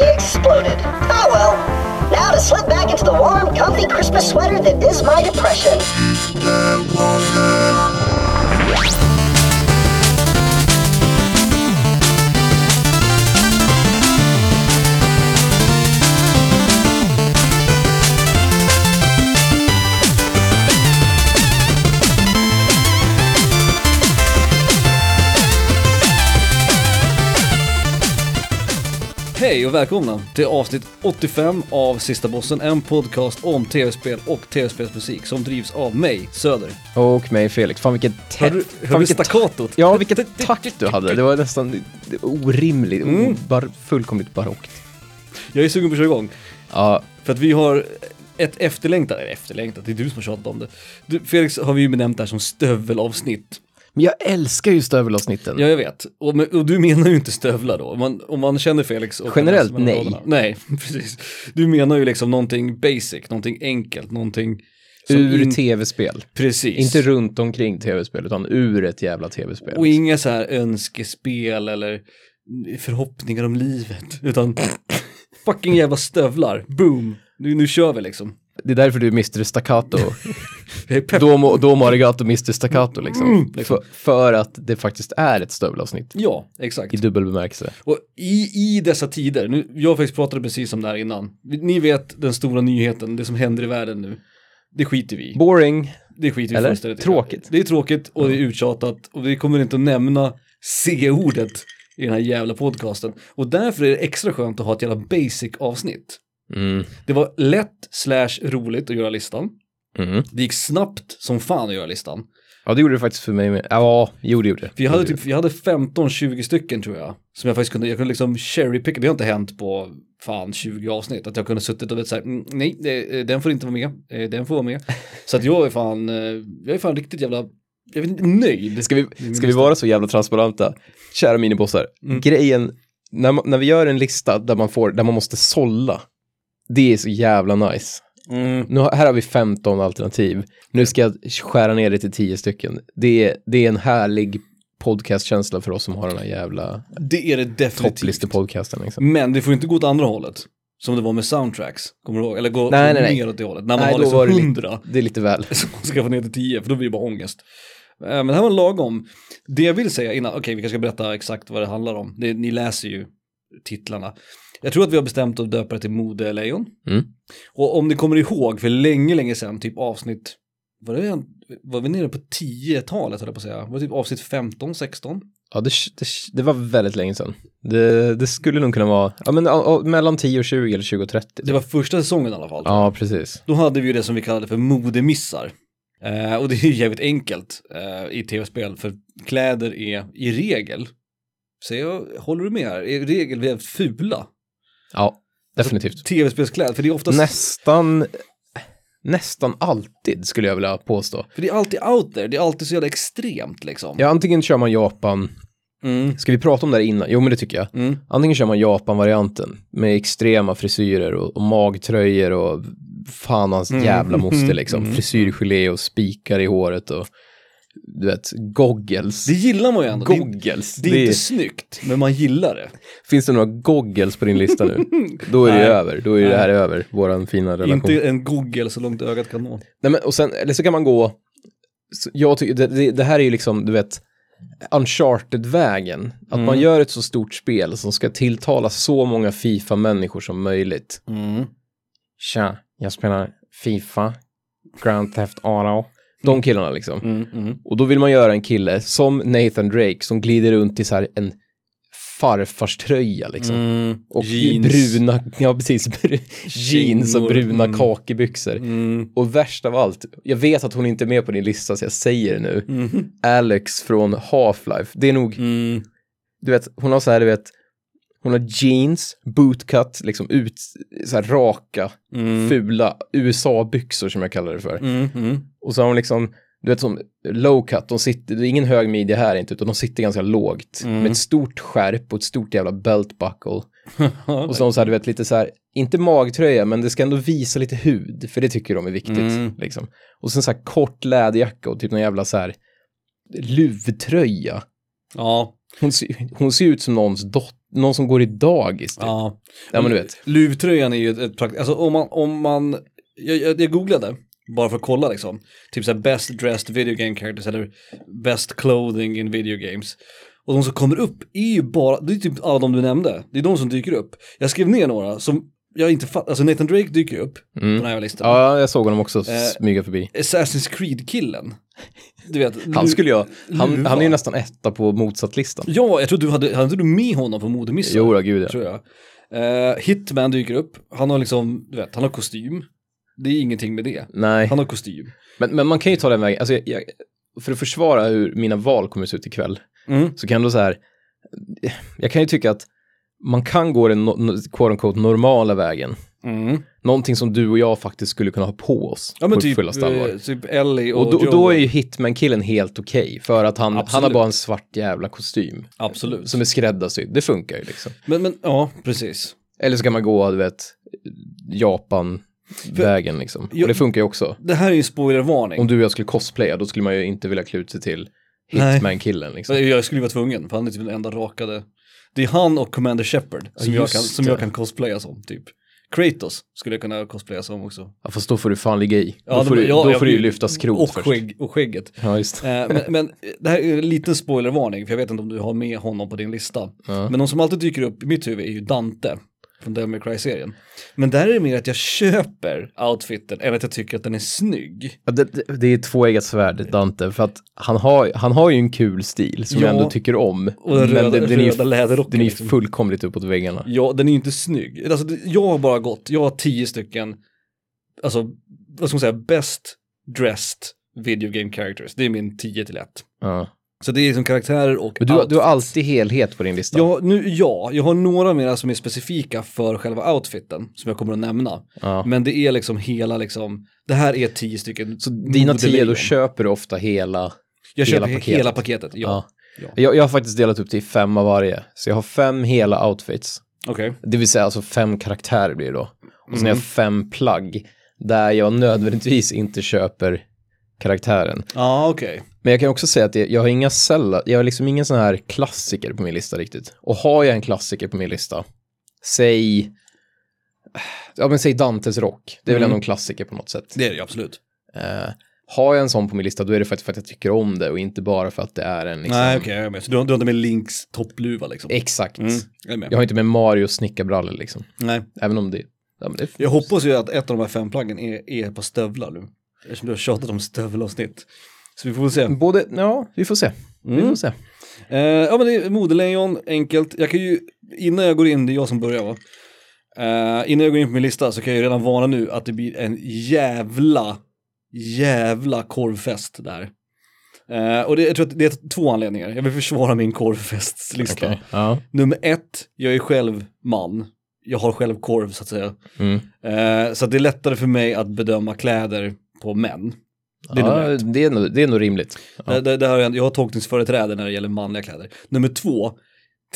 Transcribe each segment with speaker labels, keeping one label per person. Speaker 1: exploded. Ah well. Now to slip back into the warm, comfy Christmas sweater that is my depression.
Speaker 2: Hej och välkomna till avsnitt 85 av Sista Bossen, en podcast om tv-spel och tv-spelsmusik som drivs av mig, Söder.
Speaker 3: Och mig Felix. Fan vilket tätt...
Speaker 2: Hör du, hör
Speaker 3: fan,
Speaker 2: du
Speaker 3: vilket,
Speaker 2: staccatot?
Speaker 3: ja, vilket takt du hade. Det var nästan orimligt.
Speaker 2: Mm.
Speaker 3: Obar, fullkomligt barockt.
Speaker 2: Jag är sugen på att köra igång,
Speaker 3: Ja,
Speaker 2: för att vi har ett efterlängtat, eller efterlängtat, det är du som har tjatat om det. Du, Felix har vi ju benämnt det här som stövelavsnitt.
Speaker 3: men jag älskar ju stövelavsnitten.
Speaker 2: Ja, jag vet. Och, men- och du menar ju inte stövlar då, om man, om man känner Felix. Och
Speaker 3: Generellt,
Speaker 2: mellan
Speaker 3: nej.
Speaker 2: raderna. Nej, precis. Du menar ju liksom någonting basic, någonting enkelt, någonting... som
Speaker 3: ur
Speaker 2: in-
Speaker 3: tv-spel.
Speaker 2: Precis.
Speaker 3: Inte runt omkring tv-spel, utan ur ett jävla tv-spel.
Speaker 2: Och inga så här önskespel eller förhoppningar om livet, utan fucking jävla stövlar, boom, nu, nu kör vi liksom.
Speaker 3: Det är därför du är Mr Staccato.
Speaker 2: Jag är pepp.
Speaker 3: Domo, domo arigato Mr Staccato liksom.
Speaker 2: liksom.
Speaker 3: För, för att det faktiskt är ett stövelavsnitt.
Speaker 2: Ja,
Speaker 3: I
Speaker 2: exakt.
Speaker 3: dubbel bemärkelse.
Speaker 2: Och i, i dessa tider, nu, jag faktiskt pratade precis om det här innan, ni vet den stora nyheten, det som händer i världen nu. Det skiter vi i.
Speaker 3: Boring.
Speaker 2: Det skiter vi
Speaker 3: Eller?
Speaker 2: fullständigt i.
Speaker 3: Tråkigt.
Speaker 2: Det är tråkigt och det är uttjatat och vi kommer inte att nämna C-ordet i den här jävla podcasten. Och därför är det extra skönt att ha ett jävla basic-avsnitt.
Speaker 3: Mm.
Speaker 2: Det var lätt slash roligt att göra listan.
Speaker 3: Mm.
Speaker 2: Det gick snabbt som fan att göra listan.
Speaker 3: Ja, det gjorde det faktiskt för mig med. Ja, jo det gjorde det.
Speaker 2: För jag hade, typ, jag hade 15-20 stycken tror jag. Som jag faktiskt kunde, jag kunde liksom cherry picka. Det har inte hänt på fan 20 avsnitt. Att jag kunde suttit och vet såhär, mm, nej, eh, eh, den får inte vara med, eh, den får vara med. Så att jag är fan, eh, jag är fan riktigt jävla, jag vet inte, nöjd.
Speaker 3: Ska vi, ska vi vara så jävla transparenta? Kära minibossar,
Speaker 2: Mm.
Speaker 3: grejen, när, ma- när vi gör en lista där man, får, där man måste sålla, det är så jävla nice.
Speaker 2: Mm.
Speaker 3: Nu, har- här har vi 15 alternativ, nu ska jag skära ner det till 10 stycken. Det är, det är en härlig podcastkänsla för oss som har den här jävla
Speaker 2: Det är det definitivt.
Speaker 3: topplistepodcasten. Liksom.
Speaker 2: Men det får inte gå åt andra hållet. Som det var med soundtracks, kommer du ihåg? Eller gå
Speaker 3: Nej, nej, nej.
Speaker 2: mer åt det hållet. När man
Speaker 3: Nej,
Speaker 2: har
Speaker 3: då var det
Speaker 2: liksom
Speaker 3: lite-
Speaker 2: 100.
Speaker 3: Det är lite väl.
Speaker 2: som man ska få ner till 10, för då blir det bara ångest. Eh, Men det här var lagom. Det jag vill säga innan, okej vi kanske ska berätta exakt vad det handlar om. Det, ni läser ju titlarna. Jag tror att vi har bestämt att döpa det till Modelejon.
Speaker 3: Mm.
Speaker 2: Och om ni kommer ihåg för länge, länge sedan, typ avsnitt, var, det, en- var vi nere på 10-talet höll jag på att säga, var det typ avsnitt 15, 16?
Speaker 3: Ja, det, det, det var väldigt länge sedan. Det, det skulle nog kunna vara ja, men, ja, ja, mellan 10 och 20 eller 20 och 30.
Speaker 2: Det var första säsongen i alla fall.
Speaker 3: Ja, precis.
Speaker 2: Då hade vi ju det som vi kallade för modemissar. Eh, och det är ju jävligt enkelt eh, i tv-spel, för kläder är i regel, säger jag, håller du med här, i regel vi är fula.
Speaker 3: Ja, definitivt.
Speaker 2: Tv-spelskläder, för det är oftast,
Speaker 3: Nästan, nästan alltid skulle jag vilja påstå.
Speaker 2: för det är alltid out there, det är alltid så jävla extremt liksom.
Speaker 3: Ja, antingen kör man Japan,
Speaker 2: Mm.
Speaker 3: ska vi prata om det här innan? Jo, men det tycker jag.
Speaker 2: Mm.
Speaker 3: Antingen kör man Japan-varianten med extrema frisyrer och, och magtröjor och fan hans
Speaker 2: Mm.
Speaker 3: jävla moster liksom. Frisyrgelé och spikar i håret och du vet, goggles.
Speaker 2: Det gillar man ju ändå. Det, är-
Speaker 3: Goggles.
Speaker 2: det är inte snyggt, men man gillar det.
Speaker 3: Finns det några goggles på din lista nu? Då är det ju
Speaker 2: Nej.
Speaker 3: över. Då är det här över, våran fina relation.
Speaker 2: Inte en goggel så långt ögat kan nå.
Speaker 3: Nej, men, och sen, eller så kan man gå, så jag tycker, det, det, det här är ju liksom, du vet, uncharted-vägen. Att man gör ett så stort spel som ska tilltala så många Fifa-människor som möjligt. Tja, jag spelar Fifa, Grand Theft Auto. De killarna liksom.
Speaker 2: Mm.
Speaker 3: Och då vill man göra en kille som Nathan Drake som glider runt i så här en farfarströja liksom. Och
Speaker 2: Mm. Jeans.
Speaker 3: bruna, ja precis, br- jeans och
Speaker 2: Kängor.
Speaker 3: bruna
Speaker 2: Mm.
Speaker 3: kakebyxor.
Speaker 2: Mm.
Speaker 3: Och värst av allt, jag vet att hon inte är med på din lista så jag säger det nu. Alex från Half-Life. Det är nog,
Speaker 2: Mm.
Speaker 3: du vet, hon har så här, du vet, hon har jeans, bootcut, liksom ut, så här raka,
Speaker 2: Mm.
Speaker 3: fula USA-byxor som jag kallar det för.
Speaker 2: Mm. Mm.
Speaker 3: Och så har hon liksom, du vet som low cut, de sitter, det är ingen hög midja här inte, utan de sitter ganska lågt.
Speaker 2: Mm.
Speaker 3: Med ett stort skärp och ett stort jävla belt buckle. Och så har hon så här, du vet, lite så här, inte magtröja, men det ska ändå visa lite hud, för det tycker de är viktigt.
Speaker 2: Mm.
Speaker 3: Liksom. Och sen så här kort läderjacka och typ någon jävla så här luvtröja.
Speaker 2: Ja,
Speaker 3: Hon, ser- hon ser ut som någons dot, någon som går i dagis typ. Ja,
Speaker 2: Ja.
Speaker 3: men du vet.
Speaker 2: Luvtröjan är ju ett, ett praktiskt, alltså om man, om man, jag, jag, jag googlade bara för att kolla liksom, typ såhär best dressed video game characters eller best clothing in video games. Och de som kommer upp är ju bara, det är typ alla de du nämnde, det är de som dyker upp. Jag skrev ner några som jag inte fattar, alltså Nathan Drake dyker ju upp på den här listan.
Speaker 3: Mm. Ja, jag såg honom också smyga förbi.
Speaker 2: Assassin's Creed-killen. Du vet,
Speaker 3: Han
Speaker 2: Lu-
Speaker 3: skulle jag, han,
Speaker 2: luva.
Speaker 3: han är ju nästan etta på motsatslistan.
Speaker 2: Ja, jag tror du hade, hade inte du med honom på modemissen?
Speaker 3: Jo, då, gud ja.
Speaker 2: tror jag. Eh, Hitman dyker upp, han har liksom, du vet, han har kostym. Det är ingenting med det.
Speaker 3: Nej,
Speaker 2: Han har kostym.
Speaker 3: men, men man kan ju ta den vägen. Alltså, jag, jag, för att försvara hur mina val kommer se ut ikväll,
Speaker 2: Mm.
Speaker 3: så kan du så här, jag kan ju tycka att man kan gå den no, no, quote unquote, normala vägen. Någonting som du och jag faktiskt skulle kunna ha på oss
Speaker 2: Mm. Ja men
Speaker 3: på
Speaker 2: typ,
Speaker 3: fullaste allvar.
Speaker 2: eh, typ Ellie och,
Speaker 3: Och då,
Speaker 2: Joel.
Speaker 3: och då är ju Hitman-killen helt okej, för att han, han har
Speaker 2: Absolut.
Speaker 3: bara en svart jävla kostym
Speaker 2: Absolut.
Speaker 3: som är skräddarsydd. Det funkar ju liksom.
Speaker 2: Men, men ja, precis.
Speaker 3: Eller så kan man gå, du vet, Japan-vägen liksom.
Speaker 2: Jag-
Speaker 3: Och det funkar ju också.
Speaker 2: Det här är ju en spoilervarning.
Speaker 3: Om du och jag skulle cosplaya, då skulle man ju inte vilja klä ut sig till
Speaker 2: Nej.
Speaker 3: Hitman-killen liksom.
Speaker 2: Jag skulle vara tvungen, för han är typ den enda rakade. Det är han och Commander Shepard som, jag,
Speaker 3: just
Speaker 2: kan, som
Speaker 3: det.
Speaker 2: jag kan cosplaya som, typ. Kratos skulle jag kunna cosplaya som också.
Speaker 3: Ja, fast då får du fan ligga i.
Speaker 2: Ja,
Speaker 3: då
Speaker 2: det-
Speaker 3: får, du,
Speaker 2: ja,
Speaker 3: då
Speaker 2: jag
Speaker 3: får du ju
Speaker 2: blir-
Speaker 3: lyfta skrot
Speaker 2: Och,
Speaker 3: först.
Speaker 2: skägg, och skägget.
Speaker 3: Ja, just det.
Speaker 2: Eh, men, men det här är en liten spoilervarning, för jag vet inte om du har med honom på din lista. Men de som alltid dyker upp i mitt huvud är ju Dante från Devil May Cry-serien. Men där är det mer att jag köper outfiten än att jag tycker att den är snygg.
Speaker 3: Ja, det, det- det är tvåeggat svärd, Dante, för att han har, han har ju en kul stil som
Speaker 2: Ja.
Speaker 3: jag ändå tycker om.
Speaker 2: Och den röda,
Speaker 3: den, den, är
Speaker 2: röda
Speaker 3: ju,
Speaker 2: läderrocken.
Speaker 3: den är ju
Speaker 2: liksom.
Speaker 3: fullkomligt uppåt väggarna.
Speaker 2: Ja, den är ju inte snygg. Alltså, det- jag har bara gått, jag har tio stycken, alltså vad ska man säga, best dressed video game characters. Det är min 10 till 1.
Speaker 3: Ja.
Speaker 2: Så det är liksom karaktärer och
Speaker 3: Men du, har-
Speaker 2: outfit.
Speaker 3: du har alltid helhet på din lista.
Speaker 2: Ja, nu, ja, jag har några mera som är specifika för själva outfiten som jag kommer att nämna.
Speaker 3: Ja.
Speaker 2: Men det är liksom hela, liksom, det här är tio stycken.
Speaker 3: Så dina tio, då
Speaker 2: modelejon.
Speaker 3: köper du ofta hela.
Speaker 2: Jag
Speaker 3: hela
Speaker 2: köper
Speaker 3: paketet.
Speaker 2: hela paketet. Ja, Ja.
Speaker 3: Jag, jag har faktiskt delat upp det i fem av varje. Så jag har fem hela outfits.
Speaker 2: okej.
Speaker 3: Det vill säga alltså fem karaktärer blir det då. Och sen har
Speaker 2: Mm.
Speaker 3: jag fem plagg där jag nödvändigtvis inte köper karaktären.
Speaker 2: Ja, okej.
Speaker 3: Men jag kan också säga att jag, jag har inga sällan, jag har liksom ingen sån här klassiker på min lista riktigt. Och har jag en klassiker på min lista, säg, ja men säg Dantes rock. Det är väl
Speaker 2: Mm.
Speaker 3: ändå en klassiker på något sätt.
Speaker 2: Det är det ju absolut.
Speaker 3: Eh, har jag en sån på min lista, då är det faktiskt för att jag tycker om det och inte bara för att det är en liksom...
Speaker 2: Nej, okej, jag är med. Så du har, du har inte med Links toppluva liksom?
Speaker 3: Exakt.
Speaker 2: Mm, jag är med.
Speaker 3: Jag har inte med Mario snickarbrallor liksom.
Speaker 2: Nej.
Speaker 3: Även om det... Ja, men det
Speaker 2: Jag hoppas ju att ett av de här fem plaggen är, är på stövlar nu. Eftersom du har tjatat om stövelavsnitt. Så vi får väl se.
Speaker 3: Både, ja, vi får se. Vi får se.
Speaker 2: Eh, ja men det är modelejon, enkelt. Jag kan ju, innan jag går in, det är jag som börjar va? Eh, innan jag går in på min lista så kan jag ju redan varna nu att det blir en jävla, jävla korvfest där. Eh, och det, jag tror att det är två anledningar. Jag vill försvara min korvfestslista.
Speaker 3: Okej. Ja.
Speaker 2: Nummer ett, jag är själv man. Jag har själv korv så att säga.
Speaker 3: Mm.
Speaker 2: Eh, så att det är lättare för mig att bedöma kläder på män. Det är nummer ett.
Speaker 3: ja, det, är nog, det är nog rimligt.
Speaker 2: Det, det, det har jag, jag har tolkningsföreträde när det gäller manliga kläder. Nummer två,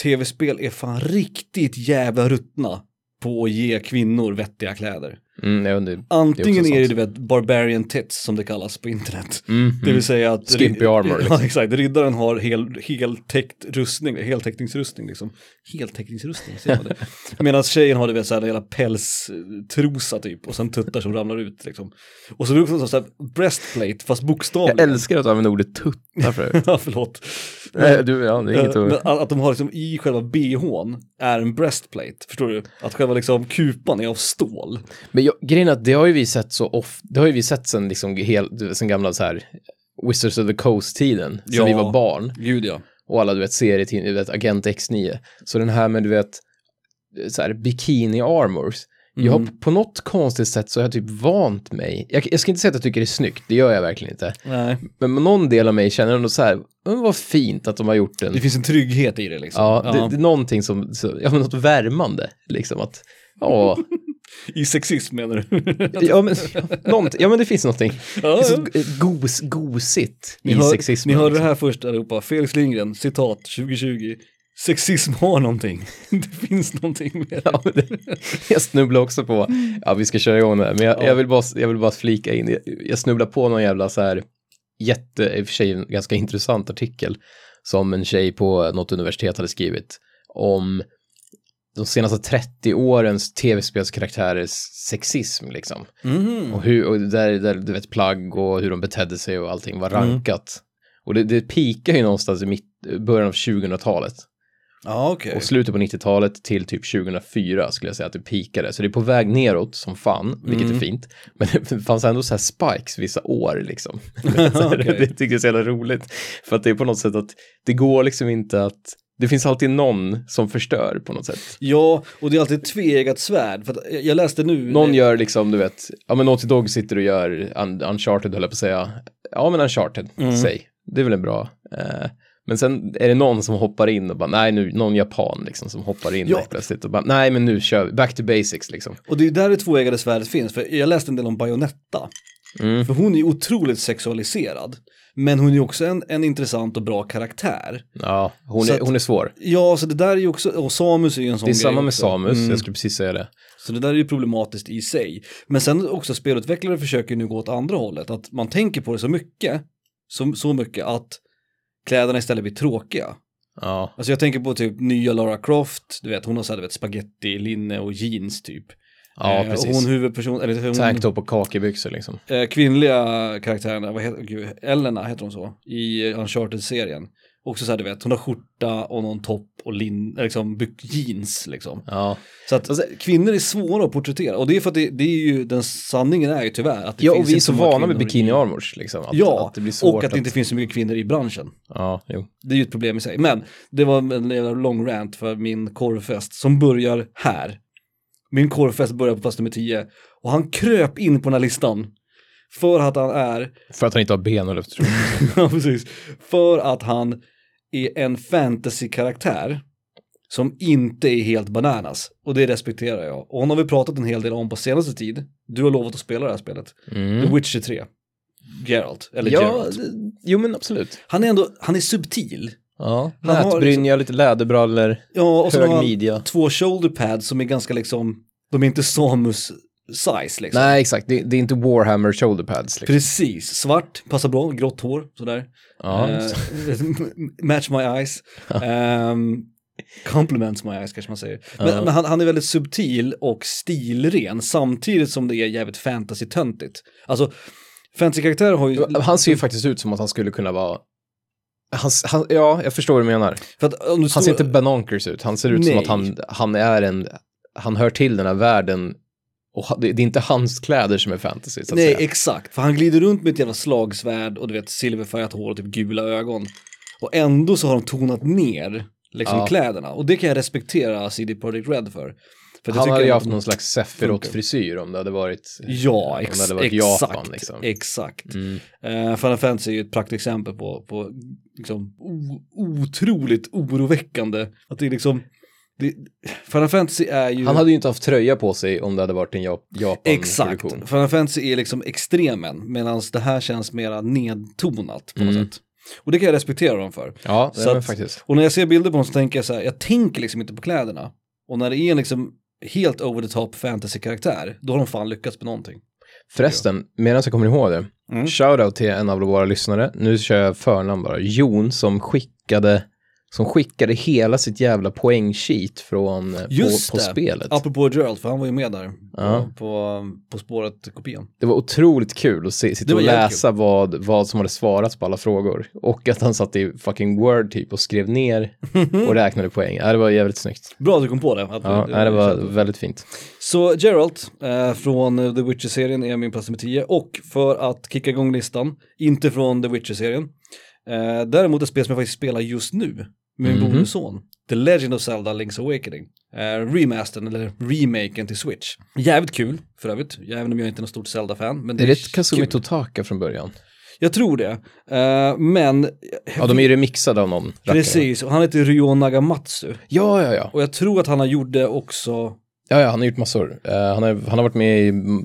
Speaker 2: tv-spel är fan riktigt jävla ruttna på att ge kvinnor vettiga kläder.
Speaker 3: Mm, jag undrar.
Speaker 2: Antingen
Speaker 3: sant.
Speaker 2: är det, du vet, barbarian tits som det kallas på internet.
Speaker 3: Mm.
Speaker 2: Det vill säga att...
Speaker 3: Skimpy armor, liksom.
Speaker 2: Ja, exakt. Riddaren har hel, heltäckt rustning, heltäckningsrustning liksom. Heltäckningsrustning, ser man det? Medan tjejen har, du vet, så här, en jävla pälstrosa typ och sen tuttar som ramlar ut liksom. Och så är det också så här breastplate, fast bokstavligen.
Speaker 3: Jag älskar att du använder ordet tuttar för
Speaker 2: Ja, förlåt.
Speaker 3: Nej, du, ja, det är inget
Speaker 2: Eh, men
Speaker 3: att...
Speaker 2: att, att de har liksom i själva bhn är en breastplate, förstår du? Att själva liksom kupan är av stål.
Speaker 3: Men jag, grejen är att det har ju vi sett så ofta, det har ju vi sett sen liksom hel, sen gamla så här Wizards of the Coast-tiden, sen
Speaker 2: Ja.
Speaker 3: vi var barn.
Speaker 2: Gud ja.
Speaker 3: och alla du vet serietidningar, du vet Agent X9. Så den här med du vet, så här bikini armors. Jag har på något konstigt sätt så har jag typ vant mig. Jag, jag ska inte säga att jag tycker det är snyggt, det gör jag verkligen inte.
Speaker 2: Nej.
Speaker 3: Men någon del av mig känner ändå så här, "Mm, vad fint att de har gjort den.
Speaker 2: Det finns en trygghet i det liksom.
Speaker 3: Ja,
Speaker 2: Ja.
Speaker 3: det, det är någonting som, så, ja men något värmande liksom att, ja,
Speaker 2: I sexism menar du?
Speaker 3: ja, men, ja, någonting, ja men det finns någonting. Det
Speaker 2: ja,
Speaker 3: är så
Speaker 2: ja.
Speaker 3: gos, gosigt
Speaker 2: Ni,
Speaker 3: i
Speaker 2: hör,
Speaker 3: sexismen.
Speaker 2: ni hörde det
Speaker 3: liksom.
Speaker 2: här först allihopa, Felix Lindgren, citat 2020. Sexism har någonting. Det finns någonting med det.
Speaker 3: Ja, men det- jag snubblade också på, ja vi ska köra igång det här, men jag, jag, vill bara, jag vill bara flika in, jag, jag snubblade på någon jävla så här jätte, i och för sig en ganska intressant artikel som en tjej på något universitet hade skrivit om de senaste 30 årens tv-spelskaraktärers sexism liksom.
Speaker 2: Mm. Mhm.
Speaker 3: Och, hur, och där, där, du vet, plagg och hur de betedde sig och allting var rankat. Och det, det pikar ju någonstans i mitt, början av 2000-talet.
Speaker 2: Ja, okej.
Speaker 3: Och slutet på 90-talet till typ 2004 skulle jag säga att det pikade. Så det är på väg neråt som fan, vilket är fint. Men det fanns ändå så här spikes vissa år liksom. Så här,
Speaker 2: Okej.
Speaker 3: Det tycker jag är så jävla roligt. För att det är på något sätt att det går liksom inte att, det finns alltid någon som förstör på något sätt.
Speaker 2: Ja, och det är alltid ett tveeggat svärd. För att jag- jag läste nu...
Speaker 3: Någon gör liksom, du vet, ja men Naughty Dog sitter och gör un- Uncharted höll jag på att säga. Ja men Uncharted,
Speaker 2: Mm.
Speaker 3: säg. Det är väl en bra. Eh, men sen är det någon som hoppar in och bara, nej nu, någon japan liksom som hoppar in
Speaker 2: Ja.
Speaker 3: helt plötsligt och bara, nej men nu kör vi, back to basics liksom.
Speaker 2: Och det är där det tveeggade svärdet finns, för jag läste en del om Bayonetta.
Speaker 3: Mm.
Speaker 2: För hon är otroligt sexualiserad. Men hon är också en, en intressant och bra karaktär.
Speaker 3: Ja, hon,
Speaker 2: Så
Speaker 3: är,
Speaker 2: att-
Speaker 3: hon är svår.
Speaker 2: Ja, så det där är ju också, och Samus är ju en sån
Speaker 3: Det är
Speaker 2: grej
Speaker 3: samma med
Speaker 2: också.
Speaker 3: Samus,
Speaker 2: Mm.
Speaker 3: jag skulle precis säga det.
Speaker 2: Så det där är ju problematiskt i sig. Men sen också spelutvecklare försöker ju nu gå åt andra hållet, att man tänker på det så mycket, så, så mycket att kläderna istället blir tråkiga.
Speaker 3: Ja,
Speaker 2: Alltså jag tänker på typ nya Lara Croft, du vet hon har så här, du vet, spaghetti, linne och jeans typ.
Speaker 3: ja
Speaker 2: Eh, Och hon
Speaker 3: precis.
Speaker 2: huvudperson, eller hon,
Speaker 3: Tanktop och kakebyxor liksom.
Speaker 2: eh, kvinnliga karaktärerna, vad heter, gud, Elena heter hon så, i eh, Uncharted-serien. Också så här, du vet, hon har skjorta och någon topp och lin, eh, liksom, byx- jeans liksom.
Speaker 3: Ja.
Speaker 2: Så att
Speaker 3: Alltså-
Speaker 2: kvinnor är svåra att porträttera och det är för att det, det är ju, den sanningen är ju tyvärr att det
Speaker 3: ja,
Speaker 2: finns
Speaker 3: och vi är
Speaker 2: inte
Speaker 3: så
Speaker 2: många
Speaker 3: vana med
Speaker 2: kvinnor i-
Speaker 3: bikini armors liksom. Att,
Speaker 2: Ja,
Speaker 3: att det blir svårt
Speaker 2: och att det inte finns så mycket kvinnor i branschen.
Speaker 3: Ja, jo.
Speaker 2: Det är ju ett problem i sig. Men det var en jävla lång rant för min korvfest som börjar här. Min korvfest börjar på plats nummer 10 och han kröp in på den här listan. För att han är,
Speaker 3: För att han inte har ben och luft.
Speaker 2: ja precis, för att han är en fantasy-karaktär som inte är helt bananas. Och det respekterar jag. Och hon har vi pratat en hel del om på senaste tid. Du har lovat att spela det här spelet. The Witcher 3. Geralt, eller
Speaker 3: Mm. Ja,
Speaker 2: Geralt.
Speaker 3: det- jo men absolut.
Speaker 2: Han är ändå, han är subtil.
Speaker 3: Ja,
Speaker 2: Han har
Speaker 3: nätbrynja, lite läderbrallor,
Speaker 2: Ja, och så
Speaker 3: hög
Speaker 2: har han
Speaker 3: midja.
Speaker 2: två shoulder pads som är ganska liksom, de är inte Samus size liksom.
Speaker 3: Nej, exakt. Det, det är inte Warhammer shoulder pads. Liksom.
Speaker 2: Precis, svart, passar bra, grått hår, sådär.
Speaker 3: Ja,
Speaker 2: Eh,
Speaker 3: just
Speaker 2: match my eyes. Ehm, compliments my eyes kanske man säger. Men, men han, han är väldigt subtil och stilren samtidigt som det är jävligt fantasy-töntigt. Alltså, fantasy-karaktärer har ju...
Speaker 3: Han ser ju faktiskt ut som att han skulle kunna vara... Han, han, ja, jag förstår vad du menar.
Speaker 2: För att, om du
Speaker 3: Han
Speaker 2: står-
Speaker 3: ser inte banonkers ut. Han ser ut som
Speaker 2: Nej.
Speaker 3: att han, han är en... Han hör till den här världen. Och ha- det, det är inte hans kläder som är fantasy, så att
Speaker 2: Nej,
Speaker 3: säga.
Speaker 2: exakt. För han glider runt med ett jävla slagsvärd och du vet silverfärgat hår och typ gula ögon. Och ändå så har de tonat ner liksom
Speaker 3: Ja.
Speaker 2: kläderna. Och det kan jag respektera CD Projekt Red för. för det
Speaker 3: Han
Speaker 2: tycker
Speaker 3: hade ju
Speaker 2: jag-
Speaker 3: haft någon slags Sefirot-frisyr om det hade varit... Typ. om
Speaker 2: Ja,
Speaker 3: det
Speaker 2: ex
Speaker 3: hade varit
Speaker 2: exakt.
Speaker 3: Japan, liksom.
Speaker 2: Exakt.
Speaker 3: Mm.
Speaker 2: Eh, Final Fantasy är ju ett praktexempel på, på liksom, o- otroligt oroväckande. Att det är liksom, det, Final Fantasy är ju...
Speaker 3: Han hade ju inte haft tröja på sig om det hade varit en Jap-
Speaker 2: Exakt,
Speaker 3: Japan-produktion.
Speaker 2: Final Fantasy är liksom extremen medan det här känns mera nedtonat på något sätt. Och det kan jag respektera dem för.
Speaker 3: Mm. Ja, det
Speaker 2: Så
Speaker 3: är men
Speaker 2: att-
Speaker 3: faktiskt.
Speaker 2: Och när jag ser bilder på dem så tänker jag så här, jag tänker liksom inte på kläderna. Och när det är en liksom helt over the top fantasy-karaktär, då har de fan lyckats med någonting.
Speaker 3: Förresten, medan jag kommer ihåg det,
Speaker 2: Mm.
Speaker 3: shoutout till en av våra lyssnare, nu kör jag förnamn bara, Jon som skickade, som skickade hela sitt jävla poängsheet från, eh, på,
Speaker 2: Just
Speaker 3: på
Speaker 2: det.
Speaker 3: spelet.
Speaker 2: Apropå Gerald, för han var ju med där
Speaker 3: Ja.
Speaker 2: på, på, på spåret-kopian.
Speaker 3: Det var otroligt kul att se, sitta
Speaker 2: Det var
Speaker 3: och
Speaker 2: jävligt
Speaker 3: läsa vad, vad som hade svarats på alla frågor. Och att han satt i fucking word typ och skrev ner och räknade poäng. Ja, det var jävligt snyggt.
Speaker 2: Bra att du kom på det. Att
Speaker 3: Ja,
Speaker 2: du-
Speaker 3: nej, det var väldigt fint.
Speaker 2: Så Gerald eh, från eh, The Witcher-serien är min plats nummer 10 och för att kicka igång listan, inte från The Witcher-serien, eh, däremot ett spel som jag faktiskt spelar just nu med min
Speaker 3: Mhm.
Speaker 2: bonusson, The Legend of Zelda Link's Awakening, eh, remastern eller remaken till Switch. Jävligt kul för övrigt, även om jag inte är någon stort Zelda-fan. Men det
Speaker 3: Är
Speaker 2: är,
Speaker 3: det ett Kazumi
Speaker 2: kul.
Speaker 3: Totaka från början?
Speaker 2: Jag tror det, eh, men
Speaker 3: Ja, de är ju remixade av någon rackare.
Speaker 2: precis, och han heter Ryo Nagamatsu
Speaker 3: Ja, ja, ja.
Speaker 2: och jag tror att han har gjort det också
Speaker 3: Ja, ja, han har gjort massor. Eh, han, har, han har varit med i mm,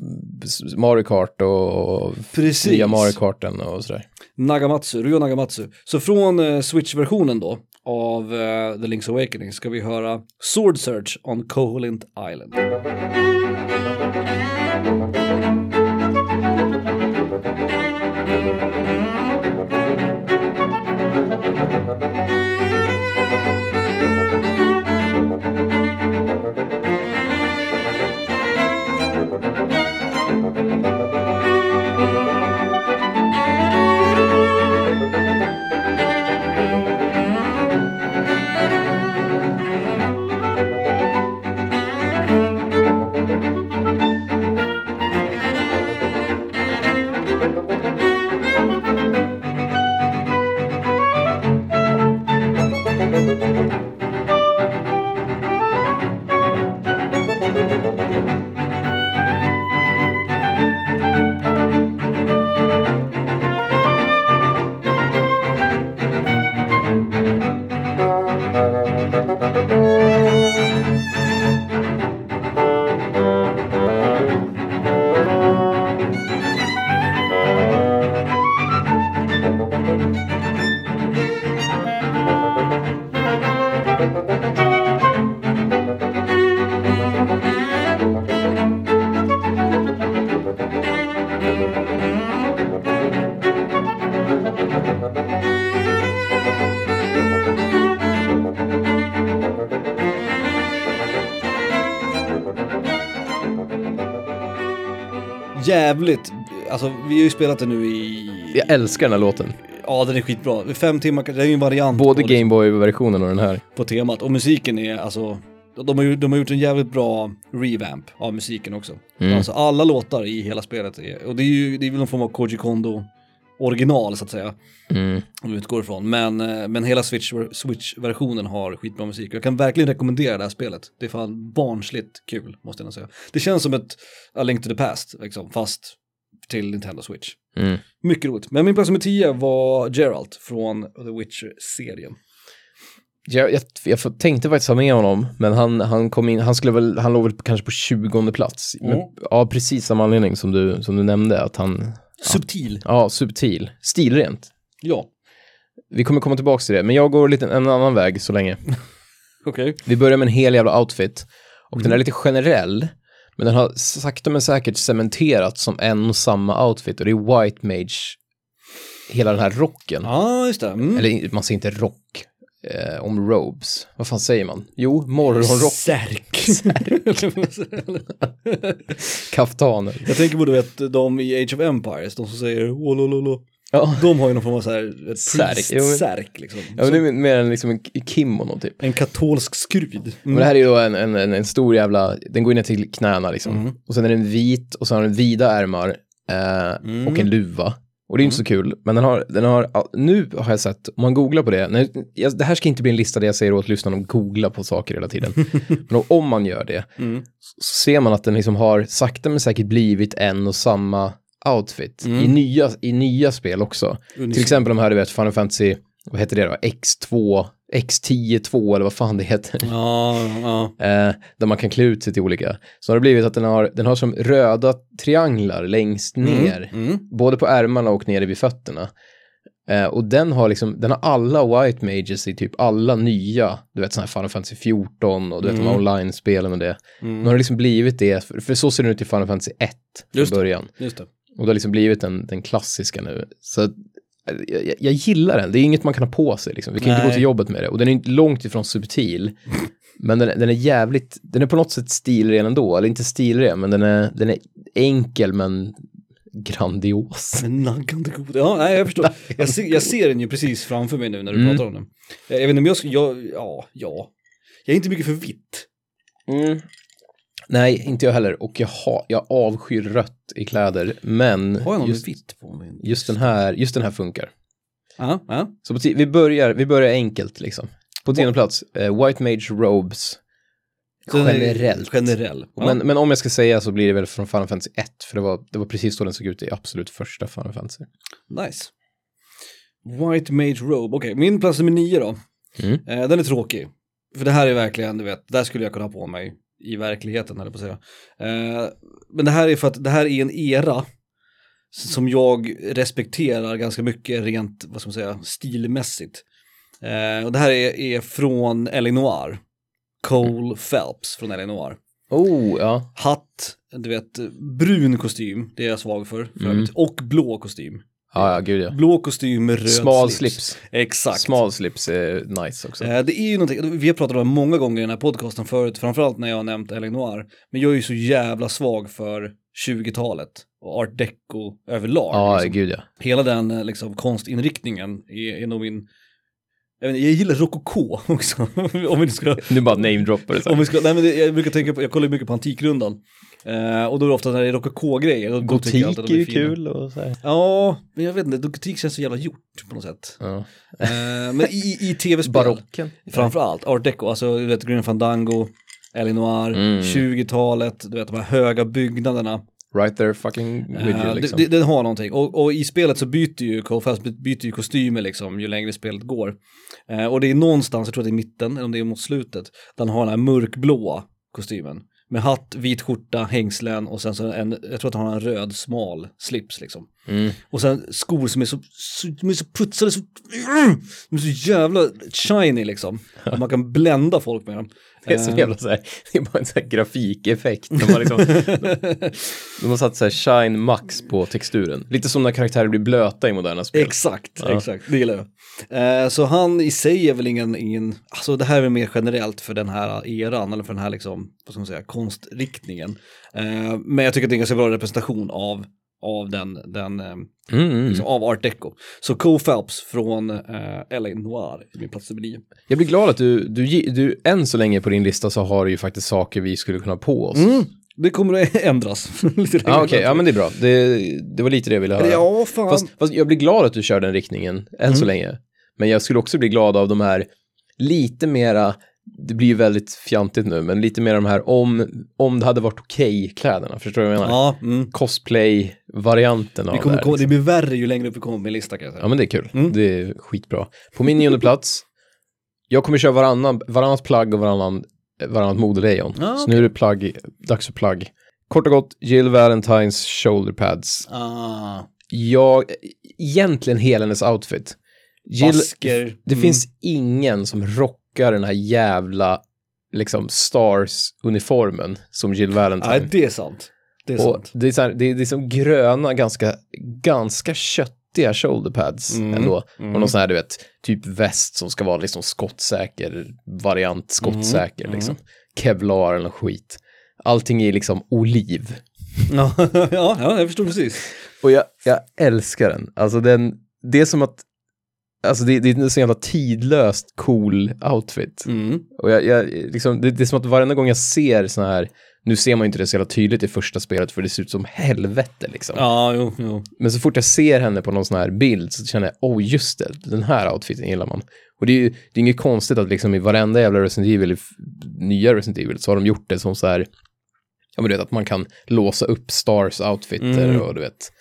Speaker 3: Mario Kart och, och
Speaker 2: Precis.
Speaker 3: nya Mario Karten och sådär.
Speaker 2: Nagamatsu, Ryo Nagamatsu. Så från eh, Switch-versionen då av eh, The Link's Awakening ska vi höra Sword Search on Koholint Island. jävligt, alltså vi har ju spelat det nu i...
Speaker 3: Jag älskar den här låten.
Speaker 2: Ja, den är skitbra. Fem timmar, det är ju en variant
Speaker 3: Både
Speaker 2: på,
Speaker 3: Gameboy-versionen och den här.
Speaker 2: på temat. Och musiken är alltså, de har, ju, de har gjort en jävligt bra revamp av musiken också.
Speaker 3: Mm.
Speaker 2: Alltså alla låtar i hela spelet, är, och det är ju det är väl någon form av Koji Kondo original så att säga,
Speaker 3: Mm.
Speaker 2: om vi utgår ifrån. Men, eh, men hela Switch- Switch-versionen har skitbra musik. Jag kan verkligen rekommendera det här spelet. Det är fan barnsligt kul, måste jag nog säga. Det känns som ett A Link to the Past, liksom, fast till Nintendo Switch.
Speaker 3: Mm.
Speaker 2: Mycket roligt. Men min plats nummer 10 var Geralt från The Witcher-serien.
Speaker 3: Jag, jag, jag tänkte faktiskt ha med honom, men han, han kom in, han skulle väl, han låg väl kanske på 20 plats. Men,
Speaker 2: Mm.
Speaker 3: ja, precis samma anledning som du, som du nämnde, att han,
Speaker 2: Subtil.
Speaker 3: ja, subtil, stilrent.
Speaker 2: Ja.
Speaker 3: Vi kommer komma tillbaka till det, men jag går lite en annan väg så länge.
Speaker 2: Okej.
Speaker 3: Vi börjar med en hel jävla outfit, och den är lite generell, men den har sakta men säkert cementerats som en och samma outfit, och det är White Mage, hela den här rocken.
Speaker 2: Ja, ah, just det. Mm.
Speaker 3: Eller man säger inte rock, eh, om robes. Vad fan säger man? Jo, morgonrock.
Speaker 2: Särk.
Speaker 3: kaftaner.
Speaker 2: jag tänker på du vet, de i Age of Empires, de som säger "Wolololo",
Speaker 3: Ja.
Speaker 2: De har ju någon form av så här, ett
Speaker 3: Särk.
Speaker 2: särk,
Speaker 3: Jo, men-
Speaker 2: särk liksom.
Speaker 3: Ja, men det är mer än liksom en k- kimono typ.
Speaker 2: En katolsk skrud.
Speaker 3: Men det här är ju då en, en, en, en stor jävla, den går ju ner till knäna liksom. Och sen är den vit och sen har den vida ärmar eh, och en luva. Och det är inte så kul, men den har, den har, ja, nu har jag sett, om man googlar på det, nej, jag, det här ska inte bli en lista där jag säger åt lyssnarna att googla på saker hela tiden. men om man gör det,
Speaker 2: Mm.
Speaker 3: så ser man att den liksom har sakta men säkert blivit en och samma outfit i, nya, i nya spel också.
Speaker 2: Unison.
Speaker 3: Till exempel de här, du vet, Final Fantasy, vad heter det då? X2, X10 2 eller vad fan det heter.
Speaker 2: Ja, ja.
Speaker 3: Eh, där man kan klä ut sig till olika. Så har det blivit att den har, den har som röda trianglar längst ner.
Speaker 2: Mm.
Speaker 3: Både på ärmarna och nere vid fötterna. Eh, och den har liksom, den har alla White Mages i typ alla nya, du vet sådana här Final Fantasy 14 och du vet
Speaker 2: Mm.
Speaker 3: de här online-spelen och det. Nu har det liksom blivit det, för, för så ser den ut i Final Fantasy 1 från
Speaker 2: Just det.
Speaker 3: början.
Speaker 2: Just det.
Speaker 3: Och det har liksom blivit den, den klassiska nu. Så att, eh, jag, jag- jag gillar den, det är inget man kan ha på sig liksom. Vi kan inte
Speaker 2: Nej.
Speaker 3: gå till jobbet med det. Och den är inte långt ifrån subtil. men den, den är jävligt, den är på något sätt stilren ändå. Eller inte stilren, men den är, den är enkel men grandios.
Speaker 2: Men naggande god. Ja, nej, jag förstår. Jag ser, jag ser den ju precis framför mig nu när du
Speaker 3: Mm.
Speaker 2: pratar om den. Jag, jag vet inte om jag ska, jag, ja, ja. Jag är inte mycket för vitt.
Speaker 3: Nej, inte jag heller. Och jag, ha, jag avskyr rött i kläder. Men
Speaker 2: Har jag någon
Speaker 3: just,
Speaker 2: med vitt på mig?
Speaker 3: just, den här, just den här funkar.
Speaker 2: Ja, ja.
Speaker 3: Så på ti- vi, börjar, vi börjar enkelt liksom. På tionde plats, eh, White Mage Robes.
Speaker 2: Så den är
Speaker 3: Generellt.
Speaker 2: Generell. Ja.
Speaker 3: Men, men om jag ska säga så blir det väl från Final Fantasy 1, för det var, det var precis så den såg ut i absolut första Final Fantasy.
Speaker 2: Nice. White Mage Robe, okej, min plats nummer nio då.
Speaker 3: Mm.
Speaker 2: Eh, den är tråkig. För det här är verkligen, du vet, det här skulle jag kunna ha på mig i verkligheten, eller på att säga. Eh, men det här är för att det här är en era s- som jag respekterar ganska mycket rent, vad ska man säga, stilmässigt. Eh, och det här är, är från Eleanor. Cole Phelps från Eleanor.
Speaker 3: Oh, ja.
Speaker 2: Hatt, du vet, brun kostym, det är jag svag för, för
Speaker 3: Mm.
Speaker 2: övrigt, och blå kostym.
Speaker 3: Ja, ja, gud ja.
Speaker 2: Blå kostym med röd
Speaker 3: Smal
Speaker 2: slips.
Speaker 3: slips.
Speaker 2: Exakt.
Speaker 3: Smal slips är nice också.
Speaker 2: Eh, Det är ju någonting, vi har pratat om det många gånger i den här podcasten förut, framförallt när jag har nämnt Eleanor. Men jag är ju så jävla svag för 20-talet och art deco överlag.
Speaker 3: Ja,
Speaker 2: liksom.
Speaker 3: gud ja.
Speaker 2: Hela den eh, liksom, konstinriktningen är, är nog min... Jag, vet, inte, jag gillar rokoko också. om vi nu ska
Speaker 3: Nu bara namedroppar det så
Speaker 2: om
Speaker 3: här.
Speaker 2: vi ska, nej men det, jag brukar tänka på, jag kollar ju mycket på Antikrundan. Eh, och då är det ofta när det är rokoko-grejer. då- då tycker jag alltid att
Speaker 3: Gotik
Speaker 2: de
Speaker 3: är
Speaker 2: fina.
Speaker 3: ju kul och så här.
Speaker 2: Ja, men jag vet inte, gotik känns så jävla gjort på något sätt.
Speaker 3: Ja.
Speaker 2: Eh, men i, i tv-spel.
Speaker 3: Barocken.
Speaker 2: Framförallt art deco, alltså du vet Green Fandango, Eleanor,
Speaker 3: Mm.
Speaker 2: 20-talet, du vet de här höga byggnaderna.
Speaker 3: Right there fucking with
Speaker 2: Eh,
Speaker 3: you
Speaker 2: det-
Speaker 3: liksom.
Speaker 2: det, det har någonting. Och, och i spelet så byter ju KFS byter ju kostymer liksom ju längre spelet går. Eh, och det är någonstans, jag tror att det är i mitten, eller om det är mot slutet, där han har den här mörkblåa kostymen. Med hatt, vit skjorta, hängslen och sen så en, jag tror att han har en röd smal slips liksom.
Speaker 3: Mm.
Speaker 2: Och sen skor som är så, så, de är så putsade, så, de är så jävla shiny liksom. Och man kan blända folk med dem.
Speaker 3: Det är så jävla så här, det är bara en så här grafikeffekt. De har, liksom, de, de har satt så här shine max på texturen. Lite som när karaktärer blir blöta i moderna spel.
Speaker 2: Exakt, exakt, det gillar jag. Eh, så han i sig är väl ingen, ingen, alltså det här är väl mer generellt för den här eran, eller för den här liksom, vad ska man säga, konstriktningen. Eh, men jag tycker att det är en ganska bra representation av, av den, den eh,
Speaker 3: Mm, mm.
Speaker 2: liksom, av art deco. Så Co Phelps från eh, LA Noir, min plats nummer nio.
Speaker 3: Jag blir glad att du, du, ge- du, än så länge på din lista så har du ju faktiskt saker vi skulle kunna ha på oss.
Speaker 2: Mm. Det kommer att ändras lite längre
Speaker 3: Mm. Ja, okej,
Speaker 2: fram.
Speaker 3: ja men det är bra. Det, det var lite det jag ville höra.
Speaker 2: Ja, fan.
Speaker 3: Fast, fast jag blir glad att du kör den riktningen än så länge. Men jag skulle också bli glad av de här lite mera, det blir ju väldigt fjantigt nu, men lite mer de här om, om det hade varit okej-kläderna. Förstår du vad jag menar?
Speaker 2: ja, mm.
Speaker 3: Cosplay-varianten av
Speaker 2: Vi kommer, Mm.
Speaker 3: det här.
Speaker 2: komma- det blir värre ju längre upp vi kommer med listan kan jag
Speaker 3: liksom. Ja,
Speaker 2: säga.
Speaker 3: men det är kul. Det är skitbra. På min nionde plats, jag kommer köra varannan, varannat plagg och varannan, varannat modelejon.
Speaker 2: Ah,
Speaker 3: Så nu är det plagg, dags för plagg. Kort och gott, Jill Valentines shoulder pads.
Speaker 2: Ah,
Speaker 3: Jag, egentligen hela hennes outfit. Jill,
Speaker 2: basker. Mm.
Speaker 3: det finns ingen som rockar den här jävla, liksom, stars-uniformen som Jill Valentine.
Speaker 2: Nej, det är sant. Det är
Speaker 3: Och
Speaker 2: sant.
Speaker 3: det är, så här, det, är, det är som gröna, ganska, ganska köttiga shoulderpads ändå. Och
Speaker 2: Mm.
Speaker 3: någon sån här, du vet, typ väst som ska vara liksom skottsäker, variant skottsäker liksom. Kevlar eller skit. Allting är liksom oliv.
Speaker 2: Ja, ja, ja, jag förstår precis.
Speaker 3: Och jag, jag älskar den. Alltså den, det är som att, alltså det, det är en så jävla tidlöst cool outfit. Och jag, jag, liksom, det, det är som att varenda gång jag ser såna här, nu ser man ju inte det så jävla tydligt i första spelet för det ser ut som helvete liksom.
Speaker 2: Ja, jo, jo.
Speaker 3: Men så fort jag ser henne på någon sån här bild så känner jag, oh just det, den här outfiten gillar man. Och det är ju det är inget konstigt att liksom i varenda jävla Resident Evil, i f- nya Resident Evil, så har de gjort det som så här, ja men du vet att man kan låsa upp Stars outfiter
Speaker 2: Mm.
Speaker 3: och du vet,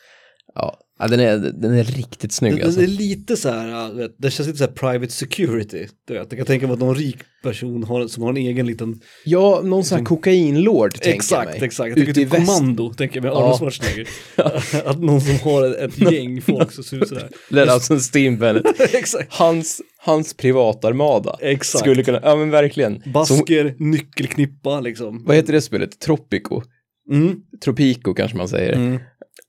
Speaker 3: ja, ja den, är, den är riktigt snygg
Speaker 2: Det,
Speaker 3: alltså.
Speaker 2: det är lite så här, du vet, det känns lite så här private security. Du vet. Jag kan tänka mig att någon rik person har, som har en egen liten...
Speaker 3: Ja, någon sån här kokainlord tänker jag
Speaker 2: Mm. exakt,
Speaker 3: mig.
Speaker 2: exakt. Jag
Speaker 3: Ute
Speaker 2: tänker
Speaker 3: i
Speaker 2: typ
Speaker 3: väst.
Speaker 2: kommando, tänker jag med Arnold Schwarzenegger. att någon som har ett, ett gäng folk som ser ut sådär.
Speaker 3: Lennartsen Steambenet.
Speaker 2: exakt.
Speaker 3: alltså Hans, hans privatarmada.
Speaker 2: Exakt.
Speaker 3: Skulle kunna, ja men verkligen. Som,
Speaker 2: Basker, nyckelknippa liksom.
Speaker 3: vad heter det spelet? Tropico?
Speaker 2: Mm.
Speaker 3: Tropico kanske man säger.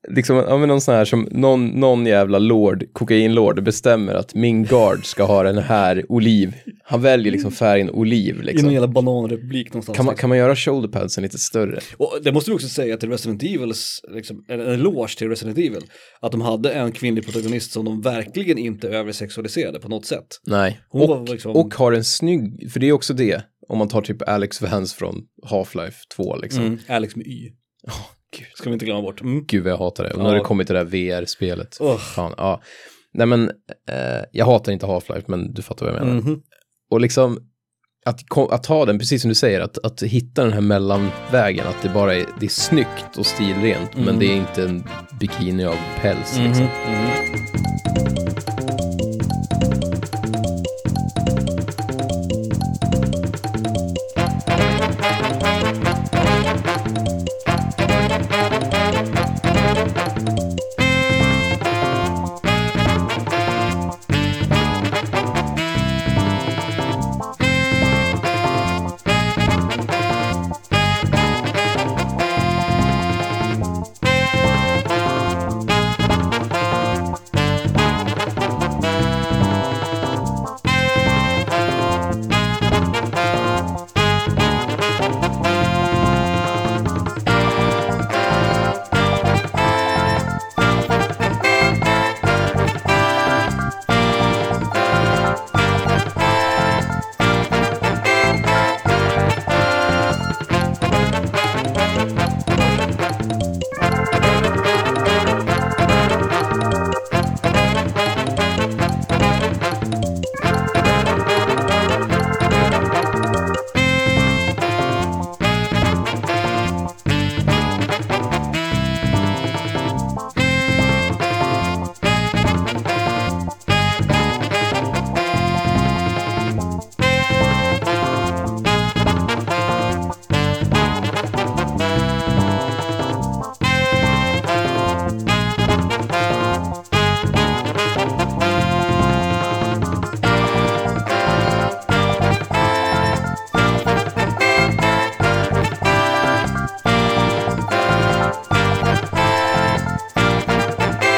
Speaker 3: Liksom, ja, men någon sån här som, någon, någon jävla lord, kokainlord, bestämmer att min guard ska ha den här oliv. Han väljer liksom färgen oliv
Speaker 2: I någon
Speaker 3: liksom.
Speaker 2: jävla bananrepublik någonstans.
Speaker 3: Kan man, kan man göra shoulderpadsen lite större?
Speaker 2: Och det måste vi också säga till Resident Evils, liksom, en en eloge till Resident Evil, att de hade en kvinnlig protagonist som de verkligen inte översexualiserade på något sätt.
Speaker 3: Nej.
Speaker 2: Hon
Speaker 3: och,
Speaker 2: var liksom-
Speaker 3: och har en snygg, för det är också det, om man tar typ Alex Vance från Half-Life 2 liksom.
Speaker 2: Mm, Alex med Y.
Speaker 3: gud.
Speaker 2: Ska vi inte glömma bort. Mm.
Speaker 3: Gud vad jag hatar det. Och nu
Speaker 2: Ja.
Speaker 3: har det kommit det där VR-spelet.
Speaker 2: Åh.
Speaker 3: Fan, ja. Nej men, eh, jag hatar inte Half-Life, men du fattar vad jag menar.
Speaker 2: Mhm.
Speaker 3: Och liksom, att, ko- att ta den, precis som du säger, att, att hitta den här mellanvägen, att det bara är, det är snyggt och stilrent,
Speaker 2: Mhm.
Speaker 3: men det är inte en bikini av päls. Liksom.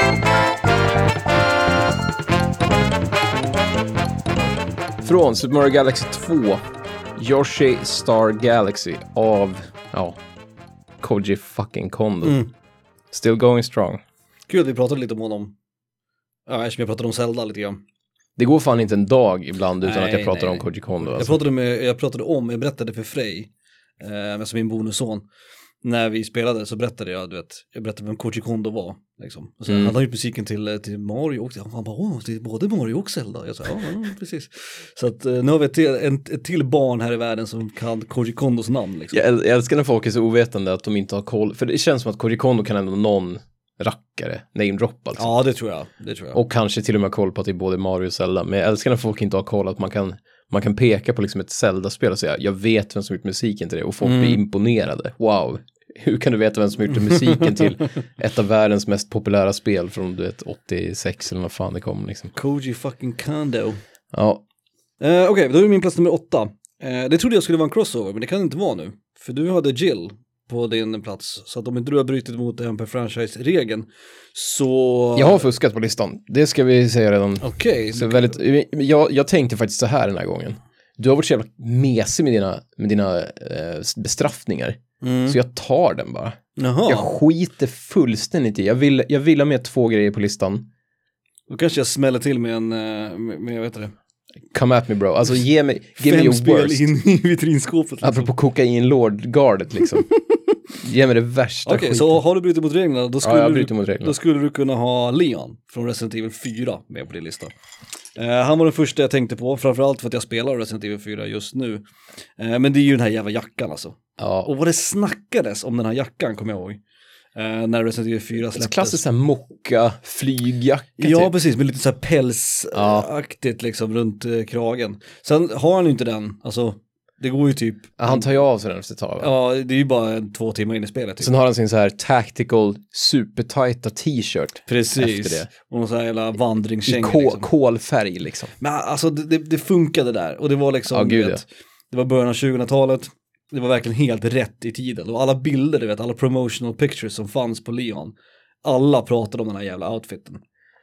Speaker 2: Mhm.
Speaker 3: Från Super Mario Galaxy 2, Yoshi Star Galaxy av, ja, Koji fucking Kondo.
Speaker 2: Mm.
Speaker 3: Still going strong.
Speaker 2: Kul att vi pratade lite om honom. Ja, eftersom jag pratade om Zelda lite grann.
Speaker 3: Det går fan inte en dag ibland utan att
Speaker 2: Nej,
Speaker 3: jag pratar
Speaker 2: nej,
Speaker 3: om
Speaker 2: nej.
Speaker 3: Koji Kondo.
Speaker 2: Jag
Speaker 3: Alltså.
Speaker 2: pratade, med, jag pratade om, jag berättade för Frej, eh, alltså min bonusson, när vi spelade så berättade jag, du vet, jag berättade vem Koji Kondo var. Liksom. Och så,
Speaker 3: Mm.
Speaker 2: Han har gjort musiken till, eh, till Mario och han bara, åh, det är både Mario och Zelda. Jag sa, ja, ja, precis. Så att eh, nu har vi ett till, en, ett till barn här i världen som kan Koji Kondos namn. Liksom.
Speaker 3: Jag, äl- jag älskar när folk är så ovetande att de inte har koll. För det känns som att Koji Kondo kan ändå någon rackare namedroppa. Alltså.
Speaker 2: Ja, det tror jag. Det tror jag.
Speaker 3: Och kanske till och med ha koll på att det är både Mario och Zelda. Men jag älskar när folk inte har koll att man kan, man kan peka på liksom ett Zelda-spel och säga jag vet vem som gjort musiken till det och folk blir imponerade. Wow, hur kan du veta vem som gjort musiken till ett av världens mest populära spel från du vet 86 eller vad fan det kom liksom.
Speaker 2: Koji fucking Kondo.
Speaker 3: Ja,
Speaker 2: Eh, Okej, då är det min plats nummer åtta. Eh, det trodde jag skulle vara en crossover, men det kan det inte vara nu. För du hade Jill på din plats, så att om inte du har brutit mot MP Franchise-regeln så...
Speaker 3: jag har fuskat på listan. Det ska vi säga redan.
Speaker 2: Okej,
Speaker 3: Så väldigt, jag, jag tänkte faktiskt så här den här gången. Du har varit så jävla mesig med dina, med dina eh, bestraffningar.
Speaker 2: Mm.
Speaker 3: Så jag tar den bara.
Speaker 2: jaha.
Speaker 3: Jag skiter fullständigt i. Jag vill, jag vill ha med två grejer på listan.
Speaker 2: Då kanske jag smäller till med en, eh, med, med vet det,
Speaker 3: Come at me bro. Alltså ge mig, give me
Speaker 2: fem
Speaker 3: your
Speaker 2: spel
Speaker 3: worst.
Speaker 2: in i vitrinskåpet. Liksom.
Speaker 3: Apropå kokain lord-gardet liksom. ge mig det värsta
Speaker 2: Okej,
Speaker 3: skiten.
Speaker 2: så har du brutit mot reglerna, då skulle,
Speaker 3: jag
Speaker 2: du,
Speaker 3: bryter mot reglerna.
Speaker 2: då skulle du kunna ha Leon från Resident Evil 4 med på din lista. Eh, han var den första jag tänkte på, framförallt för att jag spelar Resident Evil 4 just nu. Eh, men det är ju den här jävla jackan alltså.
Speaker 3: Ja,
Speaker 2: Och vad det snackades om den här jackan kommer jag ihåg. Eh, när Resident Evil 4
Speaker 3: ett
Speaker 2: släpptes.
Speaker 3: klassiskt såhär mocka, flygjacka
Speaker 2: Ja,
Speaker 3: typ.
Speaker 2: precis, med lite så här pälsaktigt liksom runt eh, kragen. Sen har han ju inte den, alltså det går ju typ,
Speaker 3: Han tar ju av sig den efter ett tag. va?
Speaker 2: ja det är ju bara en- två timmar in i spelet. Typ.
Speaker 3: Sen har han sin så här tactical, supertajta t-shirt.
Speaker 2: precis,
Speaker 3: efter det.
Speaker 2: och någon sån här jävla
Speaker 3: I
Speaker 2: vandringskänga.
Speaker 3: kol,
Speaker 2: Liksom.
Speaker 3: kolfärg liksom.
Speaker 2: Men alltså det, det, det funkade där och det var liksom,
Speaker 3: Ja,
Speaker 2: du
Speaker 3: gud,
Speaker 2: vet, det var början av 2000-talet, det var verkligen helt rätt i tiden och alla bilder, du vet, alla promotional pictures som fanns på Leon, alla pratade om den här jävla outfiten.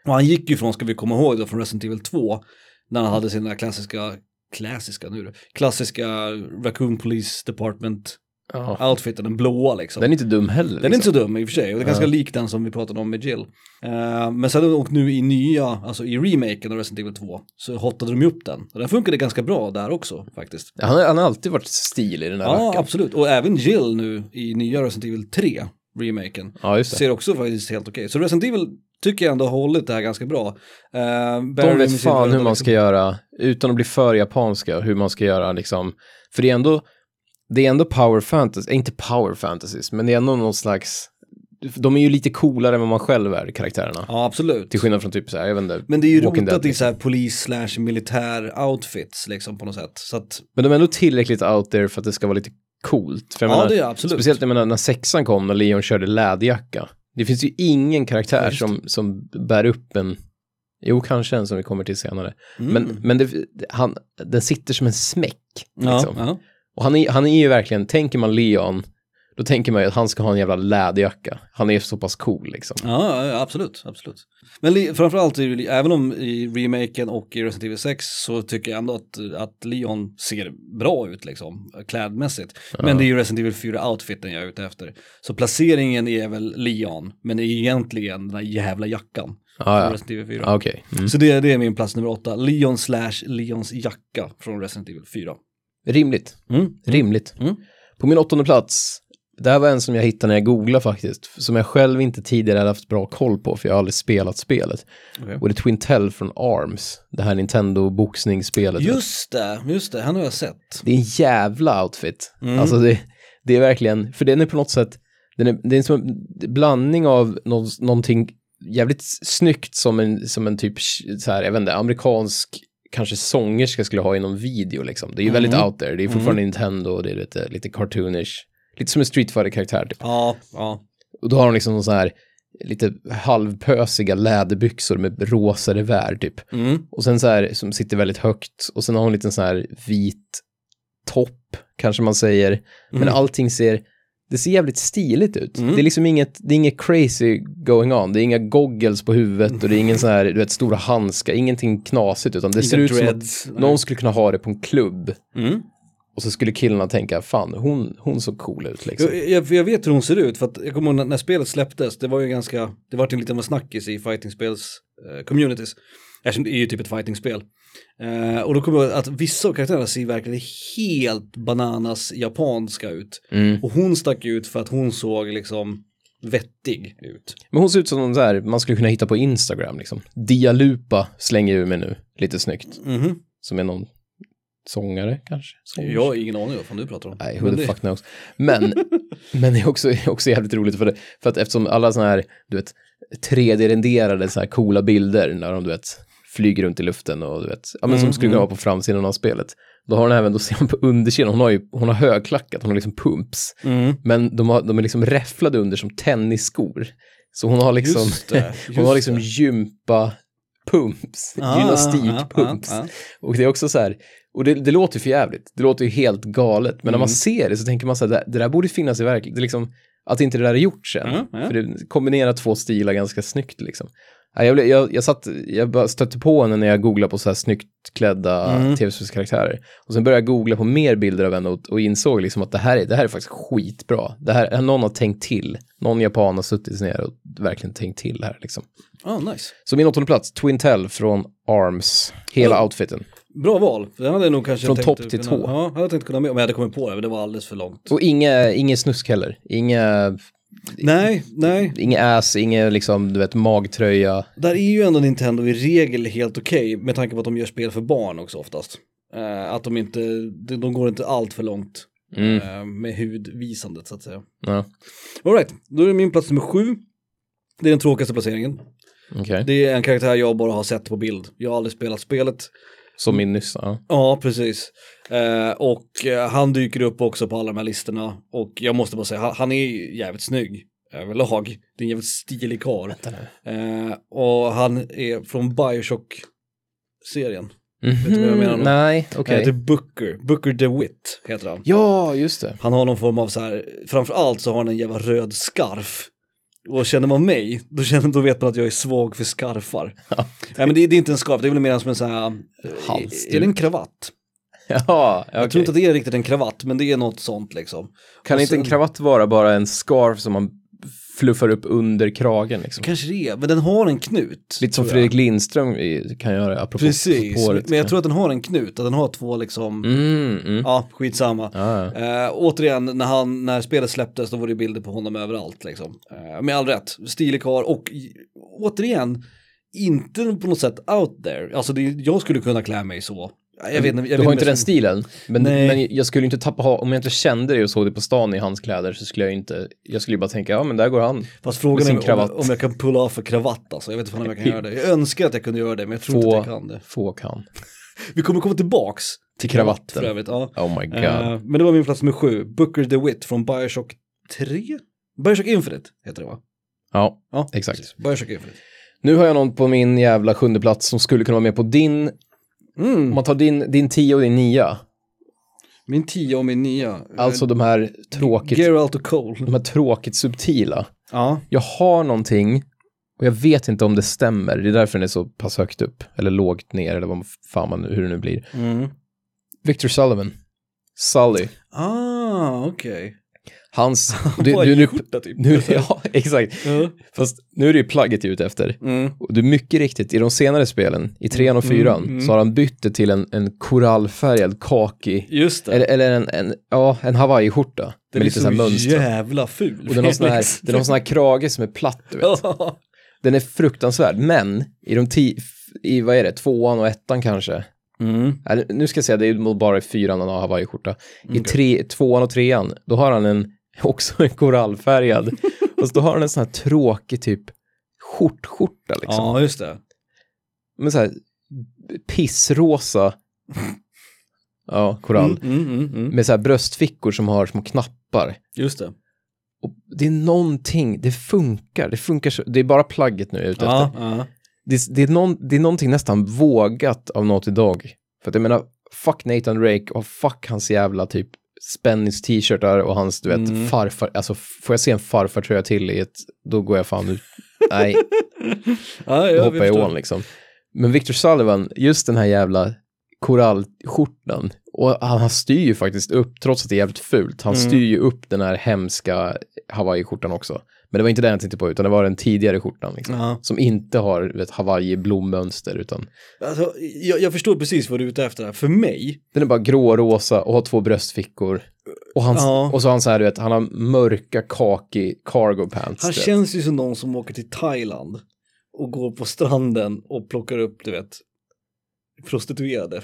Speaker 2: Och han gick ju från, ska vi komma ihåg då, från Resident Evil 2, när han hade sina klassiska, klassiska nu då, klassiska Raccoon Police Department-outfiten,
Speaker 3: Ja.
Speaker 2: den blåa liksom.
Speaker 3: Den är inte dum heller.
Speaker 2: Den är
Speaker 3: liksom.
Speaker 2: inte så dum i och för sig, och det är ganska lik den som vi pratade om med Jill. Eh, men sen och nu i nya, alltså i remaken av Resident Evil 2, så hottade de ju upp den. Och den funkade ganska bra där också faktiskt.
Speaker 3: Han, har- han har alltid varit stil i den här
Speaker 2: Ja,
Speaker 3: rackaren.
Speaker 2: absolut. Och även Jill nu i nya Resident Evil 3, remaken,
Speaker 3: Ja, just det.
Speaker 2: ser också faktiskt helt okej. Så Resident Evil tycker jag ändå har hållit det här ganska bra. Eh,
Speaker 3: De
Speaker 2: Barry med
Speaker 3: vet
Speaker 2: sin
Speaker 3: fan
Speaker 2: röda
Speaker 3: hur man
Speaker 2: liksom-
Speaker 3: ska göra, utan att bli för japanska, hur man ska göra liksom. För det är ändå, det är ändå power fantasy, eh, inte power fantasies, men det är ändå någon slags, de är ju lite coolare än vad man själv är, karaktärerna.
Speaker 2: Ja, absolut.
Speaker 3: Till skillnad från typ så här, jag vet inte,
Speaker 2: Men det är ju
Speaker 3: Walking
Speaker 2: rotat
Speaker 3: Dead, liksom.
Speaker 2: i så här polis slash militär outfits liksom på något sätt. Så att,
Speaker 3: Men de är ändå tillräckligt out there för att det ska vara lite coolt. För jag
Speaker 2: Ja,
Speaker 3: menar,
Speaker 2: det är jag absolut.
Speaker 3: Speciellt jag menar, när sexan kom, när Leon körde läderjacka. Det finns ju ingen karaktär
Speaker 2: Just det.
Speaker 3: som, som bär upp en, jo kanske en som vi kommer till senare.
Speaker 2: Mm.
Speaker 3: Men, men det, han, den sitter som en smäck.
Speaker 2: ja,
Speaker 3: Liksom.
Speaker 2: ja.
Speaker 3: Och han är, han är ju verkligen, tänker man Leon, då tänker man ju att han ska ha en jävla läderjacka. Han är så pass cool liksom.
Speaker 2: Ja, ja, absolut, absolut. Men li- framförallt, är det ju- även om i remaken och i Resident Evil 6 så tycker jag ändå att, att Leon ser bra ut liksom, klädmässigt. Men det är ju Resident Evil 4-outfiten jag är ute efter. Så placeringen är väl Leon, men är egentligen den här jävla jackan.
Speaker 3: Ja,
Speaker 2: från
Speaker 3: ja.
Speaker 2: Resident Evil 4.
Speaker 3: Ah, Okej. Mm.
Speaker 2: Så det, det är min plats nummer åtta, Leon slash Leons jacka från Resident Evil 4.
Speaker 3: Rimligt.
Speaker 2: Mm.
Speaker 3: Rimligt.
Speaker 2: Mm.
Speaker 3: På min åttonde plats, det här var en som jag hittade när jag googlade faktiskt, som jag själv inte tidigare hade haft bra koll på, för jag har aldrig spelat spelet.
Speaker 2: Okej.
Speaker 3: Och det är Twintel från ARMS, det här Nintendo-boxningsspelet.
Speaker 2: Just det, just det, han har jag sett.
Speaker 3: Det är en jävla outfit. Alltså det, det är verkligen, för den är på något sätt, den är, det är som en blandning av nå, någonting jävligt snyggt som en, som en typ, så här, jag vet inte, amerikansk kanske sångerska skulle ha i någon video liksom. Det är ju väldigt out there, det är fortfarande Nintendo och det är lite, lite cartoonish. Lite som en Street fighter karaktär typ.
Speaker 2: Ja, ja.
Speaker 3: Och då har de liksom någon sån här lite halvpösiga läderbyxor med rosa revär typ.
Speaker 2: Mm.
Speaker 3: Och sen så här, som sitter väldigt högt. Och sen har hon en
Speaker 2: Mm.
Speaker 3: liten sån här vit topp, kanske man säger. Men allting ser, Det ser jävligt stiligt ut. Det är liksom inget, det är inget crazy going on. Det är inga goggles på huvudet och det är ingen sån här, du vet, stora handskar, ingenting knasigt utan det ser ut
Speaker 2: dreads,
Speaker 3: som
Speaker 2: nej.
Speaker 3: att någon skulle kunna ha det på en klubb.
Speaker 2: Mm.
Speaker 3: Och så skulle killarna tänka, fan hon, hon såg cool ut liksom.
Speaker 2: Jag, jag, jag vet hur hon ser ut, för att jag kommer ihåg när, när spelet släpptes, det var ju ganska, det var en liten snackis i fightingspels eh, communities. Eftersom det är ju typ ett fightingspel. Eh, och då kommer jag ihåg att vissa av karaktärerna ser verkligen helt bananas japanska ut.
Speaker 3: Mm.
Speaker 2: Och hon stack ut för att hon såg liksom vettig ut.
Speaker 3: Men hon ser ut som någon så här, man skulle kunna hitta på Instagram liksom. Dialupa slänger jag ur mig nu, lite snyggt.
Speaker 2: Mhm.
Speaker 3: Som är någon sångare kanske? Sångerska?
Speaker 2: Jag har ingen aning vad fan du pratar om.
Speaker 3: Nej,
Speaker 2: Men
Speaker 3: who the
Speaker 2: det-
Speaker 3: fuck knows. Men, men det är också, också jävligt roligt för, det, för att eftersom alla sådana här, du vet, 3D-renderade så här coola bilder när de, du vet, flyger runt i luften och du vet, ja men
Speaker 2: Mm,
Speaker 3: som skulle kunna vara på framsidan av spelet. Då har hon även, då ser man på undersidan, hon har ju, hon har högklackat, hon har liksom pumps. Men de, har, de är liksom räfflade under som tennisskor. Så hon har liksom,
Speaker 2: Just det,
Speaker 3: hon
Speaker 2: just
Speaker 3: har liksom
Speaker 2: det.
Speaker 3: gympa pumps,
Speaker 2: Ah,
Speaker 3: gymnastikpumps.
Speaker 2: ah, ah, ah.
Speaker 3: Och det är också så här, och det, det låter ju för jävligt. Det låter ju helt galet. Men när
Speaker 2: Mm.
Speaker 3: man ser det så tänker man så här, det, det där borde finnas i verkligheten. Liksom, att inte det där är gjort sen.
Speaker 2: Ja, ja.
Speaker 3: För det kombinerar två stilar ganska snyggt liksom. Ja, Jag, blev, jag, jag, satt, jag bara stötte på henne när jag googlade på så här snyggt klädda
Speaker 2: Mm.
Speaker 3: tv-spelskaraktärer. Och sen började jag googla på mer bilder av henne och, och insåg liksom att det här, är, det här är faktiskt skitbra. Det här, någon har tänkt till. Någon japan har suttit ner och verkligen tänkt till här liksom.
Speaker 2: Ah, nice.
Speaker 3: Så min åttonde plats, Twintel från Arms. Hela outfiten.
Speaker 2: Bra val. Den hade jag nog kanske
Speaker 3: Från
Speaker 2: tänkt
Speaker 3: topp till
Speaker 2: kunna,
Speaker 3: tå.
Speaker 2: Ja, jag hade tänkt kunna med om jag hade kommit på det, men det var alldeles för långt.
Speaker 3: Och inga, inga snusk heller. Inga,
Speaker 2: Nej, nej.
Speaker 3: inga ass, inga liksom, du vet, magtröja.
Speaker 2: Där är ju ändå Nintendo i regel helt okej med tanke på att de gör spel för barn också oftast. Eh, att de inte, de, de går inte allt för långt eh, med hudvisandet så att säga.
Speaker 3: Ja,
Speaker 2: Alright, då är det min plats nummer sju. Det är den tråkigaste placeringen.
Speaker 3: okej.
Speaker 2: Det är en karaktär jag bara har sett på bild. Jag har aldrig spelat spelet.
Speaker 3: Som min nyss, ja.
Speaker 2: Ja, precis. Eh, och eh, han dyker upp också på alla de här listorna. Och jag måste bara säga, han, han är ju jävligt snygg överlag. Det är en jävligt stilig karl. Eh, och han är från Bioshock-serien. Vet du vad jag menar? då?
Speaker 3: Nej, typ-
Speaker 2: Han
Speaker 3: okej.
Speaker 2: heter Booker, Booker DeWitt heter han.
Speaker 3: Ja, just det.
Speaker 2: Han har någon form av så här, framförallt så har han en jävla röd skarf. Och känner man mig, då, känner, då vet man att jag är svag för skarfar. Nej men det, det är inte en skarf, det är väl mer som en sån här, eh,
Speaker 3: Halsduk.
Speaker 2: är det en kravatt?
Speaker 3: Ja, okej.
Speaker 2: Jag tror inte att det är riktigt en kravatt, men det är något sånt liksom.
Speaker 3: Kan
Speaker 2: Och
Speaker 3: inte en
Speaker 2: sen-
Speaker 3: kravatt vara bara en scarf som man fluffar upp under kragen liksom?
Speaker 2: Kanske det är, men den har en knut.
Speaker 3: Lite
Speaker 2: tror
Speaker 3: som
Speaker 2: jag.
Speaker 3: Fredrik Lindström i- kan göra, apropå
Speaker 2: Precis,
Speaker 3: håret.
Speaker 2: men jag tror att den har en knut, att den har två liksom,
Speaker 3: Mm, mm.
Speaker 2: ja skitsamma.
Speaker 3: Ja, ja.
Speaker 2: Eh, återigen, när, han, när spelet släpptes då var det bilder på honom överallt. Liksom. Eh, med all rätt, stilig karl och i- återigen, inte på något sätt out there. Alltså det, jag skulle kunna klä mig så. Jag vet, jag
Speaker 3: du
Speaker 2: vet
Speaker 3: har inte den stilen, men,
Speaker 2: Nej.
Speaker 3: men jag skulle inte tappa, ha- om jag inte kände det och såg det på stan i hans kläder så skulle jag inte, jag skulle ju bara tänka, ja men där går han.
Speaker 2: Fast
Speaker 3: med
Speaker 2: frågan
Speaker 3: sin
Speaker 2: är om,
Speaker 3: kravatt.
Speaker 2: om jag kan pulla av för kravatt alltså. Jag vet inte fan om jag kan göra det. Jag önskar att jag kunde göra det, men jag tror inte
Speaker 3: Få,
Speaker 2: att jag kan det.
Speaker 3: få kan.
Speaker 2: Vi kommer komma tillbaks
Speaker 3: Till
Speaker 2: för
Speaker 3: kravatten.
Speaker 2: övrigt. Ja.
Speaker 3: Oh my god.
Speaker 2: Eh, men det var min plats nummer sju, Booker DeWitt från Bioshock 3? Bioshock Infinite heter det va?
Speaker 3: ja,
Speaker 2: Ja,
Speaker 3: exakt.
Speaker 2: precis. Bioshock Infinite.
Speaker 3: Nu har jag någon på min jävla sjunde plats som skulle kunna vara med på din, om
Speaker 2: Mm,
Speaker 3: man tar din, din tio och din nia,
Speaker 2: min 10 och min 9.
Speaker 3: alltså de här tråkigt,
Speaker 2: Geralt och Cole.
Speaker 3: de här tråkigt subtila.
Speaker 2: Ja.
Speaker 3: Jag har någonting och jag vet inte om det stämmer, det är därför den är så pass högt upp, eller lågt ner, eller vad fan man, hur det nu blir.
Speaker 2: Mm.
Speaker 3: Victor Sullivan, Sully.
Speaker 2: Ah, okej.
Speaker 3: Hans...
Speaker 2: Han
Speaker 3: Du,
Speaker 2: bara
Speaker 3: du, nu,
Speaker 2: skjorta, typ.
Speaker 3: nu, ja, exakt.
Speaker 2: Ja.
Speaker 3: Fast nu är det ju plagget jag är ute efter.
Speaker 2: Mm.
Speaker 3: Och du, mycket riktigt, i de senare spelen, i trean och fyran, så har han bytt det till en, en korallfärgad kaki,
Speaker 2: Just det.
Speaker 3: eller, eller en, en, ja, en hawaii-skjorta
Speaker 2: den
Speaker 3: med
Speaker 2: är
Speaker 3: lite så här mönster.
Speaker 2: jävla ful.
Speaker 3: Och den har, sån här,
Speaker 2: Felix.
Speaker 3: den har sån här krage som är platt, du vet.
Speaker 2: Ja.
Speaker 3: Den är fruktansvärd, men i de ti, f- i vad är det, tvåan och ettan kanske?
Speaker 2: Mm.
Speaker 3: Nej, nu ska jag säga, det är ju bara i fyran han har hawaiiskjorta. I tre, tvåan och trean, då har han en, också en korallfärgad. Fast då har han en sån här tråkig typ skjortskjorta liksom.
Speaker 2: ja, just det.
Speaker 3: Men så här pissrosa. ja, korall.
Speaker 2: Mm, mm, mm.
Speaker 3: Med så här bröstfickor som har små knappar.
Speaker 2: Just det.
Speaker 3: Och det är någonting, det funkar, det funkar så, det är bara plagget nu jag är ute efter.
Speaker 2: Ja, ja.
Speaker 3: det, det, är någon, det är någonting nästan vågat av något idag. För att jag menar, fuck Nathan Rake och fuck hans jävla typ Spennys t-shirtar och hans, du vet,
Speaker 2: Mm.
Speaker 3: farfar, alltså får jag se en farfartröja till i ett, då går jag fan ut, nej,
Speaker 2: Ja,
Speaker 3: då
Speaker 2: ja,
Speaker 3: hoppar
Speaker 2: vi
Speaker 3: jag i
Speaker 2: förstår.
Speaker 3: ån liksom. Men Victor Sullivan, just den här jävla korallskjortan, och han, han styr ju faktiskt upp, trots att det är jävligt fult, han
Speaker 2: Mm.
Speaker 3: styr ju upp den här hemska hawaiiskjortan också. Men det var inte den jag tänkte på, utan det var den tidigare skjortan, liksom.
Speaker 2: Ja.
Speaker 3: som inte har du vet, hawaii-blommönster, utan
Speaker 2: Alltså, jag, jag förstår precis vad du är ute efter. här. För mig,
Speaker 3: Den är bara grå och rosa och har två bröstfickor. Och, han,
Speaker 2: Ja.
Speaker 3: och så har han så här, du vet, han har mörka kaki cargo pants.
Speaker 2: han
Speaker 3: du vet.
Speaker 2: känns ju som någon som åker till Thailand och går på stranden och plockar upp, du vet, prostituerade.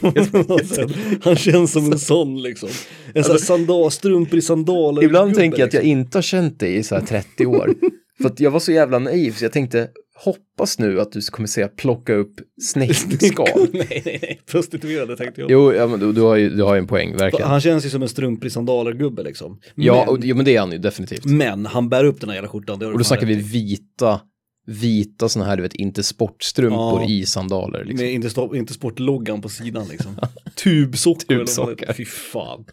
Speaker 2: På något sätt. han känns som en sån liksom. En sån här sandal, strumpor i sandaler.
Speaker 3: Alltså, Ibland
Speaker 2: gubbe,
Speaker 3: tänker jag att jag
Speaker 2: liksom.
Speaker 3: inte har känt dig i så här 30 år. För att jag var så jävla naiv så jag tänkte, hoppas nu att du kommer se att plocka upp snäckskal.
Speaker 2: liksom. nej, nej, nej, prostituerade tänkte jag.
Speaker 3: jo, ja, men du, du, har ju, du har ju en poäng, verkligen.
Speaker 2: Han känns ju som en strumpor i sandaler gubbe liksom.
Speaker 3: Ja,
Speaker 2: men, Mm.
Speaker 3: och, jo, men det är han ju definitivt.
Speaker 2: men han bär upp den här jävla skjortan. det har du
Speaker 3: Och då
Speaker 2: fan
Speaker 3: snackar
Speaker 2: rätt
Speaker 3: vi
Speaker 2: i.
Speaker 3: vita, vita sådana här, du vet, inte sportstrumpor
Speaker 2: Ja.
Speaker 3: i sandaler. Liksom.
Speaker 2: Med inte, stopp, inte sportloggan på sidan liksom. Tubsockor. eller vad det
Speaker 3: Tubsockor.
Speaker 2: heter. Fy fan.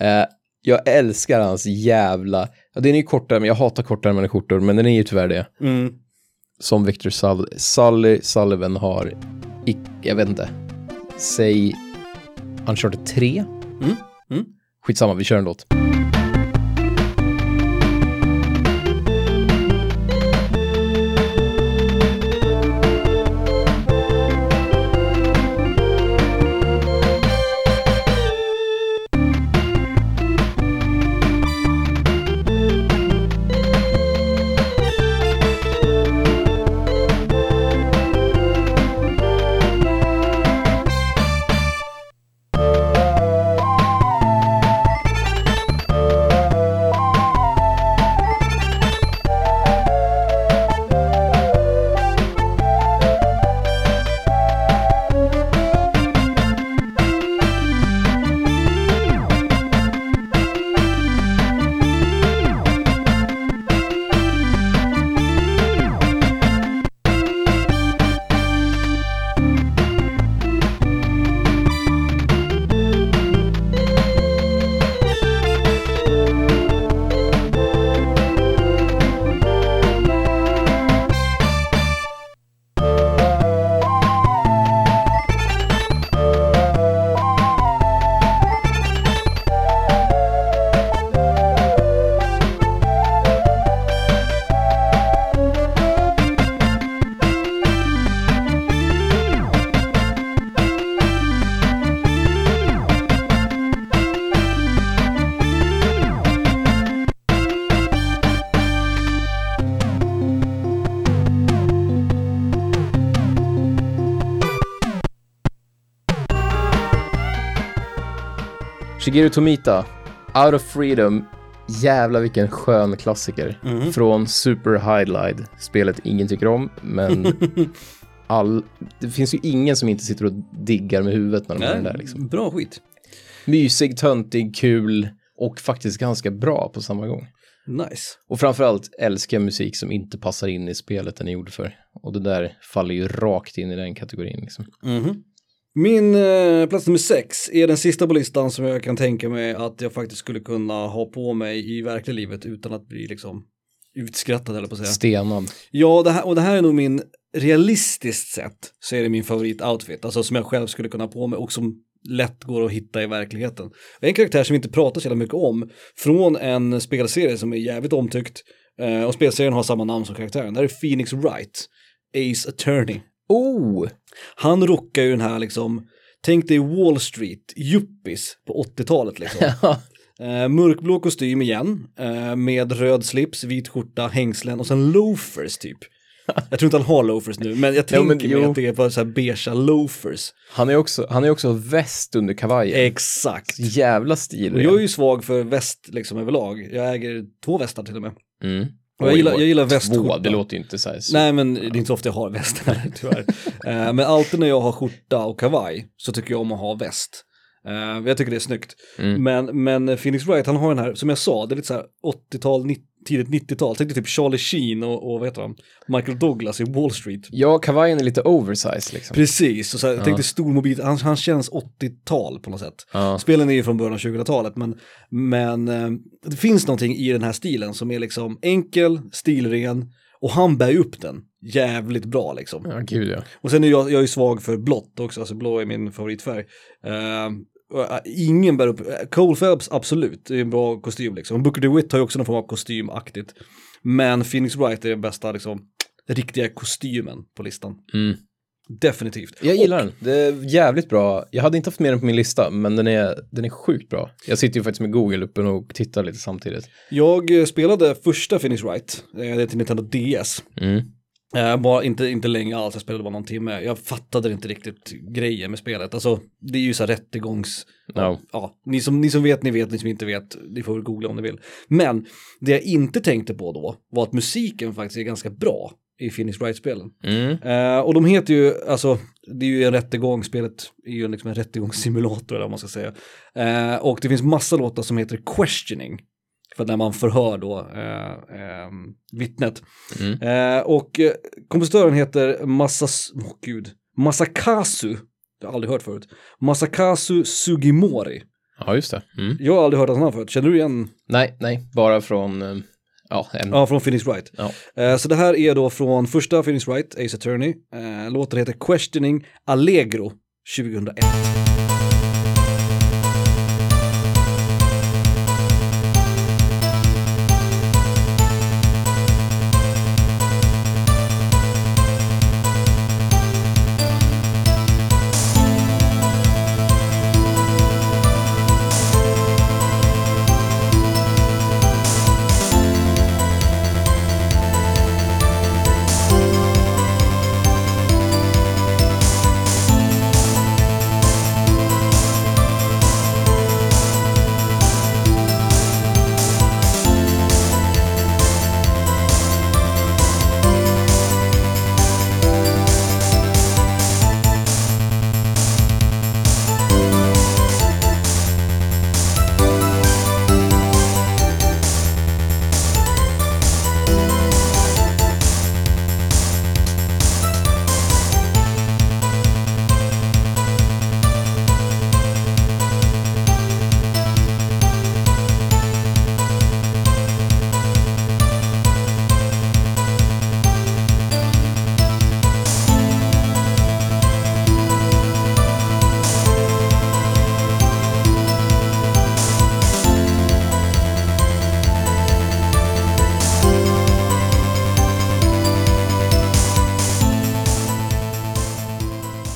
Speaker 3: Eh, jag älskar hans jävla, ja, den är ju kortare, men jag hatar kortärmade skjortor, men den är ju tyvärr det.
Speaker 2: Mm.
Speaker 3: Som Victor Sull Sully Sullivan har, i, jag vet inte, säg Uncharted 3?
Speaker 2: Mm, mm.
Speaker 3: Skitsamma, vi kör en låt. Shigeru Tomita, Out of Freedom, jävla vilken skön klassiker. Från Super Highlight, spelet ingen tycker om, men all, det finns ju ingen som inte sitter och diggar med huvudet när de hör den där. Liksom.
Speaker 2: Mm. Bra skit.
Speaker 3: Mysig, töntig, kul och faktiskt ganska bra på samma gång.
Speaker 2: Nice.
Speaker 3: Och framförallt älskar jag musik som inte passar in i spelet den är gjord för. Och det där faller ju rakt in i den kategorin. Liksom.
Speaker 2: Min eh, plats nummer sex är den sista på listan som jag kan tänka mig att jag faktiskt skulle kunna ha på mig i verkliga livet utan att bli liksom utskrattad eller på att säga.
Speaker 3: Stenad.
Speaker 2: Ja, det här, och det här är nog min, realistiskt sett, så är det min favoritoutfit, alltså som jag själv skulle kunna ha på mig och som lätt går att hitta i verkligheten. Det är en karaktär som vi inte pratar så jävla mycket om, från en spelserie som är jävligt omtyckt, eh, och spelserien har samma namn som karaktären, det här är Phoenix Wright, Ace Attorney.
Speaker 3: Oh!
Speaker 2: Han rockar ju den här liksom, tänk dig Wall Street, yuppies på 80-talet liksom. Eh, mörkblå kostym igen, eh, med röd slips, vit skjorta, hängslen och sen loafers typ. Jag tror inte han har loafers nu, men jag
Speaker 3: Jo, men
Speaker 2: tänker mig
Speaker 3: jo.
Speaker 2: att det är bara så här beigea loafers.
Speaker 3: Han är också, han är också väst under kavajen.
Speaker 2: Exakt.
Speaker 3: Jävla stil.
Speaker 2: Eh. Och jag är ju svag för väst liksom överlag. Jag äger två västar till och med.
Speaker 3: Mm.
Speaker 2: Och jag gillar- jag gillar
Speaker 3: Två,
Speaker 2: västskjorta.
Speaker 3: det låter ju inte så här. Så.
Speaker 2: Nej men det är inte så ofta jag har väst här tyvärr. Eh, men alltid när jag har skjorta och kavaj så tycker jag om att ha väst. Eh, jag tycker det är snyggt. Men, men Phoenix Wright han har den här, som jag sa, det är lite så här 80-tal, 90 tidigt 90-tal. Tänk dig typ Charlie Sheen och, och vad heter han? Michael Douglas i Wall Street.
Speaker 3: Ja, kavajen är lite oversized liksom.
Speaker 2: Precis, och så här, tänk dig stor mobil, han, han känns 80-tal på något sätt.
Speaker 3: Ja.
Speaker 2: Spelen är ju från början av 2000-talet men, men eh, det finns någonting i den här stilen som är liksom enkel, stilren och han bär ju upp den jävligt bra liksom.
Speaker 3: Ja, gud ja.
Speaker 2: Och sen är jag, jag är ju svag för blått också, alltså blå är min favoritfärg. Eh, och, eh, ingen bär upp, eh, Cole Phelps absolut, det är en bra kostym liksom. Booker DeWitt har ju också någon form av kostymaktigt. Men Phoenix Wright är den bästa liksom, riktiga kostymen på listan.
Speaker 3: Mm.
Speaker 2: Definitivt.
Speaker 3: Jag gillar den. Det är jävligt bra. Jag hade inte haft med den på min lista, men den är, den är sjukt bra. Jag sitter ju faktiskt med Google uppe och tittar lite samtidigt.
Speaker 2: Jag eh, spelade första Phoenix Wright, eh, det är till Nintendo DS.
Speaker 3: Mm.
Speaker 2: Eh, bara inte, inte länge alls, jag spelade bara någon timme. Jag fattade inte riktigt grejen med spelet. Alltså, det är ju så här rättegångs...
Speaker 3: Ja.
Speaker 2: Ja, ni som, ni som vet, ni vet, ni som inte vet, ni får väl googla om ni vill. Men det jag inte tänkte på då var att musiken faktiskt är ganska bra i Phoenix Wright-spelen.
Speaker 3: Mm.
Speaker 2: Eh, och de heter ju, alltså, det är ju en rättegång, spelet är ju liksom en rättegångssimulator eller vad man ska säga. Eh, och det finns massa låtar som heter questioning, för när man förhör då eh, eh, vittnet.
Speaker 3: Mm.
Speaker 2: Eh, och eh, kompositören heter Masas, åh gud, Masakazu, jag har aldrig hört förut, Masakazu Sugimori.
Speaker 3: Ja, just det. Mm.
Speaker 2: Jag har aldrig hört hans namn förut, känner du igen?
Speaker 3: Nej, nej, bara från, eh, ja, en.
Speaker 2: Ja, från Phoenix Wright.
Speaker 3: Ja.
Speaker 2: Eh, Så det här är då från första Phoenix Wright, Ace Attorney. Eh, Låten heter Questioning Allegro 2001.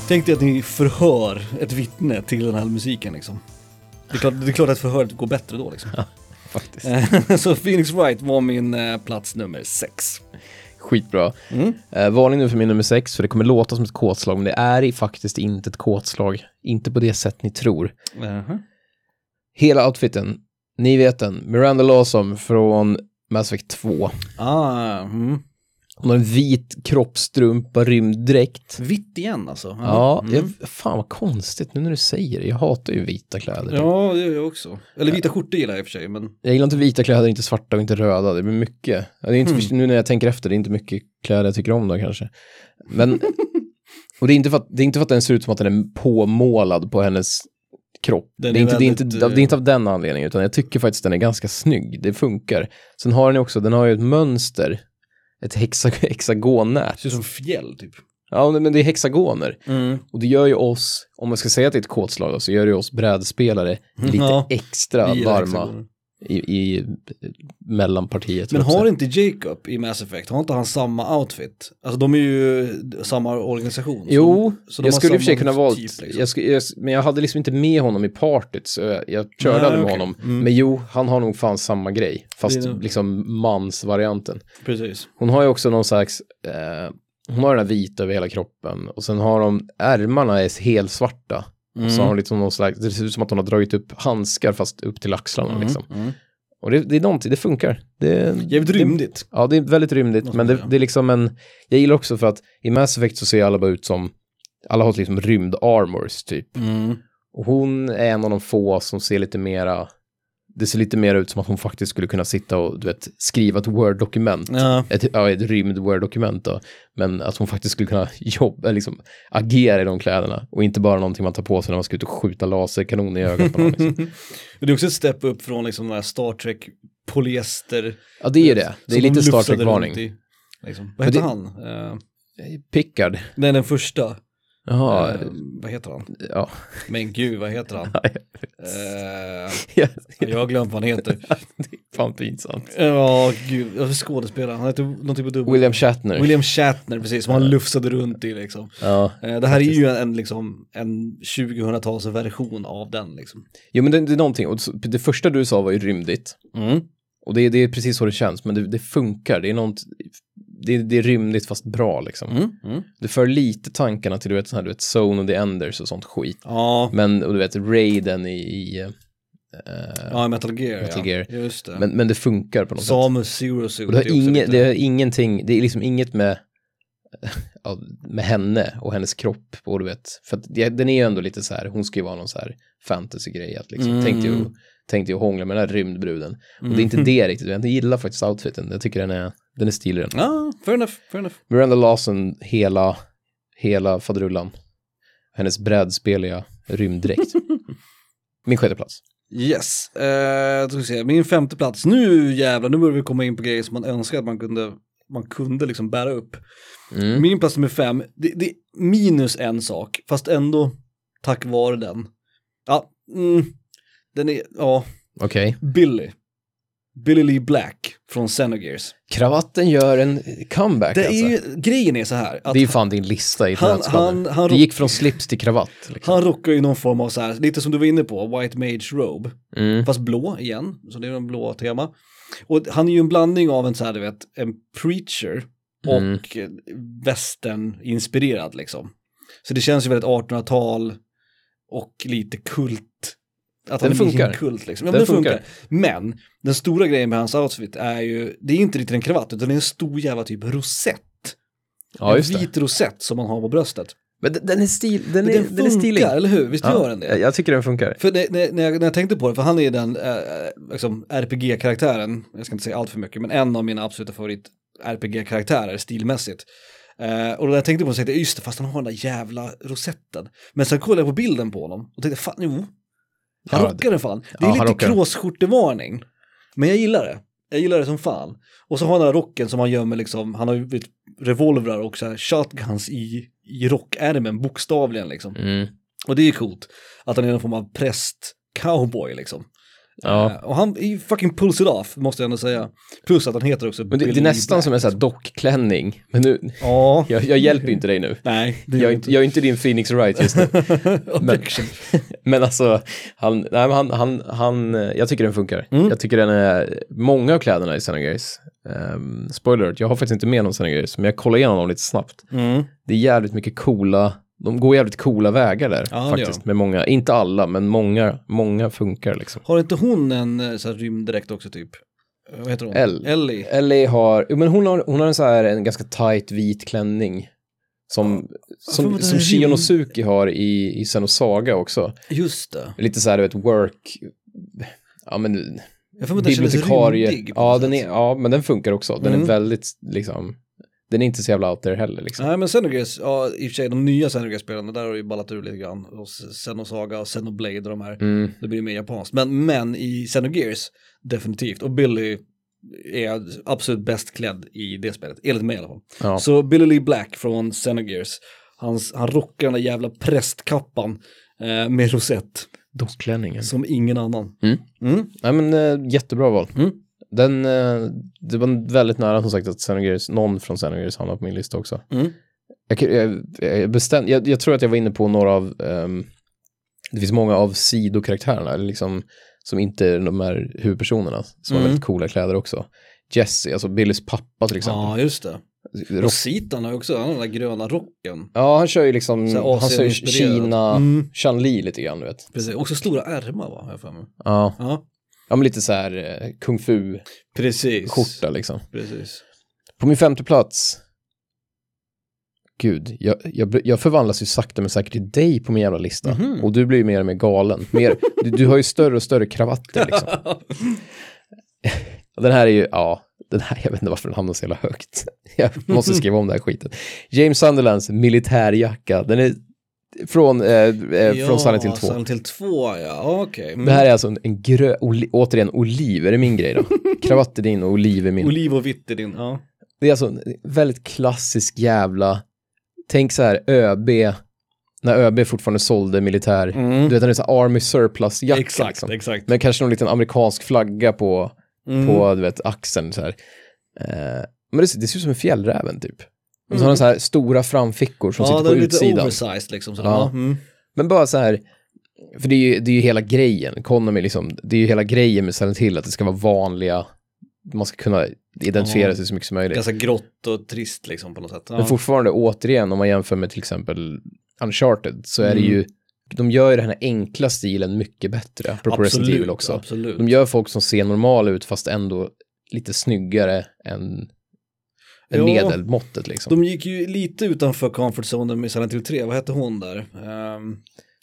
Speaker 2: Tänk dig att ni förhör ett vittne till den här musiken liksom. Det är klart, det är klart att förhöret går bättre då liksom.
Speaker 3: faktiskt.
Speaker 2: Eh, Så Phoenix Wright var min eh, plats nummer sex.
Speaker 3: Skitbra.
Speaker 2: Mm.
Speaker 3: Eh, varning nu för min nummer sex, för det kommer låta som ett kåtslag, men det är i- faktiskt inte ett kåtslag. Inte på det sätt ni tror. Hela outfiten, ni vet den, Miranda Lawson från Mass Effect 2.
Speaker 2: Ah, mm.
Speaker 3: Hon har en vit kroppstrumpa, rymddräkt.
Speaker 2: Vitt igen alltså.
Speaker 3: Ja,
Speaker 2: Mm.
Speaker 3: jag, fan vad konstigt nu när du säger det. Jag hatar ju vita kläder.
Speaker 2: ja, det gör jag också. Eller vita skjortor gillar jag i och för sig, men
Speaker 3: Jag gillar inte vita kläder, inte svarta och inte röda. Det blir mycket. Ja, Det är inte,
Speaker 2: Hmm.
Speaker 3: för- Nu när jag tänker efter, det är inte mycket kläder jag tycker om då kanske. Men, och det är, inte för att, det är inte för att den ser ut som att den är påmålad på hennes kropp. Det
Speaker 2: Den
Speaker 3: är,
Speaker 2: är
Speaker 3: inte, det, är
Speaker 2: väldigt,
Speaker 3: inte, av- det
Speaker 2: eh,
Speaker 3: är inte av den anledningen, utan jag tycker faktiskt den är ganska snygg. Det funkar. Sen har den ju också, den har ju ett mönster. Ett hexa, hexagonnät.
Speaker 2: ser ut som fjäll typ.
Speaker 3: Ja, men det är hexagoner. Och det gör ju oss, om man ska säga att det är ett kåtslag, då, så gör det ju oss brädspelare lite
Speaker 2: Ja,
Speaker 3: extra
Speaker 2: Vi gillar
Speaker 3: varma
Speaker 2: hexagoner.
Speaker 3: i, i mellanpartiet.
Speaker 2: Men
Speaker 3: höll jag på
Speaker 2: har
Speaker 3: att
Speaker 2: inte Jacob i Mass Effect, har inte han samma outfit? Alltså de är ju samma organisation.
Speaker 3: säga. Jo,
Speaker 2: de- liksom så de
Speaker 3: jag
Speaker 2: har
Speaker 3: skulle i och för sig
Speaker 2: samma
Speaker 3: kunna valt,
Speaker 2: typ, liksom.
Speaker 3: jag sku, jag, men jag hade liksom inte med honom i partyt så jag, jag körde
Speaker 2: Nej,
Speaker 3: aldrig med
Speaker 2: okej.
Speaker 3: honom.
Speaker 2: Mm.
Speaker 3: Men jo, han har nog fan samma grej, fast
Speaker 2: Det är nog-
Speaker 3: liksom mansvarianten.
Speaker 2: Precis.
Speaker 3: Hon har ju också någon slags, eh, hon har den här vita över hela kroppen och sen har hon, ärmarna är helt svarta.
Speaker 2: Mm.
Speaker 3: Och så har hon liksom någon slags, det ser ut som att hon har dragit upp handskar fast upp till axlarna
Speaker 2: Mm.
Speaker 3: liksom. Och det, det är någonting, det funkar. Det,
Speaker 2: Jävligt
Speaker 3: det,
Speaker 2: rymdigt.
Speaker 3: Ja, det är väldigt rymdigt,
Speaker 2: Måste
Speaker 3: men
Speaker 2: man
Speaker 3: det,
Speaker 2: säga.
Speaker 3: det är liksom en... Jag gillar också för att i Mass Effect så ser alla bara ut som... Alla har liksom Mm. rymd-armors typ. Och hon är en av de få som ser lite mera... det ser lite mer ut som att hon faktiskt skulle kunna sitta och du vet, skriva ett Word-dokument.
Speaker 2: Ja.
Speaker 3: Ett, ja, ett rymd Word-dokument då. Men att hon faktiskt skulle kunna jobba, liksom, agera i de kläderna. Och inte bara någonting man tar på sig när man ska ut och skjuta laserkanoner i ögat på någon.
Speaker 2: Men
Speaker 3: Liksom.
Speaker 2: det är också ett step upp från liksom den här Star Trek polyester.
Speaker 3: Ja, det är ju det. Det
Speaker 2: som
Speaker 3: är
Speaker 2: de
Speaker 3: lite Star
Speaker 2: lufsade
Speaker 3: Trek-varning.
Speaker 2: runt i, Liksom. Vad heter
Speaker 3: det-
Speaker 2: han? Eh,
Speaker 3: Pickard.
Speaker 2: nej, den första.
Speaker 3: Jaha,
Speaker 2: Eh, vad heter han?
Speaker 3: ja.
Speaker 2: Men gud, vad heter han? Eh,
Speaker 3: ja.
Speaker 2: jag har glömt vad han heter.
Speaker 3: det är fan pinsamt.
Speaker 2: Ja, gud. Jag är skådespelare. Han heter typ någonting på dubbel.
Speaker 3: William Shatner.
Speaker 2: William Shatner, precis. Som han lufsade runt i liksom.
Speaker 3: Ja.
Speaker 2: Eh, Det här är ju en, liksom, en 2000-talsversion av den. Liksom.
Speaker 3: Jo, men det, det är någonting. Och så- det första du sa var ju rymdigt. Och det, det är precis så det känns, men det, det funkar. Det är, något, det, det är rymligt fast bra liksom. Det för lite tankarna till du vet, sån här, du vet, Zone of the Enders och sånt skit.
Speaker 2: Ja,
Speaker 3: Men, och du vet, Raiden i, i eh,
Speaker 2: ja, Metal Gear.
Speaker 3: Metal
Speaker 2: ja.
Speaker 3: Gear.
Speaker 2: Just det.
Speaker 3: men, men det funkar på något sätt.
Speaker 2: Samus Zero Suit.
Speaker 3: Och det
Speaker 2: är
Speaker 3: har,
Speaker 2: också
Speaker 3: ingen,
Speaker 2: lite-
Speaker 3: det har ingenting, det är liksom inget med, ja, med henne och hennes kropp och du vet, för att det, den är ju ändå lite så här, hon ska ju vara någon så här fantasy-grej att liksom,
Speaker 2: Mm.
Speaker 3: tänkte ju, tänkte ju hångla med den här rymdbruden. Och det är inte det riktigt, jag gillar faktiskt outfiten, jag tycker den är, den är stilig den.
Speaker 2: Ja, fair enough, fair enough.
Speaker 3: Miranda Lawson, hela, hela faderullan. Hennes brädspeliga rymddräkt. Min sjätte plats.
Speaker 2: Yes, eh, då ska vi se. min femte plats. Nu jävlar, nu börjar vi komma in på grejer som man önskar att man kunde, man kunde liksom bära upp.
Speaker 3: Mm.
Speaker 2: Min plats nummer fem, det, det är minus en sak, fast ändå tack vare den. Ja, mm, den är, ja,
Speaker 3: Okej.
Speaker 2: Billy. Billy Lee Black från Xenogears.
Speaker 3: Kravatten gör en comeback
Speaker 2: Det
Speaker 3: alltså.
Speaker 2: är ju, grejen är så här, att
Speaker 3: det är ju fan din lista i ett
Speaker 2: Han-
Speaker 3: nötskal.
Speaker 2: han- han-
Speaker 3: Det gick från slips till kravatt. Liksom.
Speaker 2: han rockar ju någon form av så här, lite som du var inne på, White Mage Robe.
Speaker 3: Mm.
Speaker 2: fast blå igen, så det är en blå tema. Och han är ju en blandning av en så här, du vet, en preacher och
Speaker 3: Mm.
Speaker 2: västern inspirerad liksom. Så det känns ju väldigt 1800-tal och lite kult. Att han
Speaker 3: Den
Speaker 2: är med i en
Speaker 3: funkar.
Speaker 2: Kult, liksom. ja, men
Speaker 3: Den
Speaker 2: den funkar.
Speaker 3: funkar.
Speaker 2: Men den stora grejen med hans outfit är ju, det är inte riktigt en kravatt utan det är en stor jävla typ rosett.
Speaker 3: Ja,
Speaker 2: en
Speaker 3: just det.
Speaker 2: vit rosett som han har på bröstet.
Speaker 3: Men den- den är, stil, den
Speaker 2: Den,
Speaker 3: är,
Speaker 2: den funkar,
Speaker 3: den är stilig.
Speaker 2: eller hur? Visst
Speaker 3: Ja,
Speaker 2: gör den det?
Speaker 3: jag- Jag tycker den funkar.
Speaker 2: För det, när, när, jag, när jag tänkte på det, för han är den eh, liksom RPG-karaktären, jag ska inte säga allt för mycket, men en av mina absoluta favorit-RPG-karaktärer stilmässigt. Eh, och när jag tänkte på det så tänkte jag, just det, fast han har den där jävla rosetten. Men sen kollade jag på bilden på honom och tänkte, fan jo, han
Speaker 3: Ja,
Speaker 2: rockar den fan. Det
Speaker 3: ja,
Speaker 2: är
Speaker 3: han
Speaker 2: lite
Speaker 3: rockar den.
Speaker 2: kråsskjortevarning, men jag gillar det. Jag gillar det som fan. Och så har han den här rocken som han gömmer liksom, han har ju vet, revolvrar och så här shotguns i, i rockärmen, bokstavligen liksom.
Speaker 3: Mm.
Speaker 2: Och det är ju coolt, att han är någon form av präst-cowboy liksom.
Speaker 3: Ja.
Speaker 2: Eh, Och han är ju fucking pulls it off, måste jag ändå säga. Plus att han heter också
Speaker 3: Men det, det är nästan som en sån här dockklänning. Men nu,
Speaker 2: Ja.
Speaker 3: jag, jag hjälper ju inte dig nu.
Speaker 2: Nej, det
Speaker 3: Jag är, inte, jag är inte din Phoenix Wright just nu. men, men alltså, han, nej, men han, han, han, eh, jag tycker den funkar.
Speaker 2: Mm.
Speaker 3: Jag tycker den är, många av kläderna i Senegays, um, spoiler alert, jag har faktiskt inte med någon Senegays, men jag kollar igenom dem lite snabbt.
Speaker 2: Mm.
Speaker 3: Det är jävligt mycket coola, de går jävligt coola vägar där
Speaker 2: Ja, det gör
Speaker 3: faktiskt,
Speaker 2: de.
Speaker 3: med många, inte alla, men många, många funkar liksom.
Speaker 2: Har inte hon en eh, så här rymddräkt också typ? Eh, Vad heter hon?
Speaker 3: Elle.
Speaker 2: Ellie.
Speaker 3: Ellie har, jo, men hon har, hon har en så här, en ganska tight vit klänning. Som,
Speaker 2: Varför
Speaker 3: som,
Speaker 2: var det
Speaker 3: som
Speaker 2: en
Speaker 3: Shionosuke har i, i Senosaga också.
Speaker 2: Just det.
Speaker 3: Lite så här, du vet, work, ja men
Speaker 2: Jag får inte kändes
Speaker 3: bibliotekarie.
Speaker 2: rymdig. på
Speaker 3: Ja,
Speaker 2: något
Speaker 3: den
Speaker 2: sätt.
Speaker 3: är, ja, men den funkar också. Den
Speaker 2: Mm.
Speaker 3: är väldigt, liksom, den är inte så jävla out there heller. Liksom.
Speaker 2: Nej men Xenogears, ja i och för sig de nya Xenogears-spelarna, där har det ju ballat ur lite grann. Och Xenosaga och Xenoblade och de här.
Speaker 3: Mm.
Speaker 2: Det blir mer japanskt. Men, men i Xenogears, definitivt. Och Billy är absolut bäst klädd i det spelet, enligt mig i alla fall.
Speaker 3: Ja.
Speaker 2: Så Billy Lee Black från Xenogears, hans, han rockar den där jävla prästkappan eh, med rosett
Speaker 3: Dockklänningen.
Speaker 2: som ingen annan.
Speaker 3: Mm. Nej, men eh, jättebra val.
Speaker 2: Mm.
Speaker 3: Den, eh, det var väldigt nära som sagt att Xenogears, någon från Xenogears hamnade på min lista också.
Speaker 2: Mm.
Speaker 3: Jag, kan- jag, jag, bestäm, jag, jag tror att jag var inne på några av, ehm, det finns många av sidokaraktärerna, eller liksom, som inte är de här huvudpersonerna, som har
Speaker 2: Mm.
Speaker 3: väldigt coola kläder också. Jesse, alltså Billys pappa till exempel.
Speaker 2: Ja, just det.
Speaker 3: Rock-
Speaker 2: Och Sitan har ju också, han har den där gröna rocken.
Speaker 3: Ja, han kör ju liksom,
Speaker 2: Så här
Speaker 3: han kör ju
Speaker 2: Asien-inspirerad.
Speaker 3: Kina,
Speaker 2: Mm.
Speaker 3: Chan-Li lite grann, du vet.
Speaker 2: Precis, också stora ärmar va, har jag för mig.
Speaker 3: Ja,
Speaker 2: Ja,
Speaker 3: ja men lite så här eh, kung fu-skjorta
Speaker 2: precis.
Speaker 3: liksom.
Speaker 2: Precis.
Speaker 3: På min femte plats gud, jag, jag, jag förvandlas ju sakta men säkert till dig på min jävla lista.
Speaker 2: Mhm.
Speaker 3: Och du blir ju mer och mer galen. Mer, du, du har ju större och större kravatter liksom. Den här är ju, ja, den här, jag vet inte varför den hamnar så jävla högt. Jag måste skriva om den här skiten. James Sunderlands militärjacka, den är från, eh, eh, från Silent Hill 2.
Speaker 2: Silent Hill 2, ja, okej. Mm.
Speaker 3: Det här är alltså en, en grö, oli, återigen oliv, är det min grej då? Kravatt är din och oliv är min.
Speaker 2: Oliv och vitt är din, ja.
Speaker 3: Det är alltså en väldigt klassisk jävla, tänk så här ÖB, när ÖB fortfarande sålde militär, du vet den är så här army surplus-jacka
Speaker 2: Mm. Exakt,
Speaker 3: liksom.
Speaker 2: exakt. Mm.
Speaker 3: Men kanske någon liten amerikansk flagga på, på du vet, axeln så här. Eh, men det, ser- det ser ut som en fjällräven typ. Och så har den så här stora framfickor som
Speaker 2: Mm. ja,
Speaker 3: sitter
Speaker 2: den
Speaker 3: på
Speaker 2: är lite
Speaker 3: utsidan.
Speaker 2: oversized liksom. Sådär.
Speaker 3: Ja.
Speaker 2: Ja. Mm.
Speaker 3: Men bara så här, för det är ju, det är ju hela grejen, Konami liksom, det är ju hela grejen med Silent Hill, att det ska vara vanliga, man ska kunna identifiera
Speaker 2: Ja.
Speaker 3: sig så mycket som möjligt.
Speaker 2: Ganska grått och trist liksom på något sätt. Ja.
Speaker 3: Men fortfarande, återigen, om man jämför med till exempel Uncharted, så är det
Speaker 2: Mm.
Speaker 3: ju, de gör ju den här enkla stilen mycket bättre, apropå Resident Evil också.
Speaker 2: Absolut.
Speaker 3: De gör folk som ser normala ut, fast ändå lite snyggare än, än
Speaker 2: Ja.
Speaker 3: medelmåttet liksom.
Speaker 2: De gick ju lite utanför comfort zone med Silent Hill 3, vad hette hon där? Ehm,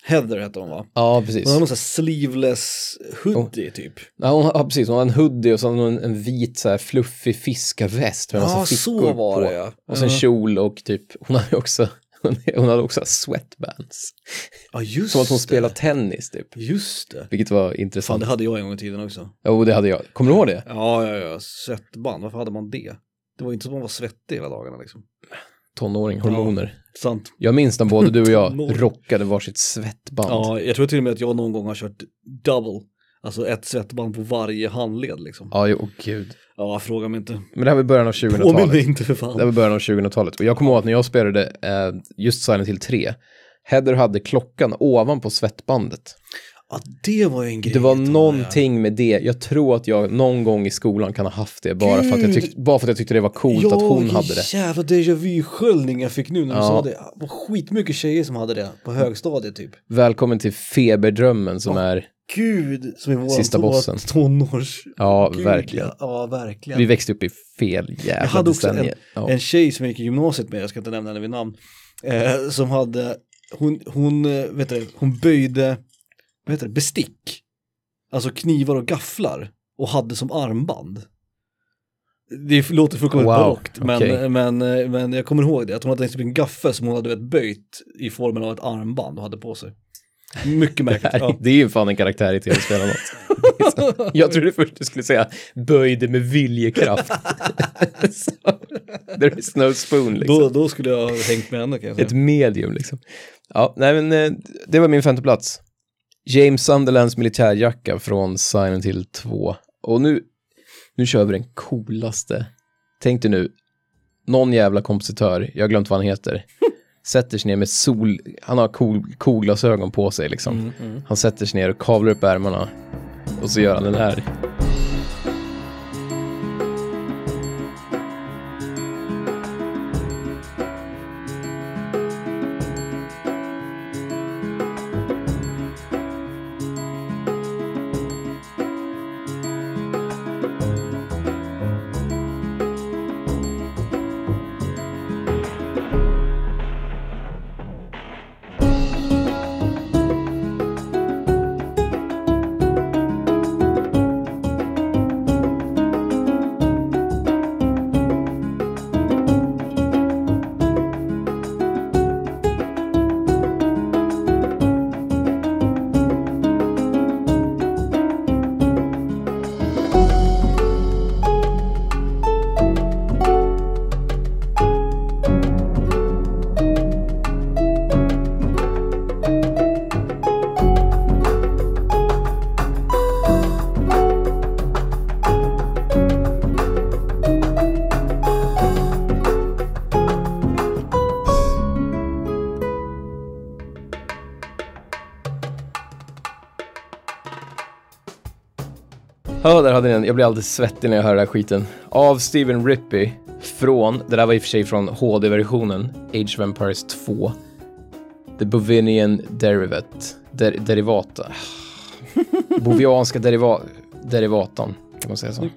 Speaker 2: Heather hette hon va?
Speaker 3: Ja, precis. Oh.
Speaker 2: Hon har någon sån här sleeveless hoodie typ.
Speaker 3: Ja, hon, ja, precis. Hon har en hoodie och så har hon en, en vit så här fluffig fiskarväst med en massa
Speaker 2: Ja,
Speaker 3: fickor
Speaker 2: så var
Speaker 3: på.
Speaker 2: det ja.
Speaker 3: Och sen
Speaker 2: Ja.
Speaker 3: kjol och typ, hon hade ju också, hon hade också sweatbands.
Speaker 2: Ja, just
Speaker 3: Som att hon
Speaker 2: det.
Speaker 3: spelar tennis typ.
Speaker 2: Just det.
Speaker 3: Vilket var
Speaker 2: Fan,
Speaker 3: intressant.
Speaker 2: det hade jag en gång i tiden också.
Speaker 3: Jo, det hade jag. Kommer du ihåg det?
Speaker 2: Ja, ja, ja. Svettband, varför hade man det? Det var ju inte som att man var svettig hela dagarna liksom.
Speaker 3: Tonåring, hormoner.
Speaker 2: Sant.
Speaker 3: Jag minns när både du och
Speaker 2: Tonåring.
Speaker 3: jag rockade varsitt svettband.
Speaker 2: Ja, jag tror till och med att jag någon gång har kört double. Alltså ett svettband på varje handled liksom.
Speaker 3: Ja, jo, åh, gud.
Speaker 2: Ja, fråga mig inte.
Speaker 3: Men det här var i början av
Speaker 2: Påminn
Speaker 3: 2000-talet.
Speaker 2: mig inte för
Speaker 3: Det här
Speaker 2: fan.
Speaker 3: var i början av 2000-talet. Och jag kommer ihåg att när jag spelade eh, just Silent Hill 3, Heather hade klockan ovanpå svettbandet.
Speaker 2: Ja, det var ju en grej.
Speaker 3: Det var
Speaker 2: vet du,
Speaker 3: någonting med det. Jag tror att jag någon gång i skolan kan ha haft det bara, för att, jag
Speaker 2: Gud!
Speaker 3: tyckte, bara för att jag tyckte det var coolt
Speaker 2: ja,
Speaker 3: att hon
Speaker 2: vilken
Speaker 3: hade det.
Speaker 2: jävla déjà vu-sköljning jag fick nu när du
Speaker 3: Ja.
Speaker 2: sa det. Det var skitmycket tjejer som hade det på högstadiet typ.
Speaker 3: Välkommen till feberdrömmen som är,
Speaker 2: Gud, som i vår
Speaker 3: Sista
Speaker 2: to-
Speaker 3: bossen.
Speaker 2: tonårs...
Speaker 3: ja
Speaker 2: Gud,
Speaker 3: verkligen.
Speaker 2: ja. Ja, verkligen.
Speaker 3: Vi växte upp i fel jävla
Speaker 2: Jag hade också en,
Speaker 3: decennier. Ja.
Speaker 2: en tjej som jag gick i gymnasiet med, jag ska inte nämna henne vid namn, eh, som hade, hon, hon, eh, vet du, hon böjde, vad heter det, bestick, alltså knivar och gafflar och hade som armband. Det låter fullkomligt
Speaker 3: Wow,
Speaker 2: barockt, men,
Speaker 3: okej.
Speaker 2: men, eh, men jag kommer ihåg det, att hon hade liksom en gaffel som hon hade vet, böjt i formen av ett armband och hade på sig. Mycket
Speaker 3: Det
Speaker 2: märkligt.
Speaker 3: här-
Speaker 2: ja.
Speaker 3: Det är ju fan en karaktär i tv-spel något. Jag trodde först du skulle säga böjde med viljekraft. Så, There is no spoon liksom.
Speaker 2: då, då skulle jag ha hängt med henne kan jag säga.
Speaker 3: Ett medium liksom. Ja, nej men eh, det var min femte plats. James Sunderlands militärjacka från Silent Hill 2. Och nu, nu kör vi den coolaste. Tänk dig nu, någon jävla kompositör, jag har glömt vad han heter, sätter sig ner med sol, han har cool, coolglasögon på sig liksom. Han sätter sig ner och kavlar upp ärmarna och så gör han den här. Ja, där hade ni den. Jag blir alldeles svettig när jag hör den här skiten. Av Steven Rippey från, det där var i och för sig från HD-versionen, Age of Empires 2. The Bovinian Derivat. Der, derivata. Bovianska deriva, derivatan, kan man säga så? Eh,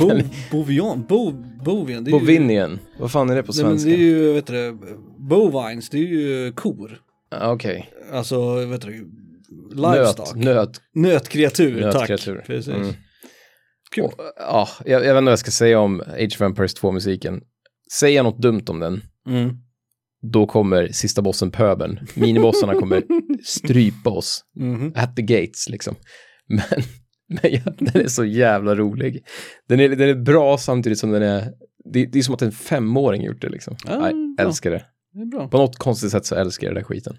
Speaker 2: Bo, bovian, bo, bovian. det är ju-
Speaker 3: Bovinien. Vad fan är det på
Speaker 2: Nej, men
Speaker 3: svenska?
Speaker 2: det är ju, vet du, bovines, det är ju kor.
Speaker 3: Ah, Okej.
Speaker 2: Alltså, vet du,
Speaker 3: Nöt.
Speaker 2: livestock.
Speaker 3: Nöt.
Speaker 2: Nötkreatur,
Speaker 3: Nötkreatur.
Speaker 2: tack. Precis.
Speaker 3: Mm.
Speaker 2: Kul.
Speaker 3: Och, ja, jag, jag vet inte vad jag ska säga om Age of Empires 2-musiken. Säger jag något dumt om den,
Speaker 2: Mm.
Speaker 3: då kommer sista bossen pöbeln. Minibossarna kommer strypa oss.
Speaker 2: Mhm.
Speaker 3: At the gates, liksom. Men, men ja, den är så jävla rolig. Den är, den är bra samtidigt som den är... Det, det är som att en femåring gjort det, liksom.
Speaker 2: Ah,
Speaker 3: Nej,
Speaker 2: ja.
Speaker 3: älskar det.
Speaker 2: Det är bra.
Speaker 3: På något konstigt sätt så älskar jag den där skiten.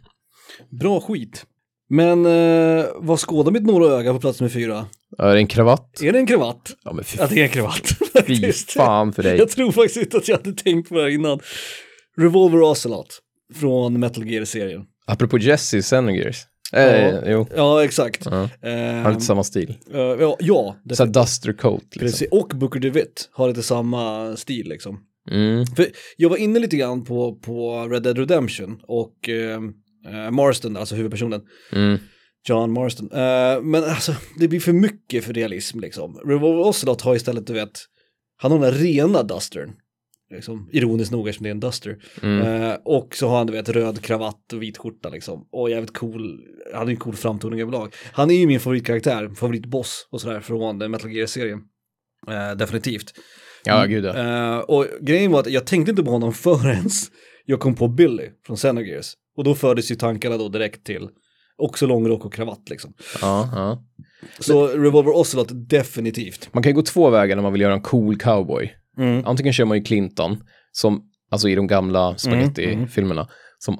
Speaker 2: Bra skit. Men eh, vad skådar mitt norra öga på plats nummer fyra?
Speaker 3: Ja, är det en kravatt?
Speaker 2: Är det en kravatt?
Speaker 3: Ja, men fy,
Speaker 2: Ja, det är en kravatt.
Speaker 3: fy
Speaker 2: faktiskt.
Speaker 3: fan för dig.
Speaker 2: Jag tror faktiskt inte att jag hade tänkt på det här innan. Revolver Ocelot från Metal Gear-serien.
Speaker 3: Apropå Jesse Senegers. Eh,
Speaker 2: Ja.
Speaker 3: Jo,
Speaker 2: Ja, exakt.
Speaker 3: Ja.
Speaker 2: Ehm,
Speaker 3: har lite samma stil.
Speaker 2: eh, ja, ja
Speaker 3: Så här duster coat, liksom.
Speaker 2: Precis, och Booker DeWitt har lite samma stil liksom.
Speaker 3: Mm.
Speaker 2: För jag var inne lite grann på, på Red Dead Redemption och eh, eh, Marston, alltså huvudpersonen,
Speaker 3: Mm.
Speaker 2: John Marston. Eh, men alltså, det blir för mycket för realism liksom. Revolver Ocelot har istället, du vet, han har den här rena dustern. Liksom, ironiskt nog eftersom det är en duster. Eh, och så har han, du vet, röd kravatt och vit skjorta liksom. Och jävligt cool, han är en cool framtoning överlag. Han är ju min favoritkaraktär, favoritboss och sådär från eh, Metal Gear-serien. Eh, definitivt.
Speaker 3: Ja, gud ja.
Speaker 2: Eh, och grejen var att jag tänkte inte på honom förrän jag kom på Billy från Xenogears. Och då fördes ju tankarna då direkt till också långrock och kravatt liksom.
Speaker 3: ja, ja.
Speaker 2: Så Revolver Ocelot definitivt.
Speaker 3: Man kan ju gå två vägar när man vill göra en cool cowboy.
Speaker 2: Mm.
Speaker 3: Antingen kör man ju Clinton, som, alltså i de gamla spagettifilmerna,
Speaker 2: mm.
Speaker 3: som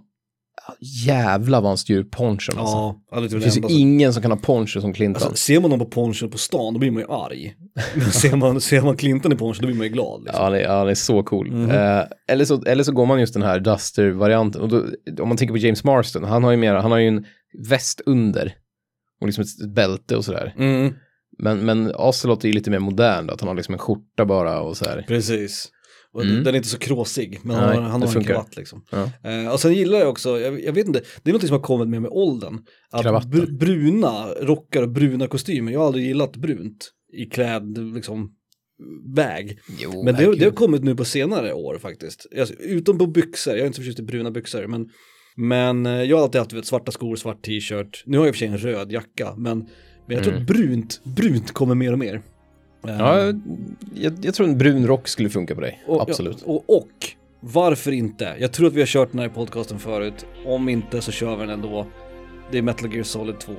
Speaker 3: jävla vad han styr ponchon alltså.
Speaker 2: Ja, det är typ
Speaker 3: Det finns
Speaker 2: det
Speaker 3: ju
Speaker 2: enda som-
Speaker 3: ingen som kan ha poncho som Clinton.
Speaker 2: Alltså, ser man någon på ponchon på stan då blir man ju arg. Men ser man, ser man Clinton i ponchon då blir man ju glad. Liksom.
Speaker 3: Ja, han är, ja, han är så cool.
Speaker 2: Mm.
Speaker 3: Eh, eller, så, eller så går man just den här Duster-varianten. Och då, om man tänker på James Marston, han har ju, mer, han har ju en väst under och liksom ett, ett bälte och sådär.
Speaker 2: Mm,
Speaker 3: Men, men Ocelot är ju lite mer modern, då, att han har liksom en skjorta bara och så här.
Speaker 2: precis. Och
Speaker 3: Mm.
Speaker 2: Den är inte så kråsig, men
Speaker 3: Nej,
Speaker 2: han har, han
Speaker 3: det
Speaker 2: har en
Speaker 3: funkar.
Speaker 2: kravatt liksom.
Speaker 3: Ja.
Speaker 2: Eh, och sen gillar jag också, jag, jag vet inte, det är något som har kommit med med åldern. Att
Speaker 3: Kravatten.
Speaker 2: br- bruna rockar och bruna kostymer, jag har aldrig gillat brunt i kläd, liksom, väg.
Speaker 3: Jo,
Speaker 2: Men det, det har kommit nu på senare år faktiskt. Alltså, utom på byxor, jag är inte så förtjust i bruna byxor, men, men eh, jag har alltid haft du vet, svarta skor, svart t-shirt. Nu har jag i och för sig en röd jacka, men, men jag tror att brunt, brunt kommer mer och mer. Eh,
Speaker 3: Mm. Ja, jag, jag tror en brun rock skulle funka på dig.
Speaker 2: och,
Speaker 3: Absolut.
Speaker 2: Och, och varför inte? Jag tror att vi har kört den här podcasten förut. Om inte så kör vi den ändå. Det är Metal Gear Solid 2.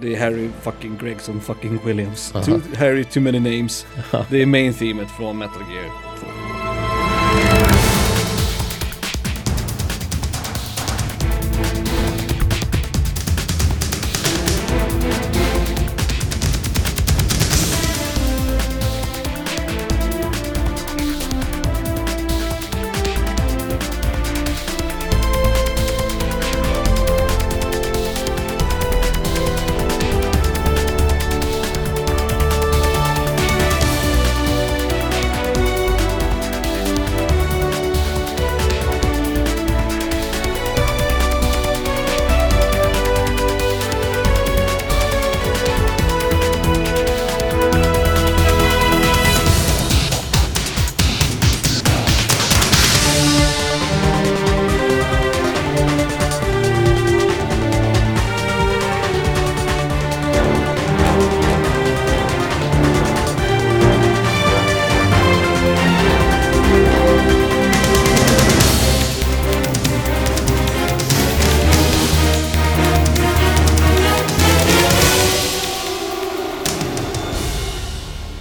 Speaker 2: Det är Harry fucking Gregson fucking Williams. Too, Harry too many names. Det är main themet från Metal Gear 2.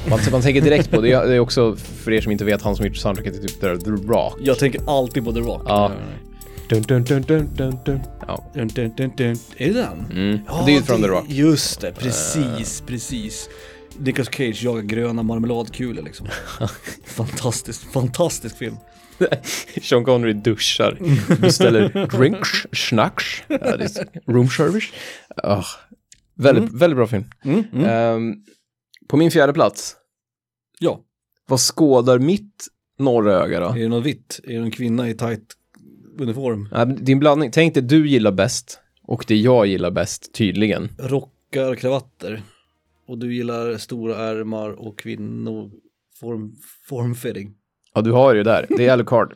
Speaker 3: Man, man tänker direkt på, det är, det är också för er som inte vet, han som gjort soundtracket är typ där, The Rock.
Speaker 2: Jag tänker alltid på The Rock.
Speaker 3: Ja. Dun, dun, dun, dun, dun, dun. ja.
Speaker 2: Dun, dun, dun, dun. Är det den?
Speaker 3: Mm. det är ju från The Rock. Eh.
Speaker 2: Just det, precis, precis. Nicolas Cage jagar gröna marmeladkulor liksom. fantastisk, fantastisk film.
Speaker 3: Sean Connery duschar, beställer drinks, snacks, ja, det är så- room service. Ah, väldigt, väldigt bra film. Ehm, på min fjärde plats,
Speaker 2: Ja,
Speaker 3: vad skådar mitt norra öga då?
Speaker 2: är det något vitt? Är det en kvinna i tight uniform?
Speaker 3: Ja, Din blandning, tänk Ehm, det du gillar bäst och det jag gillar bäst tydligen.
Speaker 2: Rockar, kravatter. Och du gillar stora ärmar och kvinnor. Form, formfitting.
Speaker 3: Ja, du har ju där. Det är Alucard.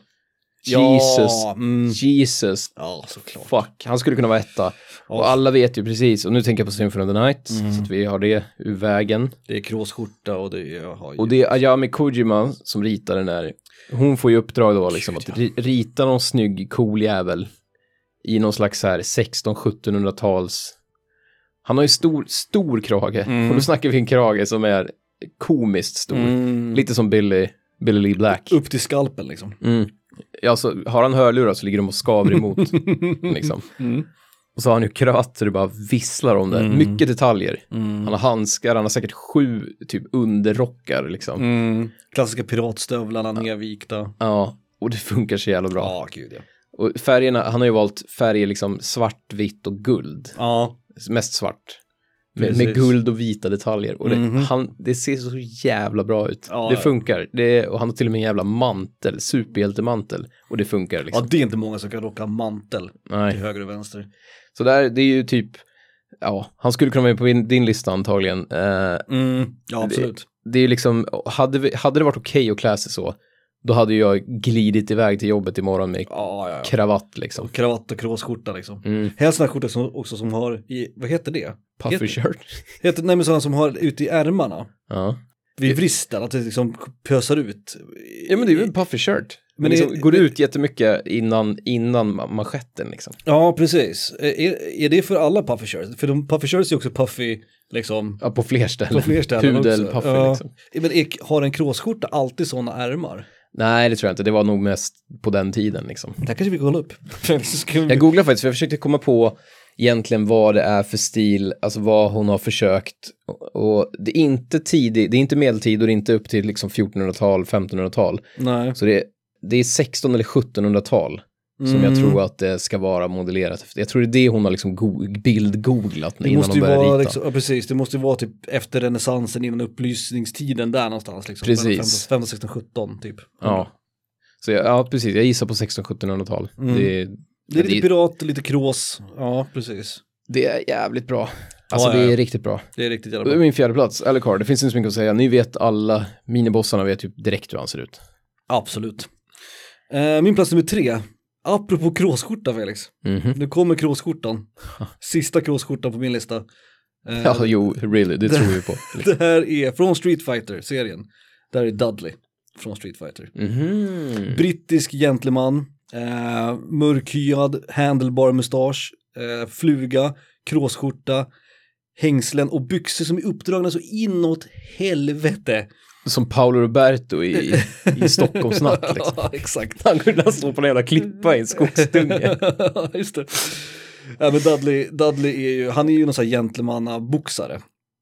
Speaker 3: Jesus.
Speaker 2: Ja, mm.
Speaker 3: Jesus.
Speaker 2: ja såklart.
Speaker 3: Fuck. Han skulle kunna vara etta. Och alla vet ju precis. Och nu tänker jag på Symphony of the Night.
Speaker 2: Mm.
Speaker 3: Så att vi har det ur vägen.
Speaker 2: Det är kråsskjorta och det är... Aha,
Speaker 3: Och det är Ayami Kojima som ritar den där. Hon får ju uppdrag då liksom att ri- rita någon snygg cool jävel i någon slags så här 16-1700-tals. Han har ju stor, stor krage.
Speaker 2: Mm.
Speaker 3: Och då snackar vi en krage som är komiskt stor.
Speaker 2: mm.
Speaker 3: Lite som Billy, Billy Lee Black.
Speaker 2: upp till skalpen liksom.
Speaker 3: Mm. Ja, Alltså, har han hörlurar så ligger de och skaver emot. liksom.
Speaker 2: Mm.
Speaker 3: Och så har han ju kröt så det bara visslar om det.
Speaker 2: Mm.
Speaker 3: Mycket detaljer.
Speaker 2: Mm.
Speaker 3: Han har handskar, han har säkert sju typ underrockar liksom.
Speaker 2: Mm. Klassiska piratstövlarna nervikta.
Speaker 3: Ja, och det funkar så jävla bra.
Speaker 2: Ja, gud ja.
Speaker 3: Och färgerna, han har ju valt färger liksom svart, vitt och guld.
Speaker 2: Ja,
Speaker 3: Mest svart. Med,
Speaker 2: Precis.
Speaker 3: med guld och vita detaljer. Och det,
Speaker 2: Mhm.
Speaker 3: han, det ser så jävla bra ut.
Speaker 2: Ja,
Speaker 3: det
Speaker 2: ja.
Speaker 3: funkar. Det, och han har till och med en jävla mantel, superhjältemantel. Och det funkar
Speaker 2: ja,
Speaker 3: liksom.
Speaker 2: det är inte många som kan rocka mantel till
Speaker 3: Nej.
Speaker 2: höger och vänster.
Speaker 3: Så där, det är ju typ, ja, han skulle kunna vara med på din, din lista antagligen. Eh,
Speaker 2: Mm. Ja, absolut.
Speaker 3: det är ju liksom, hade, vi, hade det varit okej att klä sig så, då hade ju jag glidit iväg till jobbet imorgon med
Speaker 2: Ja, ja, ja.
Speaker 3: kravatt liksom.
Speaker 2: Kravatt och kråsskjorta liksom.
Speaker 3: Mm.
Speaker 2: Helst en skjorta som, också som har, i, vad heter det?
Speaker 3: Puffy
Speaker 2: Heter-
Speaker 3: shirt.
Speaker 2: Heter, nej men sådana som har ute i ärmarna.
Speaker 3: Ja.
Speaker 2: Vid vristen, att det liksom pösar ut.
Speaker 3: Ja men det är väl en puffy shirt.
Speaker 2: Men
Speaker 3: Men
Speaker 2: det-
Speaker 3: liksom, går
Speaker 2: det-
Speaker 3: det ut jättemycket innan, innan ma- manschetten liksom.
Speaker 2: Ja, precis. Är, är det för alla puffy shirts? För de, puffy shirts är också puffy, liksom.
Speaker 3: Ja, på fler ställen.
Speaker 2: På fler ställen
Speaker 3: Pudel,
Speaker 2: också.
Speaker 3: puffy
Speaker 2: Ja.
Speaker 3: liksom.
Speaker 2: Men är, har en kråsskjorta alltid sådana ärmar?
Speaker 3: Nej det tror jag inte, det var nog mest på den tiden liksom.
Speaker 2: Det här kanske vi kollar upp. Så ska vi-
Speaker 3: Jag googlade faktiskt för jag försökte komma på egentligen vad det är för stil, alltså vad hon har försökt. Och det är inte tidig, det är inte medeltid och det är inte upp till liksom 1400-tal, 1500-tal.
Speaker 2: Nej.
Speaker 3: Så det är, det är 16 eller 1700-tal som
Speaker 2: Mm.
Speaker 3: jag tror att det ska vara modellerat efter. Jag tror det är det hon har liksom go- bildgooglat
Speaker 2: Det
Speaker 3: innan
Speaker 2: måste
Speaker 3: hon
Speaker 2: ju
Speaker 3: började
Speaker 2: vara,
Speaker 3: rita.
Speaker 2: liksom, ja, precis, det måste ju vara typ efter renässansen, innan upplysningstiden där någonstans. Liksom.
Speaker 3: Precis.
Speaker 2: 15, 16, 17 typ.
Speaker 3: Ja. Så jag, ja, precis. Jag gissar på 1600-1700-tal.
Speaker 2: Mm.
Speaker 3: Det,
Speaker 2: Det är lite
Speaker 3: det-
Speaker 2: pirat, lite krås. Ja, precis.
Speaker 3: det är jävligt bra. Alltså
Speaker 2: Ja, ja,
Speaker 3: det är
Speaker 2: ja.
Speaker 3: riktigt bra.
Speaker 2: Det är riktigt jävla
Speaker 3: Det är
Speaker 2: bra.
Speaker 3: min fjärde plats, Alucard. Det finns inte så mycket att säga. Ni vet alla, minibossarna vet typ direkt hur han ser ut.
Speaker 2: Absolut. Eh, min plats nummer tre. Apropå kråsskjorta Felix.
Speaker 3: Mhm.
Speaker 2: Nu kommer kråsskjortan. Sista kråsskjortan på min lista. Eh,
Speaker 3: Ja, jo, really, det tror vi på.
Speaker 2: Det här är från Street Fighter-serien. Det här är Dudley från Street Fighter.
Speaker 3: Mhm.
Speaker 2: Brittisk gentleman, eh, mörkhyad, handlebar mustasch, eh, fluga, kråsskjorta, hängslen och byxor som är uppdragna så inåt helvete.
Speaker 3: Som Paolo Roberto i, i Stockholmsnatt liksom.
Speaker 2: Ja, exakt.
Speaker 3: Han kunde stå på en jävla klippa i en skogsdunge.
Speaker 2: Just det. Ja, men Dudley, Dudley är ju, han är ju någon sån här gentlemannaboxare.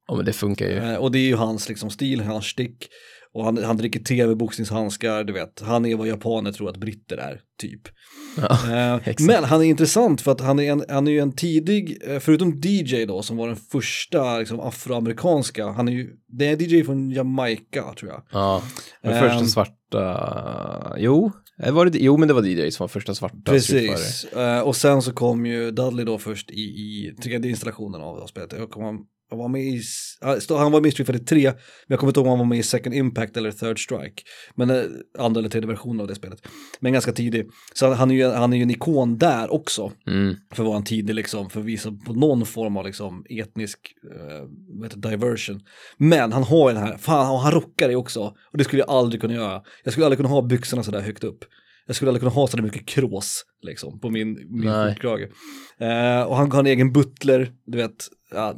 Speaker 3: Ja, men det funkar ju.
Speaker 2: Eh, Och det är ju hans liksom, stil, hans stick. Och han, han dricker te med boxningshandskar, du vet. Han är vad japaner tror att britter är, typ.
Speaker 3: Ja,
Speaker 2: Eh,
Speaker 3: exakt.
Speaker 2: men han är intressant för att han är, en, han är ju en tidig, eh, förutom DJ då, som var den första liksom, afroamerikanska, han är ju, det är en DJ från Jamaica tror jag.
Speaker 3: Ja, men
Speaker 2: Ehm.
Speaker 3: första svarta... Jo, eh, var det... jo, men det var DJ som var första svarta typ surfare.
Speaker 2: Precis, Eh, och sen så kom ju Dudley då först i, i tredje installationen av av spelet. Jag kommer, han var med i, s- ah, stå- han var med i Street Fighter 3, men jag kommer inte ihåg om han var med i Second Impact eller Third Strike. Men eh, andra eller tredje versionen av det spelet. Men ganska tidig. Så han, han, är, ju, han är ju en ikon där också.
Speaker 3: Mm.
Speaker 2: För att vara en tidig liksom, för att visa på någon form av liksom etnisk eh, vad heter det, diversion. Men han har ju den här, fan och han rockar det också. Och det skulle jag aldrig kunna göra. Jag skulle aldrig kunna ha byxorna sådär högt upp. Jag skulle aldrig kunna ha sådär mycket krås liksom på min, min
Speaker 3: Nej.
Speaker 2: skjortkrage. Eh, och han har en egen butler, du vet, ja,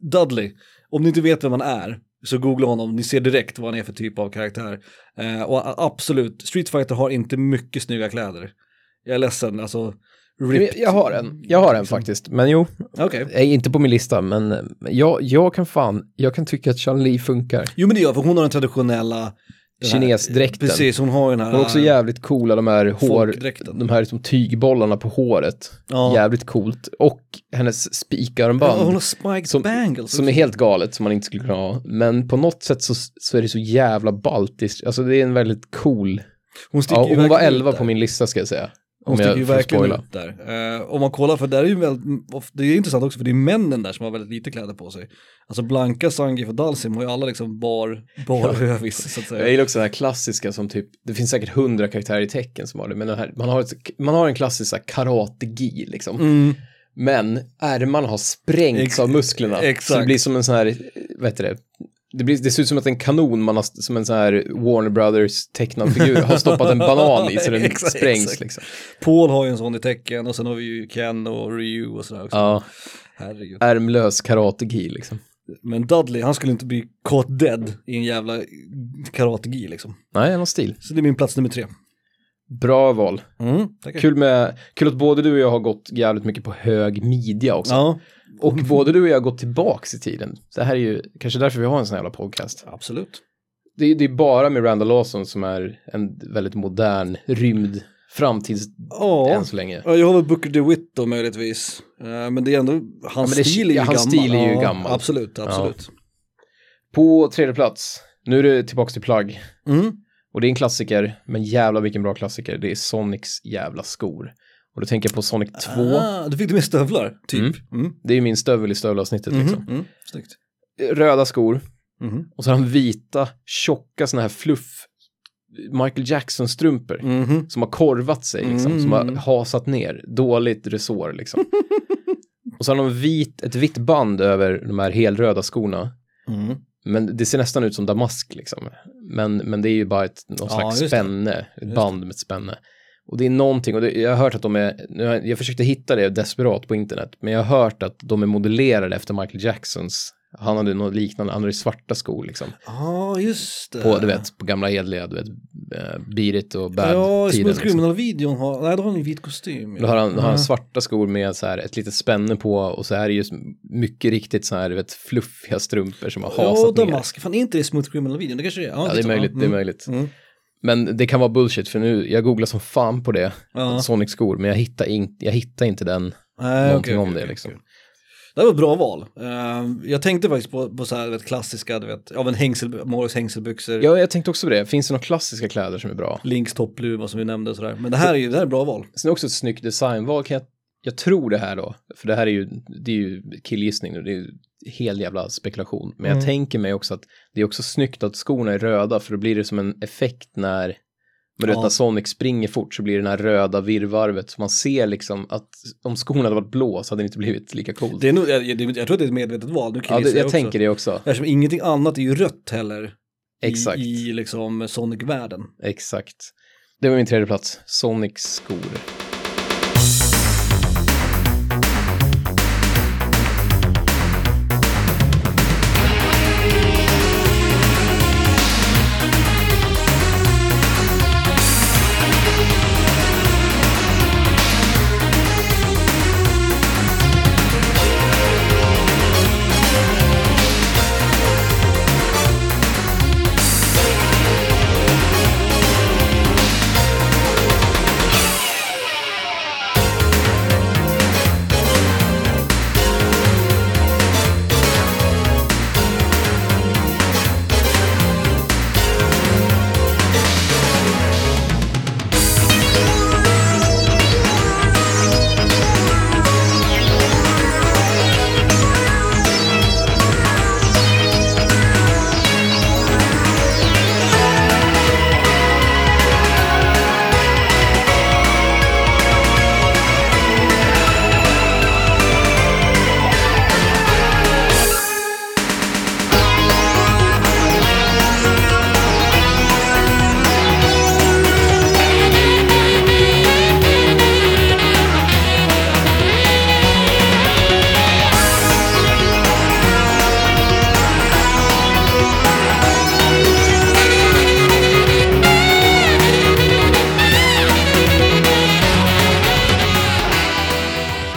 Speaker 2: Dudley. Om ni inte vet vem han är så googla honom, ni ser direkt vad han är för typ av karaktär. Eh, och absolut, Street Fighter har inte mycket snygga kläder. Jag är ledsen, alltså.
Speaker 3: Men Jag har en, jag har en faktiskt. Men jo,
Speaker 2: Okej.
Speaker 3: eh, inte på min lista, men eh, jag, jag kan fan, jag kan tycka att Chan Li funkar.
Speaker 2: Jo men det gör för hon har den traditionella den här-
Speaker 3: Kinesdräkten.
Speaker 2: Precis, hon har ju den här.
Speaker 3: De är också jävligt coola, de här hår,
Speaker 2: Eh, Folkdräkten.
Speaker 3: de här liksom tygbollarna på håret.
Speaker 2: Ja.
Speaker 3: Jävligt coolt. Och hennes spikarmband.
Speaker 2: ja, hon har spiked
Speaker 3: som,
Speaker 2: bangles.
Speaker 3: som är helt galet, som man inte skulle kunna ha. Men på något sätt så, så är det så jävla baltiskt. Alltså det är en väldigt cool...
Speaker 2: hon sticker
Speaker 3: Ja,
Speaker 2: ju
Speaker 3: hon var
Speaker 2: verkligen ut
Speaker 3: 11
Speaker 2: där.
Speaker 3: på min lista ska jag säga.
Speaker 2: Hon
Speaker 3: Om
Speaker 2: sticker ju
Speaker 3: jag får
Speaker 2: verkligen
Speaker 3: spoila.
Speaker 2: ut där. Eh, om man kollar, för där är ju väldigt, of- det är intressant också för det är männen där som har väldigt lite kläder på sig. Alltså Blanka, Sangief och Dalsim har ju alla liksom bar, bar rövis så att
Speaker 3: Jag
Speaker 2: säga.
Speaker 3: gillar också den här klassiska som typ, det finns säkert hundra karaktärer i tecken som har det, men den här, man, har ett, man har en klassisk så här karate-gi liksom.
Speaker 2: Mm.
Speaker 3: Men ärmarna har sprängts
Speaker 2: Ex-
Speaker 3: av musklerna. Så
Speaker 2: exakt.
Speaker 3: det blir som en sån här, vad heter det? Det, blir, det ser ut som att en kanon man har, som en sån här Warner Brothers tecknad figur har stoppat en banan i så den
Speaker 2: Exakt,
Speaker 3: sprängs
Speaker 2: exakt.
Speaker 3: liksom.
Speaker 2: Paul har ju en sån i tecken och sen har vi ju Ken och Ryu och sådär också.
Speaker 3: Ja,
Speaker 2: Herregud.
Speaker 3: ärmlös karate-gi liksom.
Speaker 2: Men Dudley, han skulle inte bli caught dead i en jävla karategi liksom.
Speaker 3: Nej, han har stil.
Speaker 2: Så det är min plats nummer tre.
Speaker 3: Bra val.
Speaker 2: Mm, tackar.
Speaker 3: Kul, med, kul att både du och jag har gått jävligt mycket på hög midja också.
Speaker 2: Ja,
Speaker 3: Och
Speaker 2: Mm.
Speaker 3: både du och jag har gått tillbaks i tiden. Det här är ju kanske därför vi har en sån här jävla podcast.
Speaker 2: absolut.
Speaker 3: Det är, det är bara Miranda Lawson som är en väldigt modern, rymd, framtids...
Speaker 2: Ja.
Speaker 3: Än så länge.
Speaker 2: Ja, jag har väl Booker DeWitt då möjligtvis. Eh, Men det är ändå, hans
Speaker 3: men det-
Speaker 2: stil är ju
Speaker 3: ja,
Speaker 2: gammal.
Speaker 3: hans stil är ju
Speaker 2: Ja,
Speaker 3: gammal.
Speaker 2: Absolut, absolut.
Speaker 3: På tredje plats, nu är det tillbaks till plagg.
Speaker 2: Mm.
Speaker 3: Och det är en klassiker, men jävla vilken bra klassiker. Det är Sonics jävla skor. Och då tänker jag på Sonic 2.
Speaker 2: Ah, du fick du med stövlar, typ. Mm. Mm.
Speaker 3: Det är ju min stövel i stövelavsnittet liksom.
Speaker 2: Mm. Snyggt.
Speaker 3: Röda skor
Speaker 2: Mhm.
Speaker 3: och så har han vita, tjocka såna här fluff Michael Jackson-strumpor.
Speaker 2: Mhm.
Speaker 3: som har korvat sig, liksom,
Speaker 2: Mm.
Speaker 3: som har hasat ner. Dåligt resår liksom. och så har de vit, ett vitt band över de här helröda skorna.
Speaker 2: Mm.
Speaker 3: Men det ser nästan ut som damask liksom. Men, men det är ju bara ett någon
Speaker 2: Ja, just det.
Speaker 3: slags spänne, ett
Speaker 2: det.
Speaker 3: band med ett spänne. Och det är någonting, och det, jag har hört att de är, nu har jag- jag försökte hitta det desperat på internet, men jag har hört att de är modellerade efter Michael Jacksons, han hade något liknande, han hade svarta skor liksom.
Speaker 2: ah, just det.
Speaker 3: På, du vet, på gamla edliga, du vet, eh, Beat It och liksom.
Speaker 2: Ja, i
Speaker 3: Bad-tiden.
Speaker 2: Smooth Criminal-videon har, nej då har han en vit kostym. Mm.
Speaker 3: Då har han, har han
Speaker 2: Ja.
Speaker 3: svarta skor med så här ett litet spänne på och så här är ju mycket riktigt så här du vet, fluffiga strumpor som har
Speaker 2: Ja,
Speaker 3: hasat ner.
Speaker 2: Damask. Fan, är inte det Smooth Criminal-videon? Det kanske det är.
Speaker 3: Ja, det är
Speaker 2: skitsamma.
Speaker 3: möjligt, det är
Speaker 2: Mm.
Speaker 3: möjligt.
Speaker 2: Mm.
Speaker 3: Men det kan vara bullshit för nu, jag googlar som fan på det,
Speaker 2: Ja.
Speaker 3: Sonic-skor, men jag hittar, in, jag hittar inte den,
Speaker 2: Nej,
Speaker 3: någonting
Speaker 2: okej,
Speaker 3: om
Speaker 2: okej,
Speaker 3: det
Speaker 2: okej,
Speaker 3: liksom.
Speaker 2: okej. Det här var ett bra val. Ehm, jag tänkte faktiskt på, på så här du vet, klassiska, du vet, ja men hängsel, Morris hängselbyxor,
Speaker 3: Ja, jag tänkte också på det, finns det några klassiska kläder som är bra?
Speaker 2: Links toppluva som vi nämnde och sådär. Men det här är ju, det här är bra val.
Speaker 3: Sen är det också ett snyggt designval, kan jag, jag tror det här då, för det här är ju, det är ju killgissning nu, det är ju hel jävla spekulation. Men
Speaker 2: Mm.
Speaker 3: jag tänker mig också att det är också snyggt att skorna är röda, för då blir det som en effekt när, men du vet
Speaker 2: Ja.
Speaker 3: när Sonic springer fort så blir det den här röda virrvarvet, så man ser liksom att om skorna hade varit blå så hade det inte blivit lika coolt.
Speaker 2: Det är nog, jag, jag, jag tror att det är ett medvetet val, nu
Speaker 3: ja,
Speaker 2: killgissar
Speaker 3: det, jag
Speaker 2: också.
Speaker 3: tänker det också.
Speaker 2: Eftersom ingenting annat är ju rött heller.
Speaker 3: Exakt.
Speaker 2: I, i liksom Sonic-världen.
Speaker 3: Exakt. Det var min tredje plats. Sonics skor.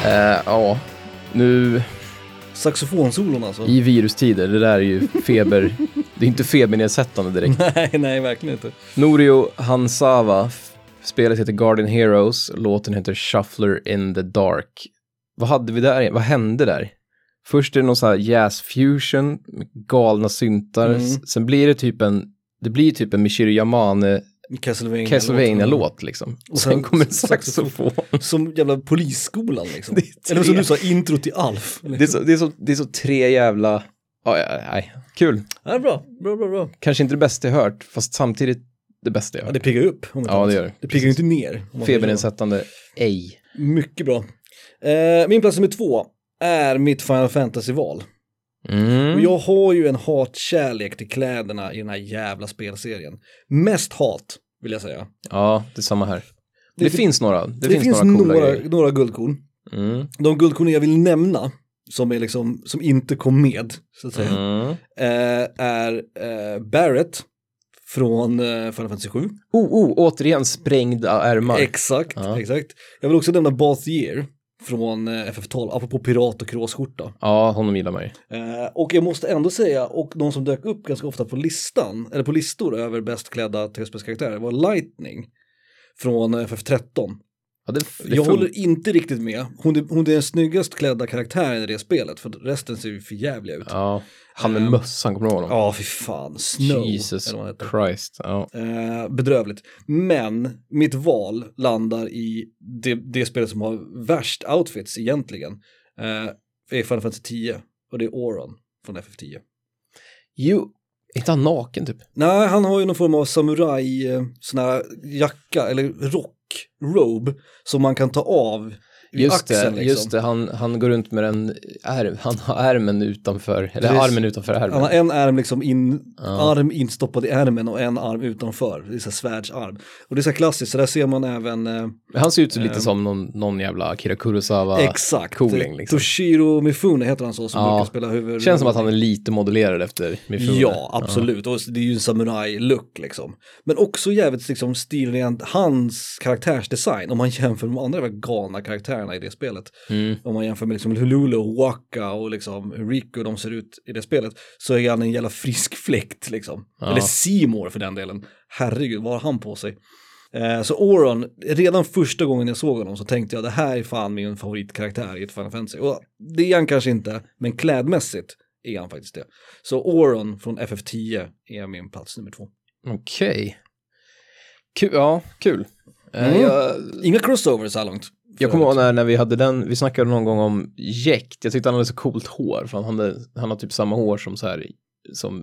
Speaker 3: Eh, ja, nu
Speaker 2: Saxofonsolon alltså.
Speaker 3: i virustider, det där är ju feber, det är inte febernedsättande direkt.
Speaker 2: nej, nej, verkligen inte.
Speaker 3: Norio Hanzawa. F- Spelet heter Garden Heroes, låten heter Shuffler in the Dark. Vad hade vi där? Vad hände där? Först är det någon sån här jazz fusion, galna syntar.
Speaker 2: Mm.
Speaker 3: S- Sen blir det typ en, det blir typ en Michiru Yamane
Speaker 2: Castlevania.
Speaker 3: Castlevania-låt liksom. Och sen,
Speaker 2: sen
Speaker 3: kommer en
Speaker 2: saxofon.
Speaker 3: saxofon.
Speaker 2: Som jävla polisskolan liksom.
Speaker 3: Det är tre-
Speaker 2: Eller som du sa, intro till Alf. Liksom.
Speaker 3: Det är, så, det, är så, det är så tre jävla... Ja, ja, nej. Kul.
Speaker 2: Ja, det är bra, bra, bra, bra.
Speaker 3: Kanske inte det bästa jag hört, fast samtidigt det bästa jag
Speaker 2: Ja,
Speaker 3: hört.
Speaker 2: det piggar upp. om inte
Speaker 3: Ja,
Speaker 2: annat.
Speaker 3: det gör det.
Speaker 2: Det piggar ju inte ner. om man säger så.
Speaker 3: Feberinsättande, ej.
Speaker 2: Mycket bra. Eh, min plats nummer två är mitt Final Fantasy-val. Och
Speaker 3: Mm.
Speaker 2: jag har ju en hatkärlek till kläderna i den här jävla spelserien. Mest hat, vill jag säga.
Speaker 3: Ja, det är samma här. Det,
Speaker 2: Det-
Speaker 3: finns några. Det,
Speaker 2: Det,
Speaker 3: finns, några coola
Speaker 2: några,
Speaker 3: grejer.
Speaker 2: några guldkorn.
Speaker 3: Mm.
Speaker 2: De guldkorn jag vill nämna, som, är liksom, som inte kom med, så att säga,
Speaker 3: Mm.
Speaker 2: eh, är eh, Barrett från eh, Final Fantasy 7.
Speaker 3: Oh, oh, återigen sprängda ärmar.
Speaker 2: Exakt,
Speaker 3: Ja.
Speaker 2: exakt. Jag vill också nämna Bath Year från eh, FF12, apropå pirat och kråsskjorta.
Speaker 3: ja, honom gillar man ju.
Speaker 2: Eh, och jag måste ändå säga, och någon som dök upp ganska ofta på listan, eller på listor över bäst klädda tv-spelskaraktärer var Lightning från eh, FF13.
Speaker 3: Ja, det, det
Speaker 2: Jag
Speaker 3: fun-
Speaker 2: håller inte riktigt med. Hon är, hon är den snyggast klädda karaktären i det spelet, för resten ser ju för jävliga ut. Ja,
Speaker 3: Ja, han med
Speaker 2: Ehm,
Speaker 3: mössan, kommer du ihåg honom?
Speaker 2: fy fan. Snow,
Speaker 3: Jesus
Speaker 2: eller vad han heter.
Speaker 3: Christ. Ja.
Speaker 2: Eh, bedrövligt. Men mitt val landar i det, det spelet som har värst outfits egentligen. Eh, är Final Fantasy 10 och det är Oron från FF10.
Speaker 3: Jo, är inte han naken typ?
Speaker 2: Nej, han har ju någon form av samuraj, eh, sån här jacka eller rock, robe, som man kan ta av vid
Speaker 3: Just det,
Speaker 2: axeln. liksom.
Speaker 3: just det. Han, han går runt med en ärm, han har ärmen utanför, eller
Speaker 2: Precis.
Speaker 3: armen utanför ärmen.
Speaker 2: Han har en ärm liksom in,
Speaker 3: Ja.
Speaker 2: arm instoppad i ärmen och en arm utanför. Det är så här svärdsarm. Och det är så här klassiskt, så där ser man även eh,
Speaker 3: Han ser ut så lite
Speaker 2: Ehm.
Speaker 3: som någon, någon jävla Akira Kurosawa.
Speaker 2: Exakt.
Speaker 3: cooling, liksom.
Speaker 2: Toshiro Mifune heter han så som
Speaker 3: Ja.
Speaker 2: brukar spela huvud.
Speaker 3: Känns som att han är lite modellerad efter Mifune.
Speaker 2: Ja, absolut. Och det är ju en samuraj-look liksom. Men också jävligt liksom stilrent hans karaktärsdesign om man jämför med de andra jävla galna karaktärerna i det spelet.
Speaker 3: Mm.
Speaker 2: Om man jämför med liksom Hululu och Waka och liksom hur Riku de ser ut i det spelet så är han en jävla frisk fläkt liksom.
Speaker 3: Ja.
Speaker 2: Eller Seymour för den delen. Herregud, vad har han på sig? Eh, Så Oron, redan första gången jag såg honom så tänkte jag det här är fan min favoritkaraktär i ett Final Fantasy. Och det är han kanske inte, men klädmässigt är han faktiskt det. Så Oron från FF10 är min plats nummer två.
Speaker 3: Okej. Kul, ja, kul. Eh,
Speaker 2: Mm.
Speaker 3: Jag,
Speaker 2: Inga crossovers så här långt.
Speaker 3: jag kommer ihåg när, när vi hade den, vi snackade någon gång om jäkt. Jag tyckte han hade så coolt hår, för han, hade, han har typ samma hår som så här, som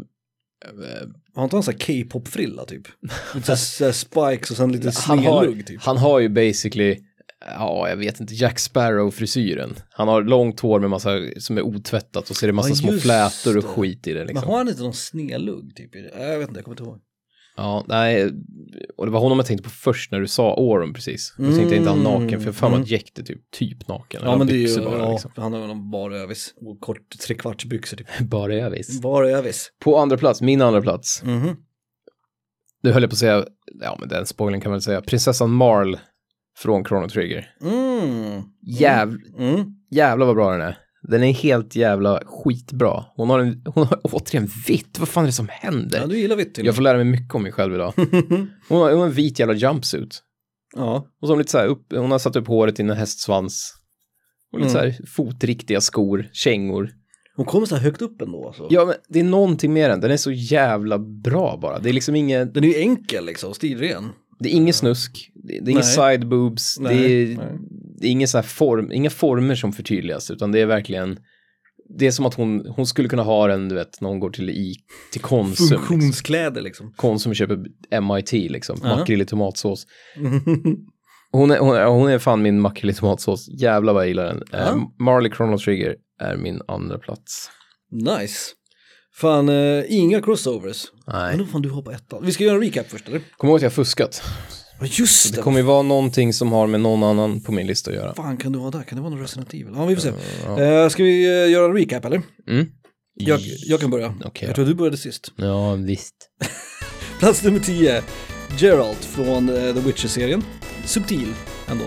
Speaker 3: eh,
Speaker 2: Har inte han sån här K-pop-frilla typ? Lite så här- så här spikes och sen lite
Speaker 3: han har,
Speaker 2: snedlugg typ.
Speaker 3: han liksom. har ju basically, ja jag vet inte, Jack Sparrow-frisyren. Han har långt hår med massa, som är otvättat och så är det massa
Speaker 2: Ja,
Speaker 3: små
Speaker 2: just
Speaker 3: flätor och
Speaker 2: det.
Speaker 3: skit i det
Speaker 2: Men
Speaker 3: liksom.
Speaker 2: har han inte någon snedlugg typ? i det? Jag vet inte, jag kommer inte ihåg.
Speaker 3: Ja, nej, och det var honom jag tänkte på först när du sa Oron precis. Då tänkte jag inte han naken, för jag har för mig att Jack är typ, typ naken. Han
Speaker 2: Mm, Ja,
Speaker 3: har
Speaker 2: men det är ju,
Speaker 3: byxor bara,
Speaker 2: ja,
Speaker 3: liksom.
Speaker 2: han har väl någon bara övis och kort trekvartsbyxor typ.
Speaker 3: Bara övis.
Speaker 2: Bara övis.
Speaker 3: På andra plats, min andra plats.
Speaker 2: Mhm.
Speaker 3: Nu höll jag på att säga, ja men den spoilern kan man väl säga, prinsessan Marl från Chrono Trigger.
Speaker 2: Mm.
Speaker 3: Jäv,
Speaker 2: Mm.
Speaker 3: Jävlar vad bra den är. Den är helt jävla skitbra. Hon har, en, hon har återigen vitt. Vad fan är det som händer?
Speaker 2: Ja, du gillar vitt till.
Speaker 3: Jag får lära mig mycket om mig själv idag. Hon har, hon har en vit jävla jumpsuit.
Speaker 2: Ja.
Speaker 3: Och så har hon lite så här upp, hon har satt upp håret i en hästsvans. Och lite
Speaker 2: Mm.
Speaker 3: så här fotriktiga skor, kängor.
Speaker 2: Hon kommer så här högt upp ändå. Alltså.
Speaker 3: Ja, men det är någonting med den. Den är så jävla bra bara. Det är liksom inget,
Speaker 2: Den är ju enkel liksom, stilren.
Speaker 3: det är ingen snusk. Det, det är inga
Speaker 2: Nej.
Speaker 3: side boobs.
Speaker 2: Nej,
Speaker 3: det är,
Speaker 2: nej.
Speaker 3: det är ingen så här form, inga former som förtydligas, utan det är verkligen det är som att hon, hon skulle kunna ha den, du vet, när hon går till, i, till Konsum. Liksom.
Speaker 2: Funktionskläder liksom.
Speaker 3: Konsum köper MIT, liksom.
Speaker 2: Ja.
Speaker 3: Makrill i tomatsås. Hon är, hon, är, hon är fan min makrill i tomatsås. Jävlar vad jag gillar den.
Speaker 2: Ja.
Speaker 3: Eh, Marley Chrono Trigger är min andra plats.
Speaker 2: nice. Fan, eh, inga crossovers. Men
Speaker 3: Nej.
Speaker 2: då fan du hoppar ettan. Vi ska göra en recap först eller?
Speaker 3: Kommer ihåg att jag har fuskat.
Speaker 2: Ja just
Speaker 3: Det
Speaker 2: det.
Speaker 3: kommer ju vara någonting som har med någon annan på min lista att göra.
Speaker 2: Fan kan du vara där? Kan det vara någon Resident Evil? Ja vi får se.
Speaker 3: Ja.
Speaker 2: Eh, ska vi eh, göra en recap eller?
Speaker 3: Mm.
Speaker 2: Jag, jag kan börja.
Speaker 3: Okej
Speaker 2: Jag
Speaker 3: då.
Speaker 2: tror du började sist.
Speaker 3: Ja, visst.
Speaker 2: Plats nummer 10, Geralt från eh, The Witcher-serien. Subtil ändå.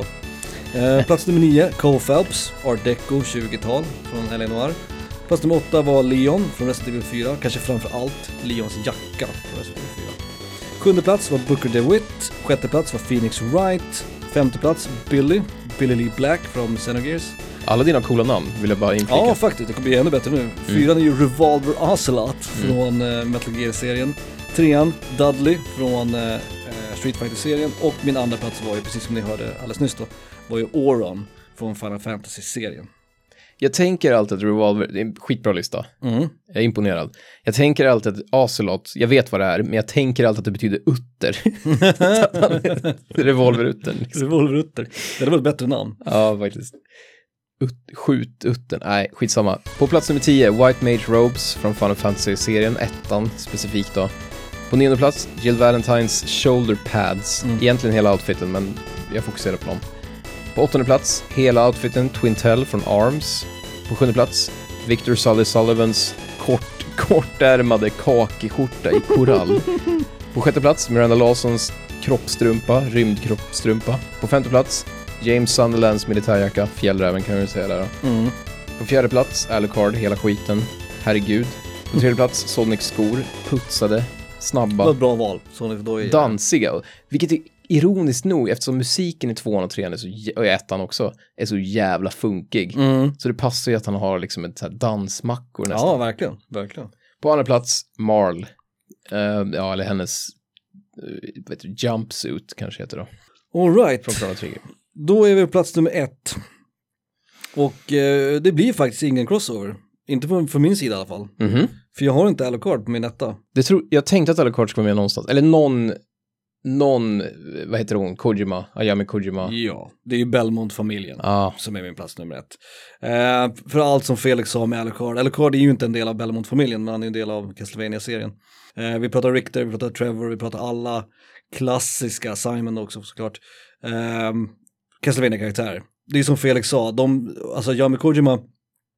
Speaker 2: Eh, plats nummer 9, Cole Phelps, Art Deco 20-tal från L.A. Noir. Plats nummer 8 var Leon från Resident Evil 4, kanske framför allt Leons jacka från Resident Evil 4. Sjunde plats var Booker DeWitt, sjätte plats var Phoenix Wright, femte plats Billy, Billy Lee Black från Xenogears.
Speaker 3: Alla dina coola namn vill jag bara inflika.
Speaker 2: Ja, faktiskt. Det kommer bli ännu bättre nu. Fyran är ju Revolver Ocelot från eh, Metal Gear-serien. Trean, Dudley från eh, eh, Street Fighter-serien och min andra plats var ju, precis som ni hörde alldeles nyss då, var ju Oron från Final Fantasy-serien.
Speaker 3: Jag tänker alltid att Revolver, det är en skitbra lista.
Speaker 2: Mm.
Speaker 3: Jag är imponerad. Jag tänker alltid att Azelot, jag vet vad det är, men jag tänker alltid att det betyder utter. Revolveruttern. Liksom.
Speaker 2: Revolverutter. Det hade varit ett bättre namn.
Speaker 3: Ja, faktiskt. Ut, skjut uttern. Nej, skitsamma. På plats nummer 10, White Mage Robes från Final Fantasy-serien, ettan specifikt då. På nionde plats, Jill Valentines Shoulder Pads. Egentligen hela outfiten, men jag fokuserar på dem. På åttonde plats, hela outfiten Twintel från Arms. På sjunde plats, Victor Sully Sullivans kort, kortärmade kakeskjorta i korall. På sjätte plats, Miranda Lawsons kroppstrumpa, rymdkroppstrumpa. På femte plats, James Sunderlands militärjacka, fjällräven kan jag ju säga där. då. På fjärde plats, Alucard, hela skiten. Herregud. På tredje plats, Sonics skor, putsade,
Speaker 2: Det var
Speaker 3: snabba,
Speaker 2: ett bra val. Sonic Doy.
Speaker 3: dansiga. Vilket är ironiskt nog, eftersom musiken i tvåan och trean är så, jä- och i ettan också, är så jävla funkig.
Speaker 2: Mm.
Speaker 3: Så det passar ju att han har liksom ett så här dansmackor nästan.
Speaker 2: Ja, verkligen. Verkligen.
Speaker 3: På andra plats, Marl. Eh, ja, eller hennes eh, vet du, jumpsuit kanske heter det då.
Speaker 2: All right.
Speaker 3: Från Chrono Trigger.
Speaker 2: Då är vi på plats nummer ett. Och eh, det blir faktiskt ingen crossover. Inte från, från min sida i alla fall.
Speaker 3: Mhm.
Speaker 2: För jag har inte Alucard på min etta.
Speaker 3: Det tror, jag tänkte att Alucard skulle vara med någonstans. Eller någon, någon, eh, vad heter hon, Kojima, Ayami Kojima.
Speaker 2: Ja, det är ju Belmont-familjen
Speaker 3: Ah,
Speaker 2: som är min plats nummer ett. Eh, för allt som Felix sa med Alucard, Alucard är ju inte en del av Belmont-familjen, men han är en del av Castlevania-serien. Eh, vi pratar Richter, vi pratar Trevor, vi pratar alla klassiska, Simon också såklart, eh, Castlevania-karaktärer. Det är som Felix sa, de, alltså Yami Kojima,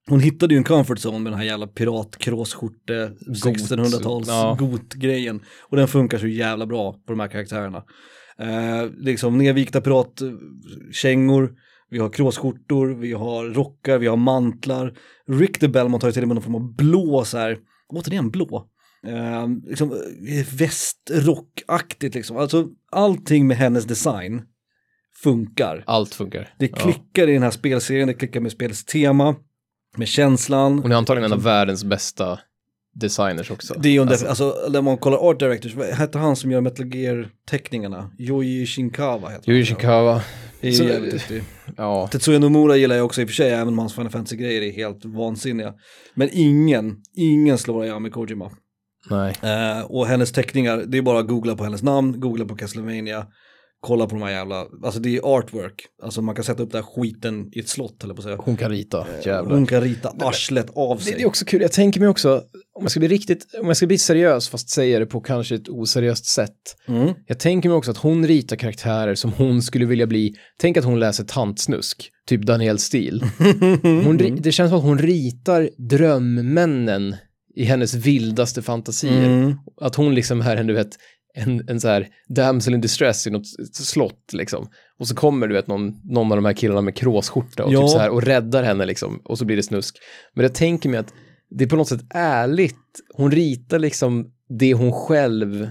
Speaker 2: hon hittade ju en comfort zone med den här jävla piratkråsskjorte, 1600-tals
Speaker 3: Ja.
Speaker 2: got-grejen. Och den funkar så jävla bra på de här karaktärerna. Eh, liksom nedvikta piratkängor, vi har kråsskjortor, vi har rockar, vi har mantlar. Rick the Belmont har ju till och med någon form av blå så här, återigen blå. Eh, liksom eh, västrockaktigt liksom. Alltså allting med hennes design funkar.
Speaker 3: allt funkar.
Speaker 2: Det klickar i den här spelserien, det klickar med spelets tema, med känslan.
Speaker 3: Hon är antagligen en av världens bästa designers också.
Speaker 2: Det är ju en def- alltså, när man kollar Art Directors, vad heter han som gör Metal Gear-teckningarna? Yoji Shinkawa heter
Speaker 3: Yui
Speaker 2: han.
Speaker 3: Shikawa,
Speaker 2: Det är
Speaker 3: Så-
Speaker 2: jävligt duktig.
Speaker 3: ja.
Speaker 2: Tetsuya Nomura gillar jag också i och för sig, även om hans Final Fantasy-grejer är helt vansinniga. Men ingen, ingen slår Ayami Kojima.
Speaker 3: Nej.
Speaker 2: Eh, och hennes teckningar, det är bara att googla på hennes namn, googla på Castlevania, kolla på de här jävla, alltså det är artwork. Alltså man kan sätta upp den här skiten i ett slott, eller på att säga.
Speaker 3: Eh, Hon kan rita, jävlar.
Speaker 2: Hon kan rita arslet av
Speaker 3: Det,
Speaker 2: sig.
Speaker 3: det är också kul, jag tänker mig också, om jag ska bli riktigt, om jag ska bli seriös fast säger det på kanske ett oseriöst sätt.
Speaker 2: Mm.
Speaker 3: Jag tänker mig också att hon ritar karaktärer som hon skulle vilja bli, tänk att hon läser tantsnusk, typ Daniel Steele. Hon, ri- det känns som att hon ritar drömmännen i hennes vildaste fantasier.
Speaker 2: Mm.
Speaker 3: Att hon liksom är en, du vet, en, en så här damsel in distress i något slott liksom. Och så kommer du vet någon, någon av de här killarna med kråsskjorta och,
Speaker 2: Ja.
Speaker 3: typ så här, och räddar henne liksom. Och så blir det snusk. Men jag tänker mig att det är på något sätt ärligt. Hon ritar liksom det hon själv,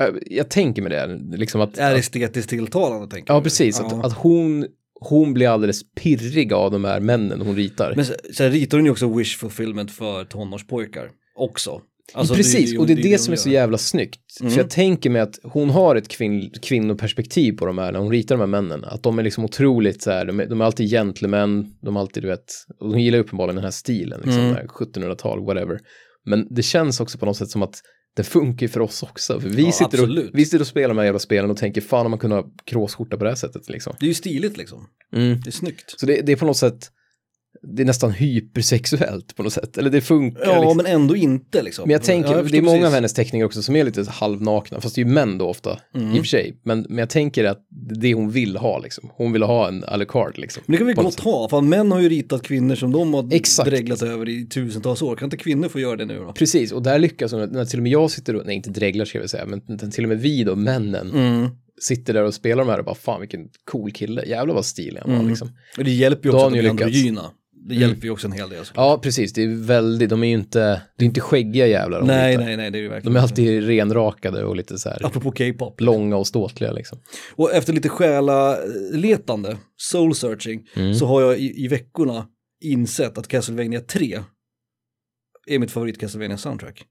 Speaker 3: Ö, jag tänker mig det, liksom att,
Speaker 2: Är estetiskt tilltalande tänker
Speaker 3: ja
Speaker 2: jag.
Speaker 3: precis,
Speaker 2: Ja.
Speaker 3: att, att hon, hon blir alldeles pirrig av de här männen hon ritar.
Speaker 2: Men sen- sen ritar hon ju också wish fulfillment för tonårspojkar också. Alltså,
Speaker 3: Precis, och det är det,
Speaker 2: hon
Speaker 3: som är så
Speaker 2: gör.
Speaker 3: jävla snyggt.
Speaker 2: Mm.
Speaker 3: För jag tänker mig att hon har ett kvinn, kvinnoperspektiv på de här när hon ritar de här männen. Att de är liksom otroligt så här, de är, de är alltid gentlemän, de är alltid du vet, och de gillar uppenbarligen den här stilen, liksom,
Speaker 2: Mm.
Speaker 3: den här 1700-tal, whatever. Men det känns också på något sätt som att det funkar ju för oss också. För vi,
Speaker 2: Ja,
Speaker 3: sitter och,
Speaker 2: absolut.
Speaker 3: vi sitter och spelar de här jävla spelen och tänker fan om man kunde ha kråsskjorta på det här sättet liksom.
Speaker 2: Det är ju stiligt liksom. Det är snyggt.
Speaker 3: Så det, det är på något sätt, det är nästan hypersexuellt på något sätt. Eller det funkar
Speaker 2: Ja,
Speaker 3: liksom.
Speaker 2: men ändå inte liksom.
Speaker 3: Men jag tänker,
Speaker 2: Ja,
Speaker 3: det är
Speaker 2: förstår
Speaker 3: många av
Speaker 2: precis.
Speaker 3: hennes teckningar också som är lite halvnakna, fast det är ju män då ofta, i
Speaker 2: Mm.
Speaker 3: och för sig. Men, men jag tänker att det är det hon vill ha liksom. Hon vill ha en à la carte liksom.
Speaker 2: Men det kan vi
Speaker 3: På något
Speaker 2: gott ha, för män har ju ritat kvinnor som de har
Speaker 3: Exakt.
Speaker 2: dreglat över i tusentals år. Kan inte kvinnor få göra det nu då?
Speaker 3: Precis, och där lyckas hon, när till och med jag sitter och, nej inte dreglar ska jag väl säga, men t- till och med vi då, männen,
Speaker 2: Mm.
Speaker 3: sitter där och spelar de här och bara fan vilken cool kille, jävlar vad stilig han var
Speaker 2: Mm.
Speaker 3: liksom.
Speaker 2: Och det hjälper ju
Speaker 3: Då
Speaker 2: också
Speaker 3: har
Speaker 2: att de
Speaker 3: ni
Speaker 2: är
Speaker 3: lyckats. Mm.
Speaker 2: androgyna. Det hjälper ju också en hel del. såklart.
Speaker 3: Ja, precis, det är väldigt, de är ju inte, det är inte skäggiga jävlar. de
Speaker 2: nej,
Speaker 3: ritar.
Speaker 2: nej, nej, det är ju verkligen.
Speaker 3: De är alltid renrakade och lite så här
Speaker 2: Apropå K-pop.
Speaker 3: långa och ståtliga liksom.
Speaker 2: Och efter lite själaletande, soul searching, Mm.
Speaker 3: Mm.
Speaker 2: så har jag i, i veckorna insett att Castlevania 3 är mitt favorit Castlevania soundtrack.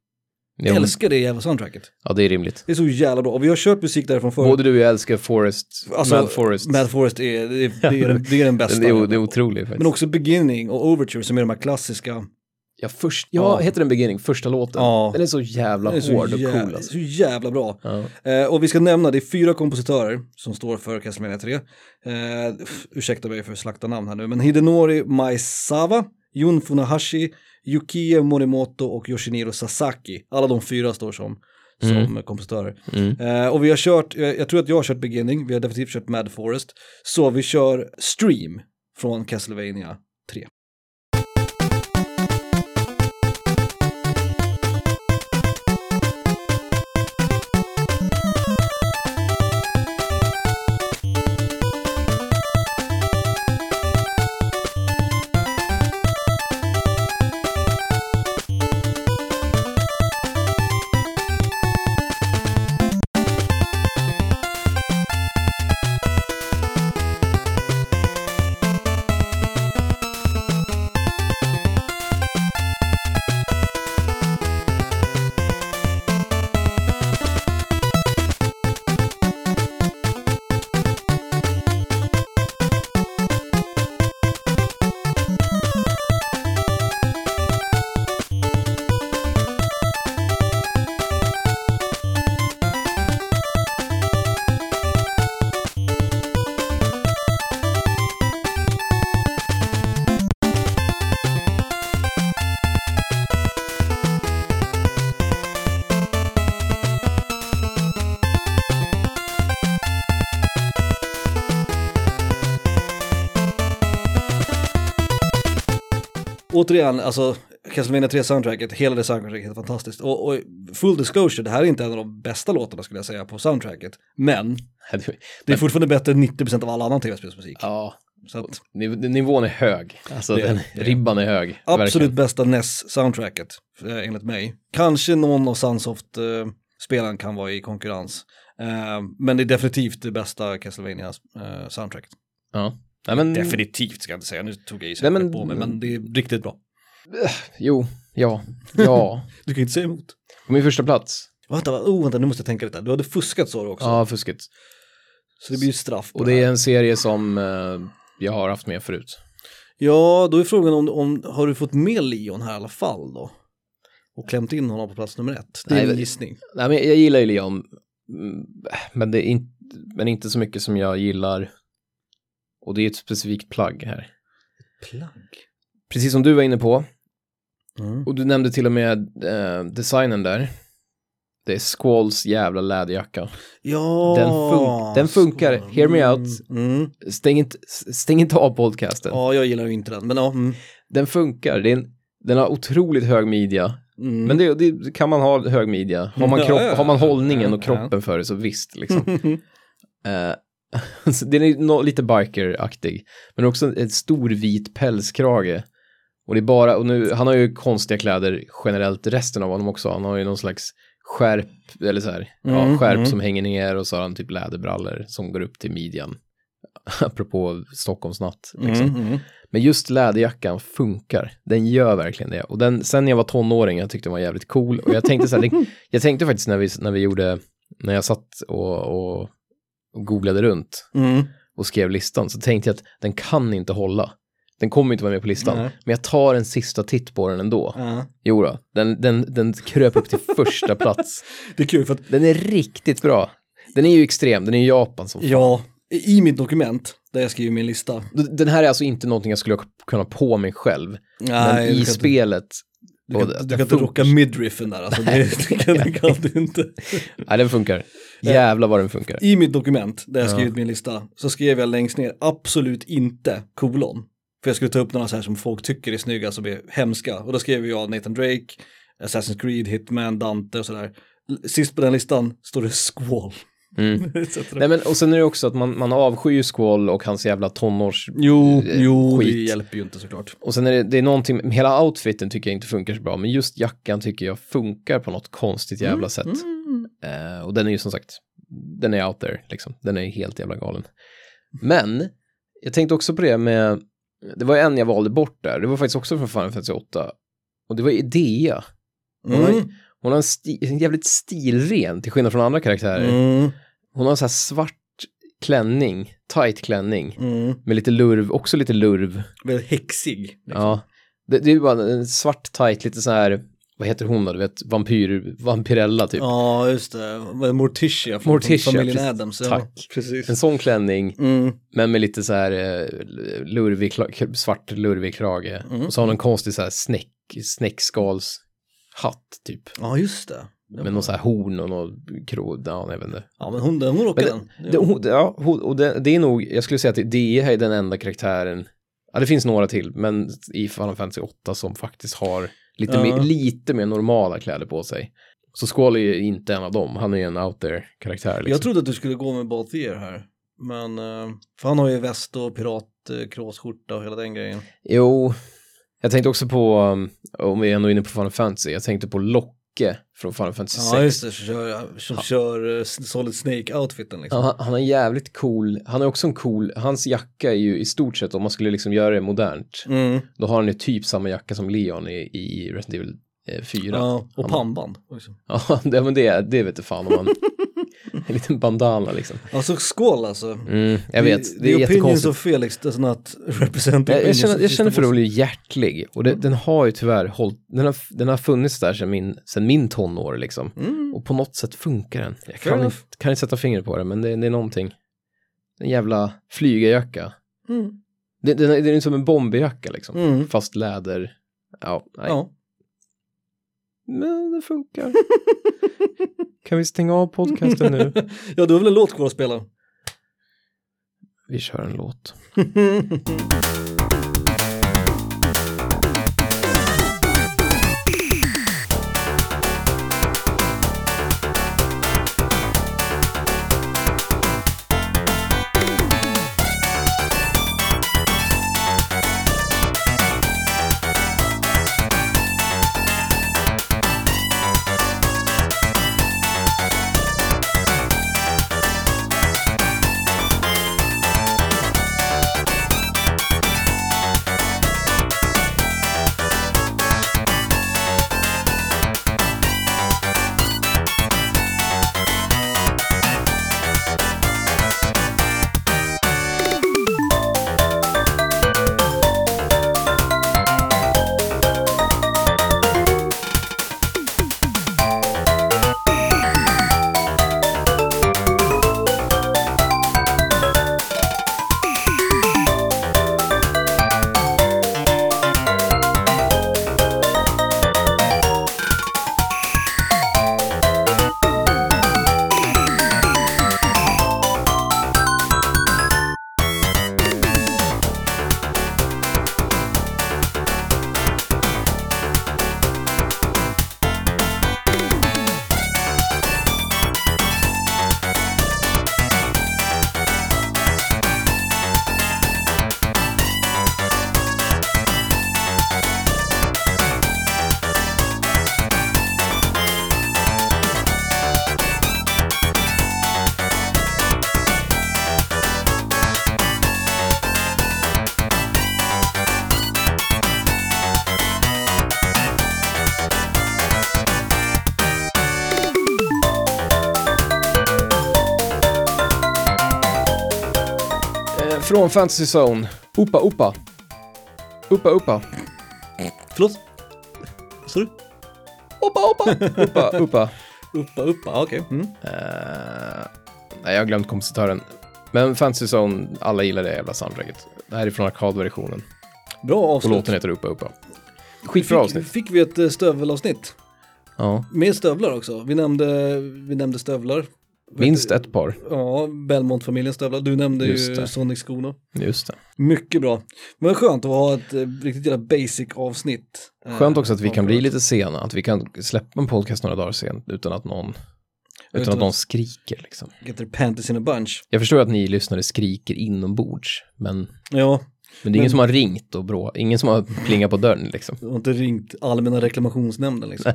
Speaker 3: Jo,
Speaker 2: Älskar det jävla soundtracket.
Speaker 3: ja, det är rimligt.
Speaker 2: Det är så jävla bra. Och vi har kört musik därifrån förut.
Speaker 3: Både du och jag älskar Forest,
Speaker 2: Alltså,
Speaker 3: Mad Forest.
Speaker 2: Mad Forest är, det är, det är, den, det är den bästa.
Speaker 3: Den är, o- det är otrolig faktiskt.
Speaker 2: Men också Beginning och Overture som är de här klassiska.
Speaker 3: ja, först, ja,
Speaker 2: Ja.
Speaker 3: heter den Beginning, första låten?
Speaker 2: Ja.
Speaker 3: Den är så jävla
Speaker 2: Den är så,
Speaker 3: hård och
Speaker 2: jävla,
Speaker 3: cool. Alltså.
Speaker 2: så jävla bra.
Speaker 3: Ja.
Speaker 2: Eh, och vi ska nämna, det är fyra kompositörer som står för Castlevania 3. Eh, pff, ursäkta mig för att slakta namn här nu, men Hidenori Maezawa, Jun Funahashi, Yukie Morimoto och Yoshiniro Sasaki. Alla de fyra står som, som kompositörer.
Speaker 3: Mm.
Speaker 2: Eh, och vi har kört, jag, jag tror att jag har kört Beginning, vi har definitivt kört Mad Forest. Så vi kör Stream från Castlevania 3. Återigen, alltså Castlevania 3 soundtracket, hela det soundtracket är fantastiskt. Och, och full disclosure, det här är inte en av de bästa låtarna skulle jag säga på soundtracket. Men det är fortfarande bättre än 90% av all annan tv-spelsmusik.
Speaker 3: ja,
Speaker 2: Så att,
Speaker 3: niv- nivån är hög. Alltså,
Speaker 2: Det är
Speaker 3: den,
Speaker 2: det.
Speaker 3: ribban är hög.
Speaker 2: absolut
Speaker 3: verkligen.
Speaker 2: bästa NES-soundtracket, eh, enligt mig. Kanske någon av Sunsoft-spelaren kan vara i konkurrens. Eh, men det är definitivt det bästa eh, Castlevania-soundtracket.
Speaker 3: Ja. Nej, men,
Speaker 2: Mm. Definitivt ska jag inte säga, nu tog jag i
Speaker 3: Nej,
Speaker 2: sig
Speaker 3: men-
Speaker 2: men... på mig, men det är riktigt bra.
Speaker 3: Jo, ja, ja.
Speaker 2: Du kan inte säga emot.
Speaker 3: På min första plats.
Speaker 2: Vänta, va- oh, vänta, nu måste jag tänka lite. Du hade fuskat så också.
Speaker 3: Ja, fusket.
Speaker 2: Så det blir ju straff. på
Speaker 3: Och
Speaker 2: det här.
Speaker 3: det är en serie som eh, jag har haft med förut.
Speaker 2: Ja, då är frågan om, om har du fått med Leon här i alla fall då? Och klämt in honom på plats nummer ett? Det är
Speaker 3: Nej,
Speaker 2: en
Speaker 3: men-
Speaker 2: gissning.
Speaker 3: Nej, men jag gillar ju Leon, mm, men, det är in, men inte så mycket som jag gillar. Och det är ett specifikt plagg här.
Speaker 2: Plagg?
Speaker 3: Precis som du var inne på,
Speaker 2: Mm.
Speaker 3: och du nämnde till och med eh, designen där. Det är Squalls jävla läderjacka.
Speaker 2: Ja!
Speaker 3: Den fun- den funkar.
Speaker 2: så.
Speaker 3: Hear me out.
Speaker 2: Mm.
Speaker 3: Stäng inte, stäng inte av podcasten.
Speaker 2: Ja, jag gillar ju inte den, men ja. Mm.
Speaker 3: Den funkar, det är en, den har otroligt hög midja.
Speaker 2: Mm.
Speaker 3: Men det, det kan man ha hög midja. Har man,
Speaker 2: Ja,
Speaker 3: kropp,
Speaker 2: ja,
Speaker 3: har man
Speaker 2: ja,
Speaker 3: hållningen
Speaker 2: ja,
Speaker 3: och kroppen för det så visst. Liksom. Eh, så den är nå- lite bikeraktig. Men också en stor vit pälskrage. Och det är bara, och nu, han har ju konstiga kläder generellt, resten av honom också. Han har ju någon slags skärp, eller så här, ja,
Speaker 2: Mm,
Speaker 3: skärp
Speaker 2: mm.
Speaker 3: som hänger ner och så har han typ läderbrallor som går upp till midjan. Apropå Stockholmsnatt. Liksom.
Speaker 2: Mm, mm.
Speaker 3: Men just läderjackan funkar. Den gör verkligen det. Och den, sen när jag var tonåring, jag tyckte den var jävligt cool. Och jag tänkte så här, det, jag tänkte faktiskt när vi, när vi gjorde, när jag satt och, och, och googlade runt
Speaker 2: Mm.
Speaker 3: och skrev listan, så tänkte jag att den kan inte hålla. Den kommer inte vara med på listan.
Speaker 2: Nej.
Speaker 3: Men jag tar en sista titt på den ändå.
Speaker 2: Ja.
Speaker 3: Jo då, den, den, den kröp upp till första plats.
Speaker 2: Det är kul för att,
Speaker 3: Den är riktigt bra. Den är ju extrem, den är i Japan som
Speaker 2: ja, i mitt dokument där jag skriver min lista.
Speaker 3: Den här är alltså inte någonting jag skulle kunna på mig själv.
Speaker 2: Nej,
Speaker 3: men
Speaker 2: du
Speaker 3: i
Speaker 2: kan inte-
Speaker 3: spelet
Speaker 2: Du kan,
Speaker 3: och
Speaker 2: du
Speaker 3: den
Speaker 2: kan inte
Speaker 3: funkar.
Speaker 2: rocka midriffen där, alltså, det, det, kan, det kan du inte.
Speaker 3: Nej, den funkar. Jävlar vad den funkar.
Speaker 2: I mitt dokument där jag skrivit min lista så skrev jag längst ner absolut inte kolon. För jag skulle ta upp några så här som folk tycker är snygga som är hemska. Och då skrev jag Nathan Drake, Assassin's Creed, Hitman, Dante och sådär. L- Sist på den listan står det Squall. Så att-
Speaker 3: Nej, men, och sen är det också att man, man avskyr ju Squall och hans jävla tonårs...
Speaker 2: jo, jo det
Speaker 3: Eh, skit.
Speaker 2: hjälper ju inte såklart.
Speaker 3: Och sen är det, det är någonting, hela outfiten tycker jag inte funkar så bra, men just jackan tycker jag funkar på något konstigt jävla
Speaker 2: Mm.
Speaker 3: sätt. Eh, och den är ju som sagt, den är out there, liksom. Den är helt jävla galen. Men, jag tänkte också på det med, det var en jag valde bort där, det var faktiskt också från Final Fantasy 8. Och det var Idea.
Speaker 2: Mm.
Speaker 3: Och Hon har en, sti- en jävligt stilren, till skillnad från andra karaktärer.
Speaker 2: Mm.
Speaker 3: Hon har en så här svart klänning, tight klänning,
Speaker 2: Mm.
Speaker 3: med lite lurv, också lite lurv.
Speaker 2: Väldigt häxig.
Speaker 3: Ja. Det, det är ju bara en svart tight, lite så här, vad heter hon då, du vet, vampyr, vampyrella typ.
Speaker 2: Ja, just det. Morticia från
Speaker 3: Morticia,
Speaker 2: familjen
Speaker 3: precis.
Speaker 2: Adams. Ja,
Speaker 3: Tack.
Speaker 2: Precis.
Speaker 3: En sån klänning,
Speaker 2: Mm.
Speaker 3: men med lite så här eh, lurvig, kla- k- svart lurvig krage.
Speaker 2: Mm.
Speaker 3: Och så har hon en konstig så här snäck, snäckskalshatt typ.
Speaker 2: Ja, just det.
Speaker 3: Med någon så här horn och någon krod, ja, jag vet inte.
Speaker 2: Ja, men hon, hon råkade
Speaker 3: Men
Speaker 2: den.
Speaker 3: det, det, hon, det- ja, hon, och det, det är nog, jag skulle säga att det, det är den enda karaktären, ja det finns några till, men i Final Fantasy 8 som faktiskt har lite,
Speaker 2: Ja.
Speaker 3: mer, lite mer normala kläder på sig. Så Squall är ju inte en av dem, han är ju en out there-karaktär. Liksom.
Speaker 2: Jag trodde att du skulle gå med Balthier här. Men, eh, för han har ju väst och piratkråsskjorta och hela den grejen.
Speaker 3: Jo, jag tänkte också på, um, om vi är ändå är inne på Final Fantasy, jag tänkte på Locke från Final Fantasy 6.
Speaker 2: Ja, just det, som kör, som kör eh, Solid Snake-outfiten liksom.
Speaker 3: Han, han har jävligt cool, han är också en cool, hans jacka är ju i stort sett, om man skulle liksom göra det modernt,
Speaker 2: Mm.
Speaker 3: då har han ju typ samma jacka som Leon i, i Resident Evil eh, 4.
Speaker 2: Ja, och
Speaker 3: Han-
Speaker 2: pannband. liksom. också.
Speaker 3: Ja, det, men det, det vet du fan om man... en liten bandana liksom.
Speaker 2: Alltså skål alltså.
Speaker 3: Mm, jag vet, det är
Speaker 2: the opinions
Speaker 3: jättekonstigt.
Speaker 2: of Felix does not represent
Speaker 3: Jag, jag
Speaker 2: opinions
Speaker 3: känner,
Speaker 2: of
Speaker 3: jag känner för att
Speaker 2: Christopher
Speaker 3: bli hjärtlig och
Speaker 2: Mm.
Speaker 3: det, den har ju tyvärr hållit, den har, den har funnits där sedan min, sedan min tonår liksom.
Speaker 2: Mm,
Speaker 3: Och på något sätt funkar den. Jag
Speaker 2: Fair
Speaker 3: kan
Speaker 2: enough.
Speaker 3: inte, kan inte sätta fingret på det, men det, det är någonting. En jävla flygarjacka.
Speaker 2: Mm.
Speaker 3: Det, den, är- den är som en bomberjacka liksom.
Speaker 2: Mm.
Speaker 3: Fast läder. Ja, nej.
Speaker 2: Ja.
Speaker 3: Men det funkar. kan vi stänga av podcasten nu?
Speaker 2: ja, du har väl en låt kvar att spela?
Speaker 3: Vi kör en låt. Eh, från Fantasy Zone. Opa, opa. Opa, opa.
Speaker 2: Förlåt? Vad sa du?
Speaker 3: Opa, opa. Opa, opa.
Speaker 2: Uppa, uppa, ah, okej. Mm.
Speaker 3: Eh, nej, jag har glömt kompositören. Men Fantasy Zone, alla gillar det jävla soundtracket. Det här är från arkadversionen.
Speaker 2: Bra
Speaker 3: Och
Speaker 2: avslut.
Speaker 3: låten heter Opa, opa. Skitbra avsnitt.
Speaker 2: Fick, fick vi ett eh, stövelavsnitt?
Speaker 3: Ja.
Speaker 2: Med stövlar också. Vi nämnde, vi nämnde stövlar.
Speaker 3: Minst ett par.
Speaker 2: Ja, Belmont-familjens stövlar. Du nämnde
Speaker 3: Just
Speaker 2: ju
Speaker 3: det.
Speaker 2: Sonic-skorna.
Speaker 3: Just det.
Speaker 2: Mycket bra. Men skönt att ha ett eh, riktigt jävla basic-avsnitt. eh,
Speaker 3: Skönt också att vi kan bli
Speaker 2: framför
Speaker 3: lite sena. Att vi kan släppa en podcast några dagar sent utan att någon, utan
Speaker 2: Utan-
Speaker 3: att någon skriker liksom.
Speaker 2: oss. Get their panties in a bunch.
Speaker 3: Jag förstår att ni lyssnare skriker inombords, men
Speaker 2: Ja,
Speaker 3: Men det är ingen som har ringt och brå, ingen som har plingat på dörren liksom.
Speaker 2: Jag har inte ringt Allmänna reklamationsnämnden liksom.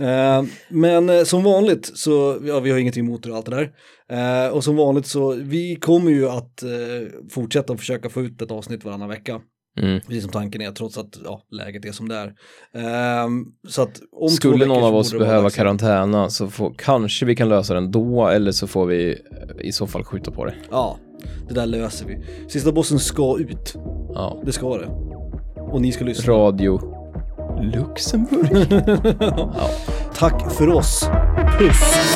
Speaker 2: Eh, men eh, som vanligt så, ja vi har ingenting emot det och allt det där. Eh, och som vanligt så, vi kommer ju att eh, fortsätta försöka få ut ett avsnitt varannan vecka.
Speaker 3: Mm.
Speaker 2: Precis som tanken är, trots att ja, läget är som det är. Ehm, så att om två
Speaker 3: Skulle
Speaker 2: veckor
Speaker 3: någon
Speaker 2: så
Speaker 3: av
Speaker 2: borde
Speaker 3: oss
Speaker 2: det vara
Speaker 3: behöva
Speaker 2: dags.
Speaker 3: karantäna så får, kanske vi kan lösa den då eller så får vi eh, i så fall skjuta på det.
Speaker 2: Ja, det där löser vi. Sista bossen ska ut.
Speaker 3: Ja.
Speaker 2: Det ska det. Och ni ska lyssna.
Speaker 3: Radio Luxemburg.
Speaker 2: Tack för oss. Puss!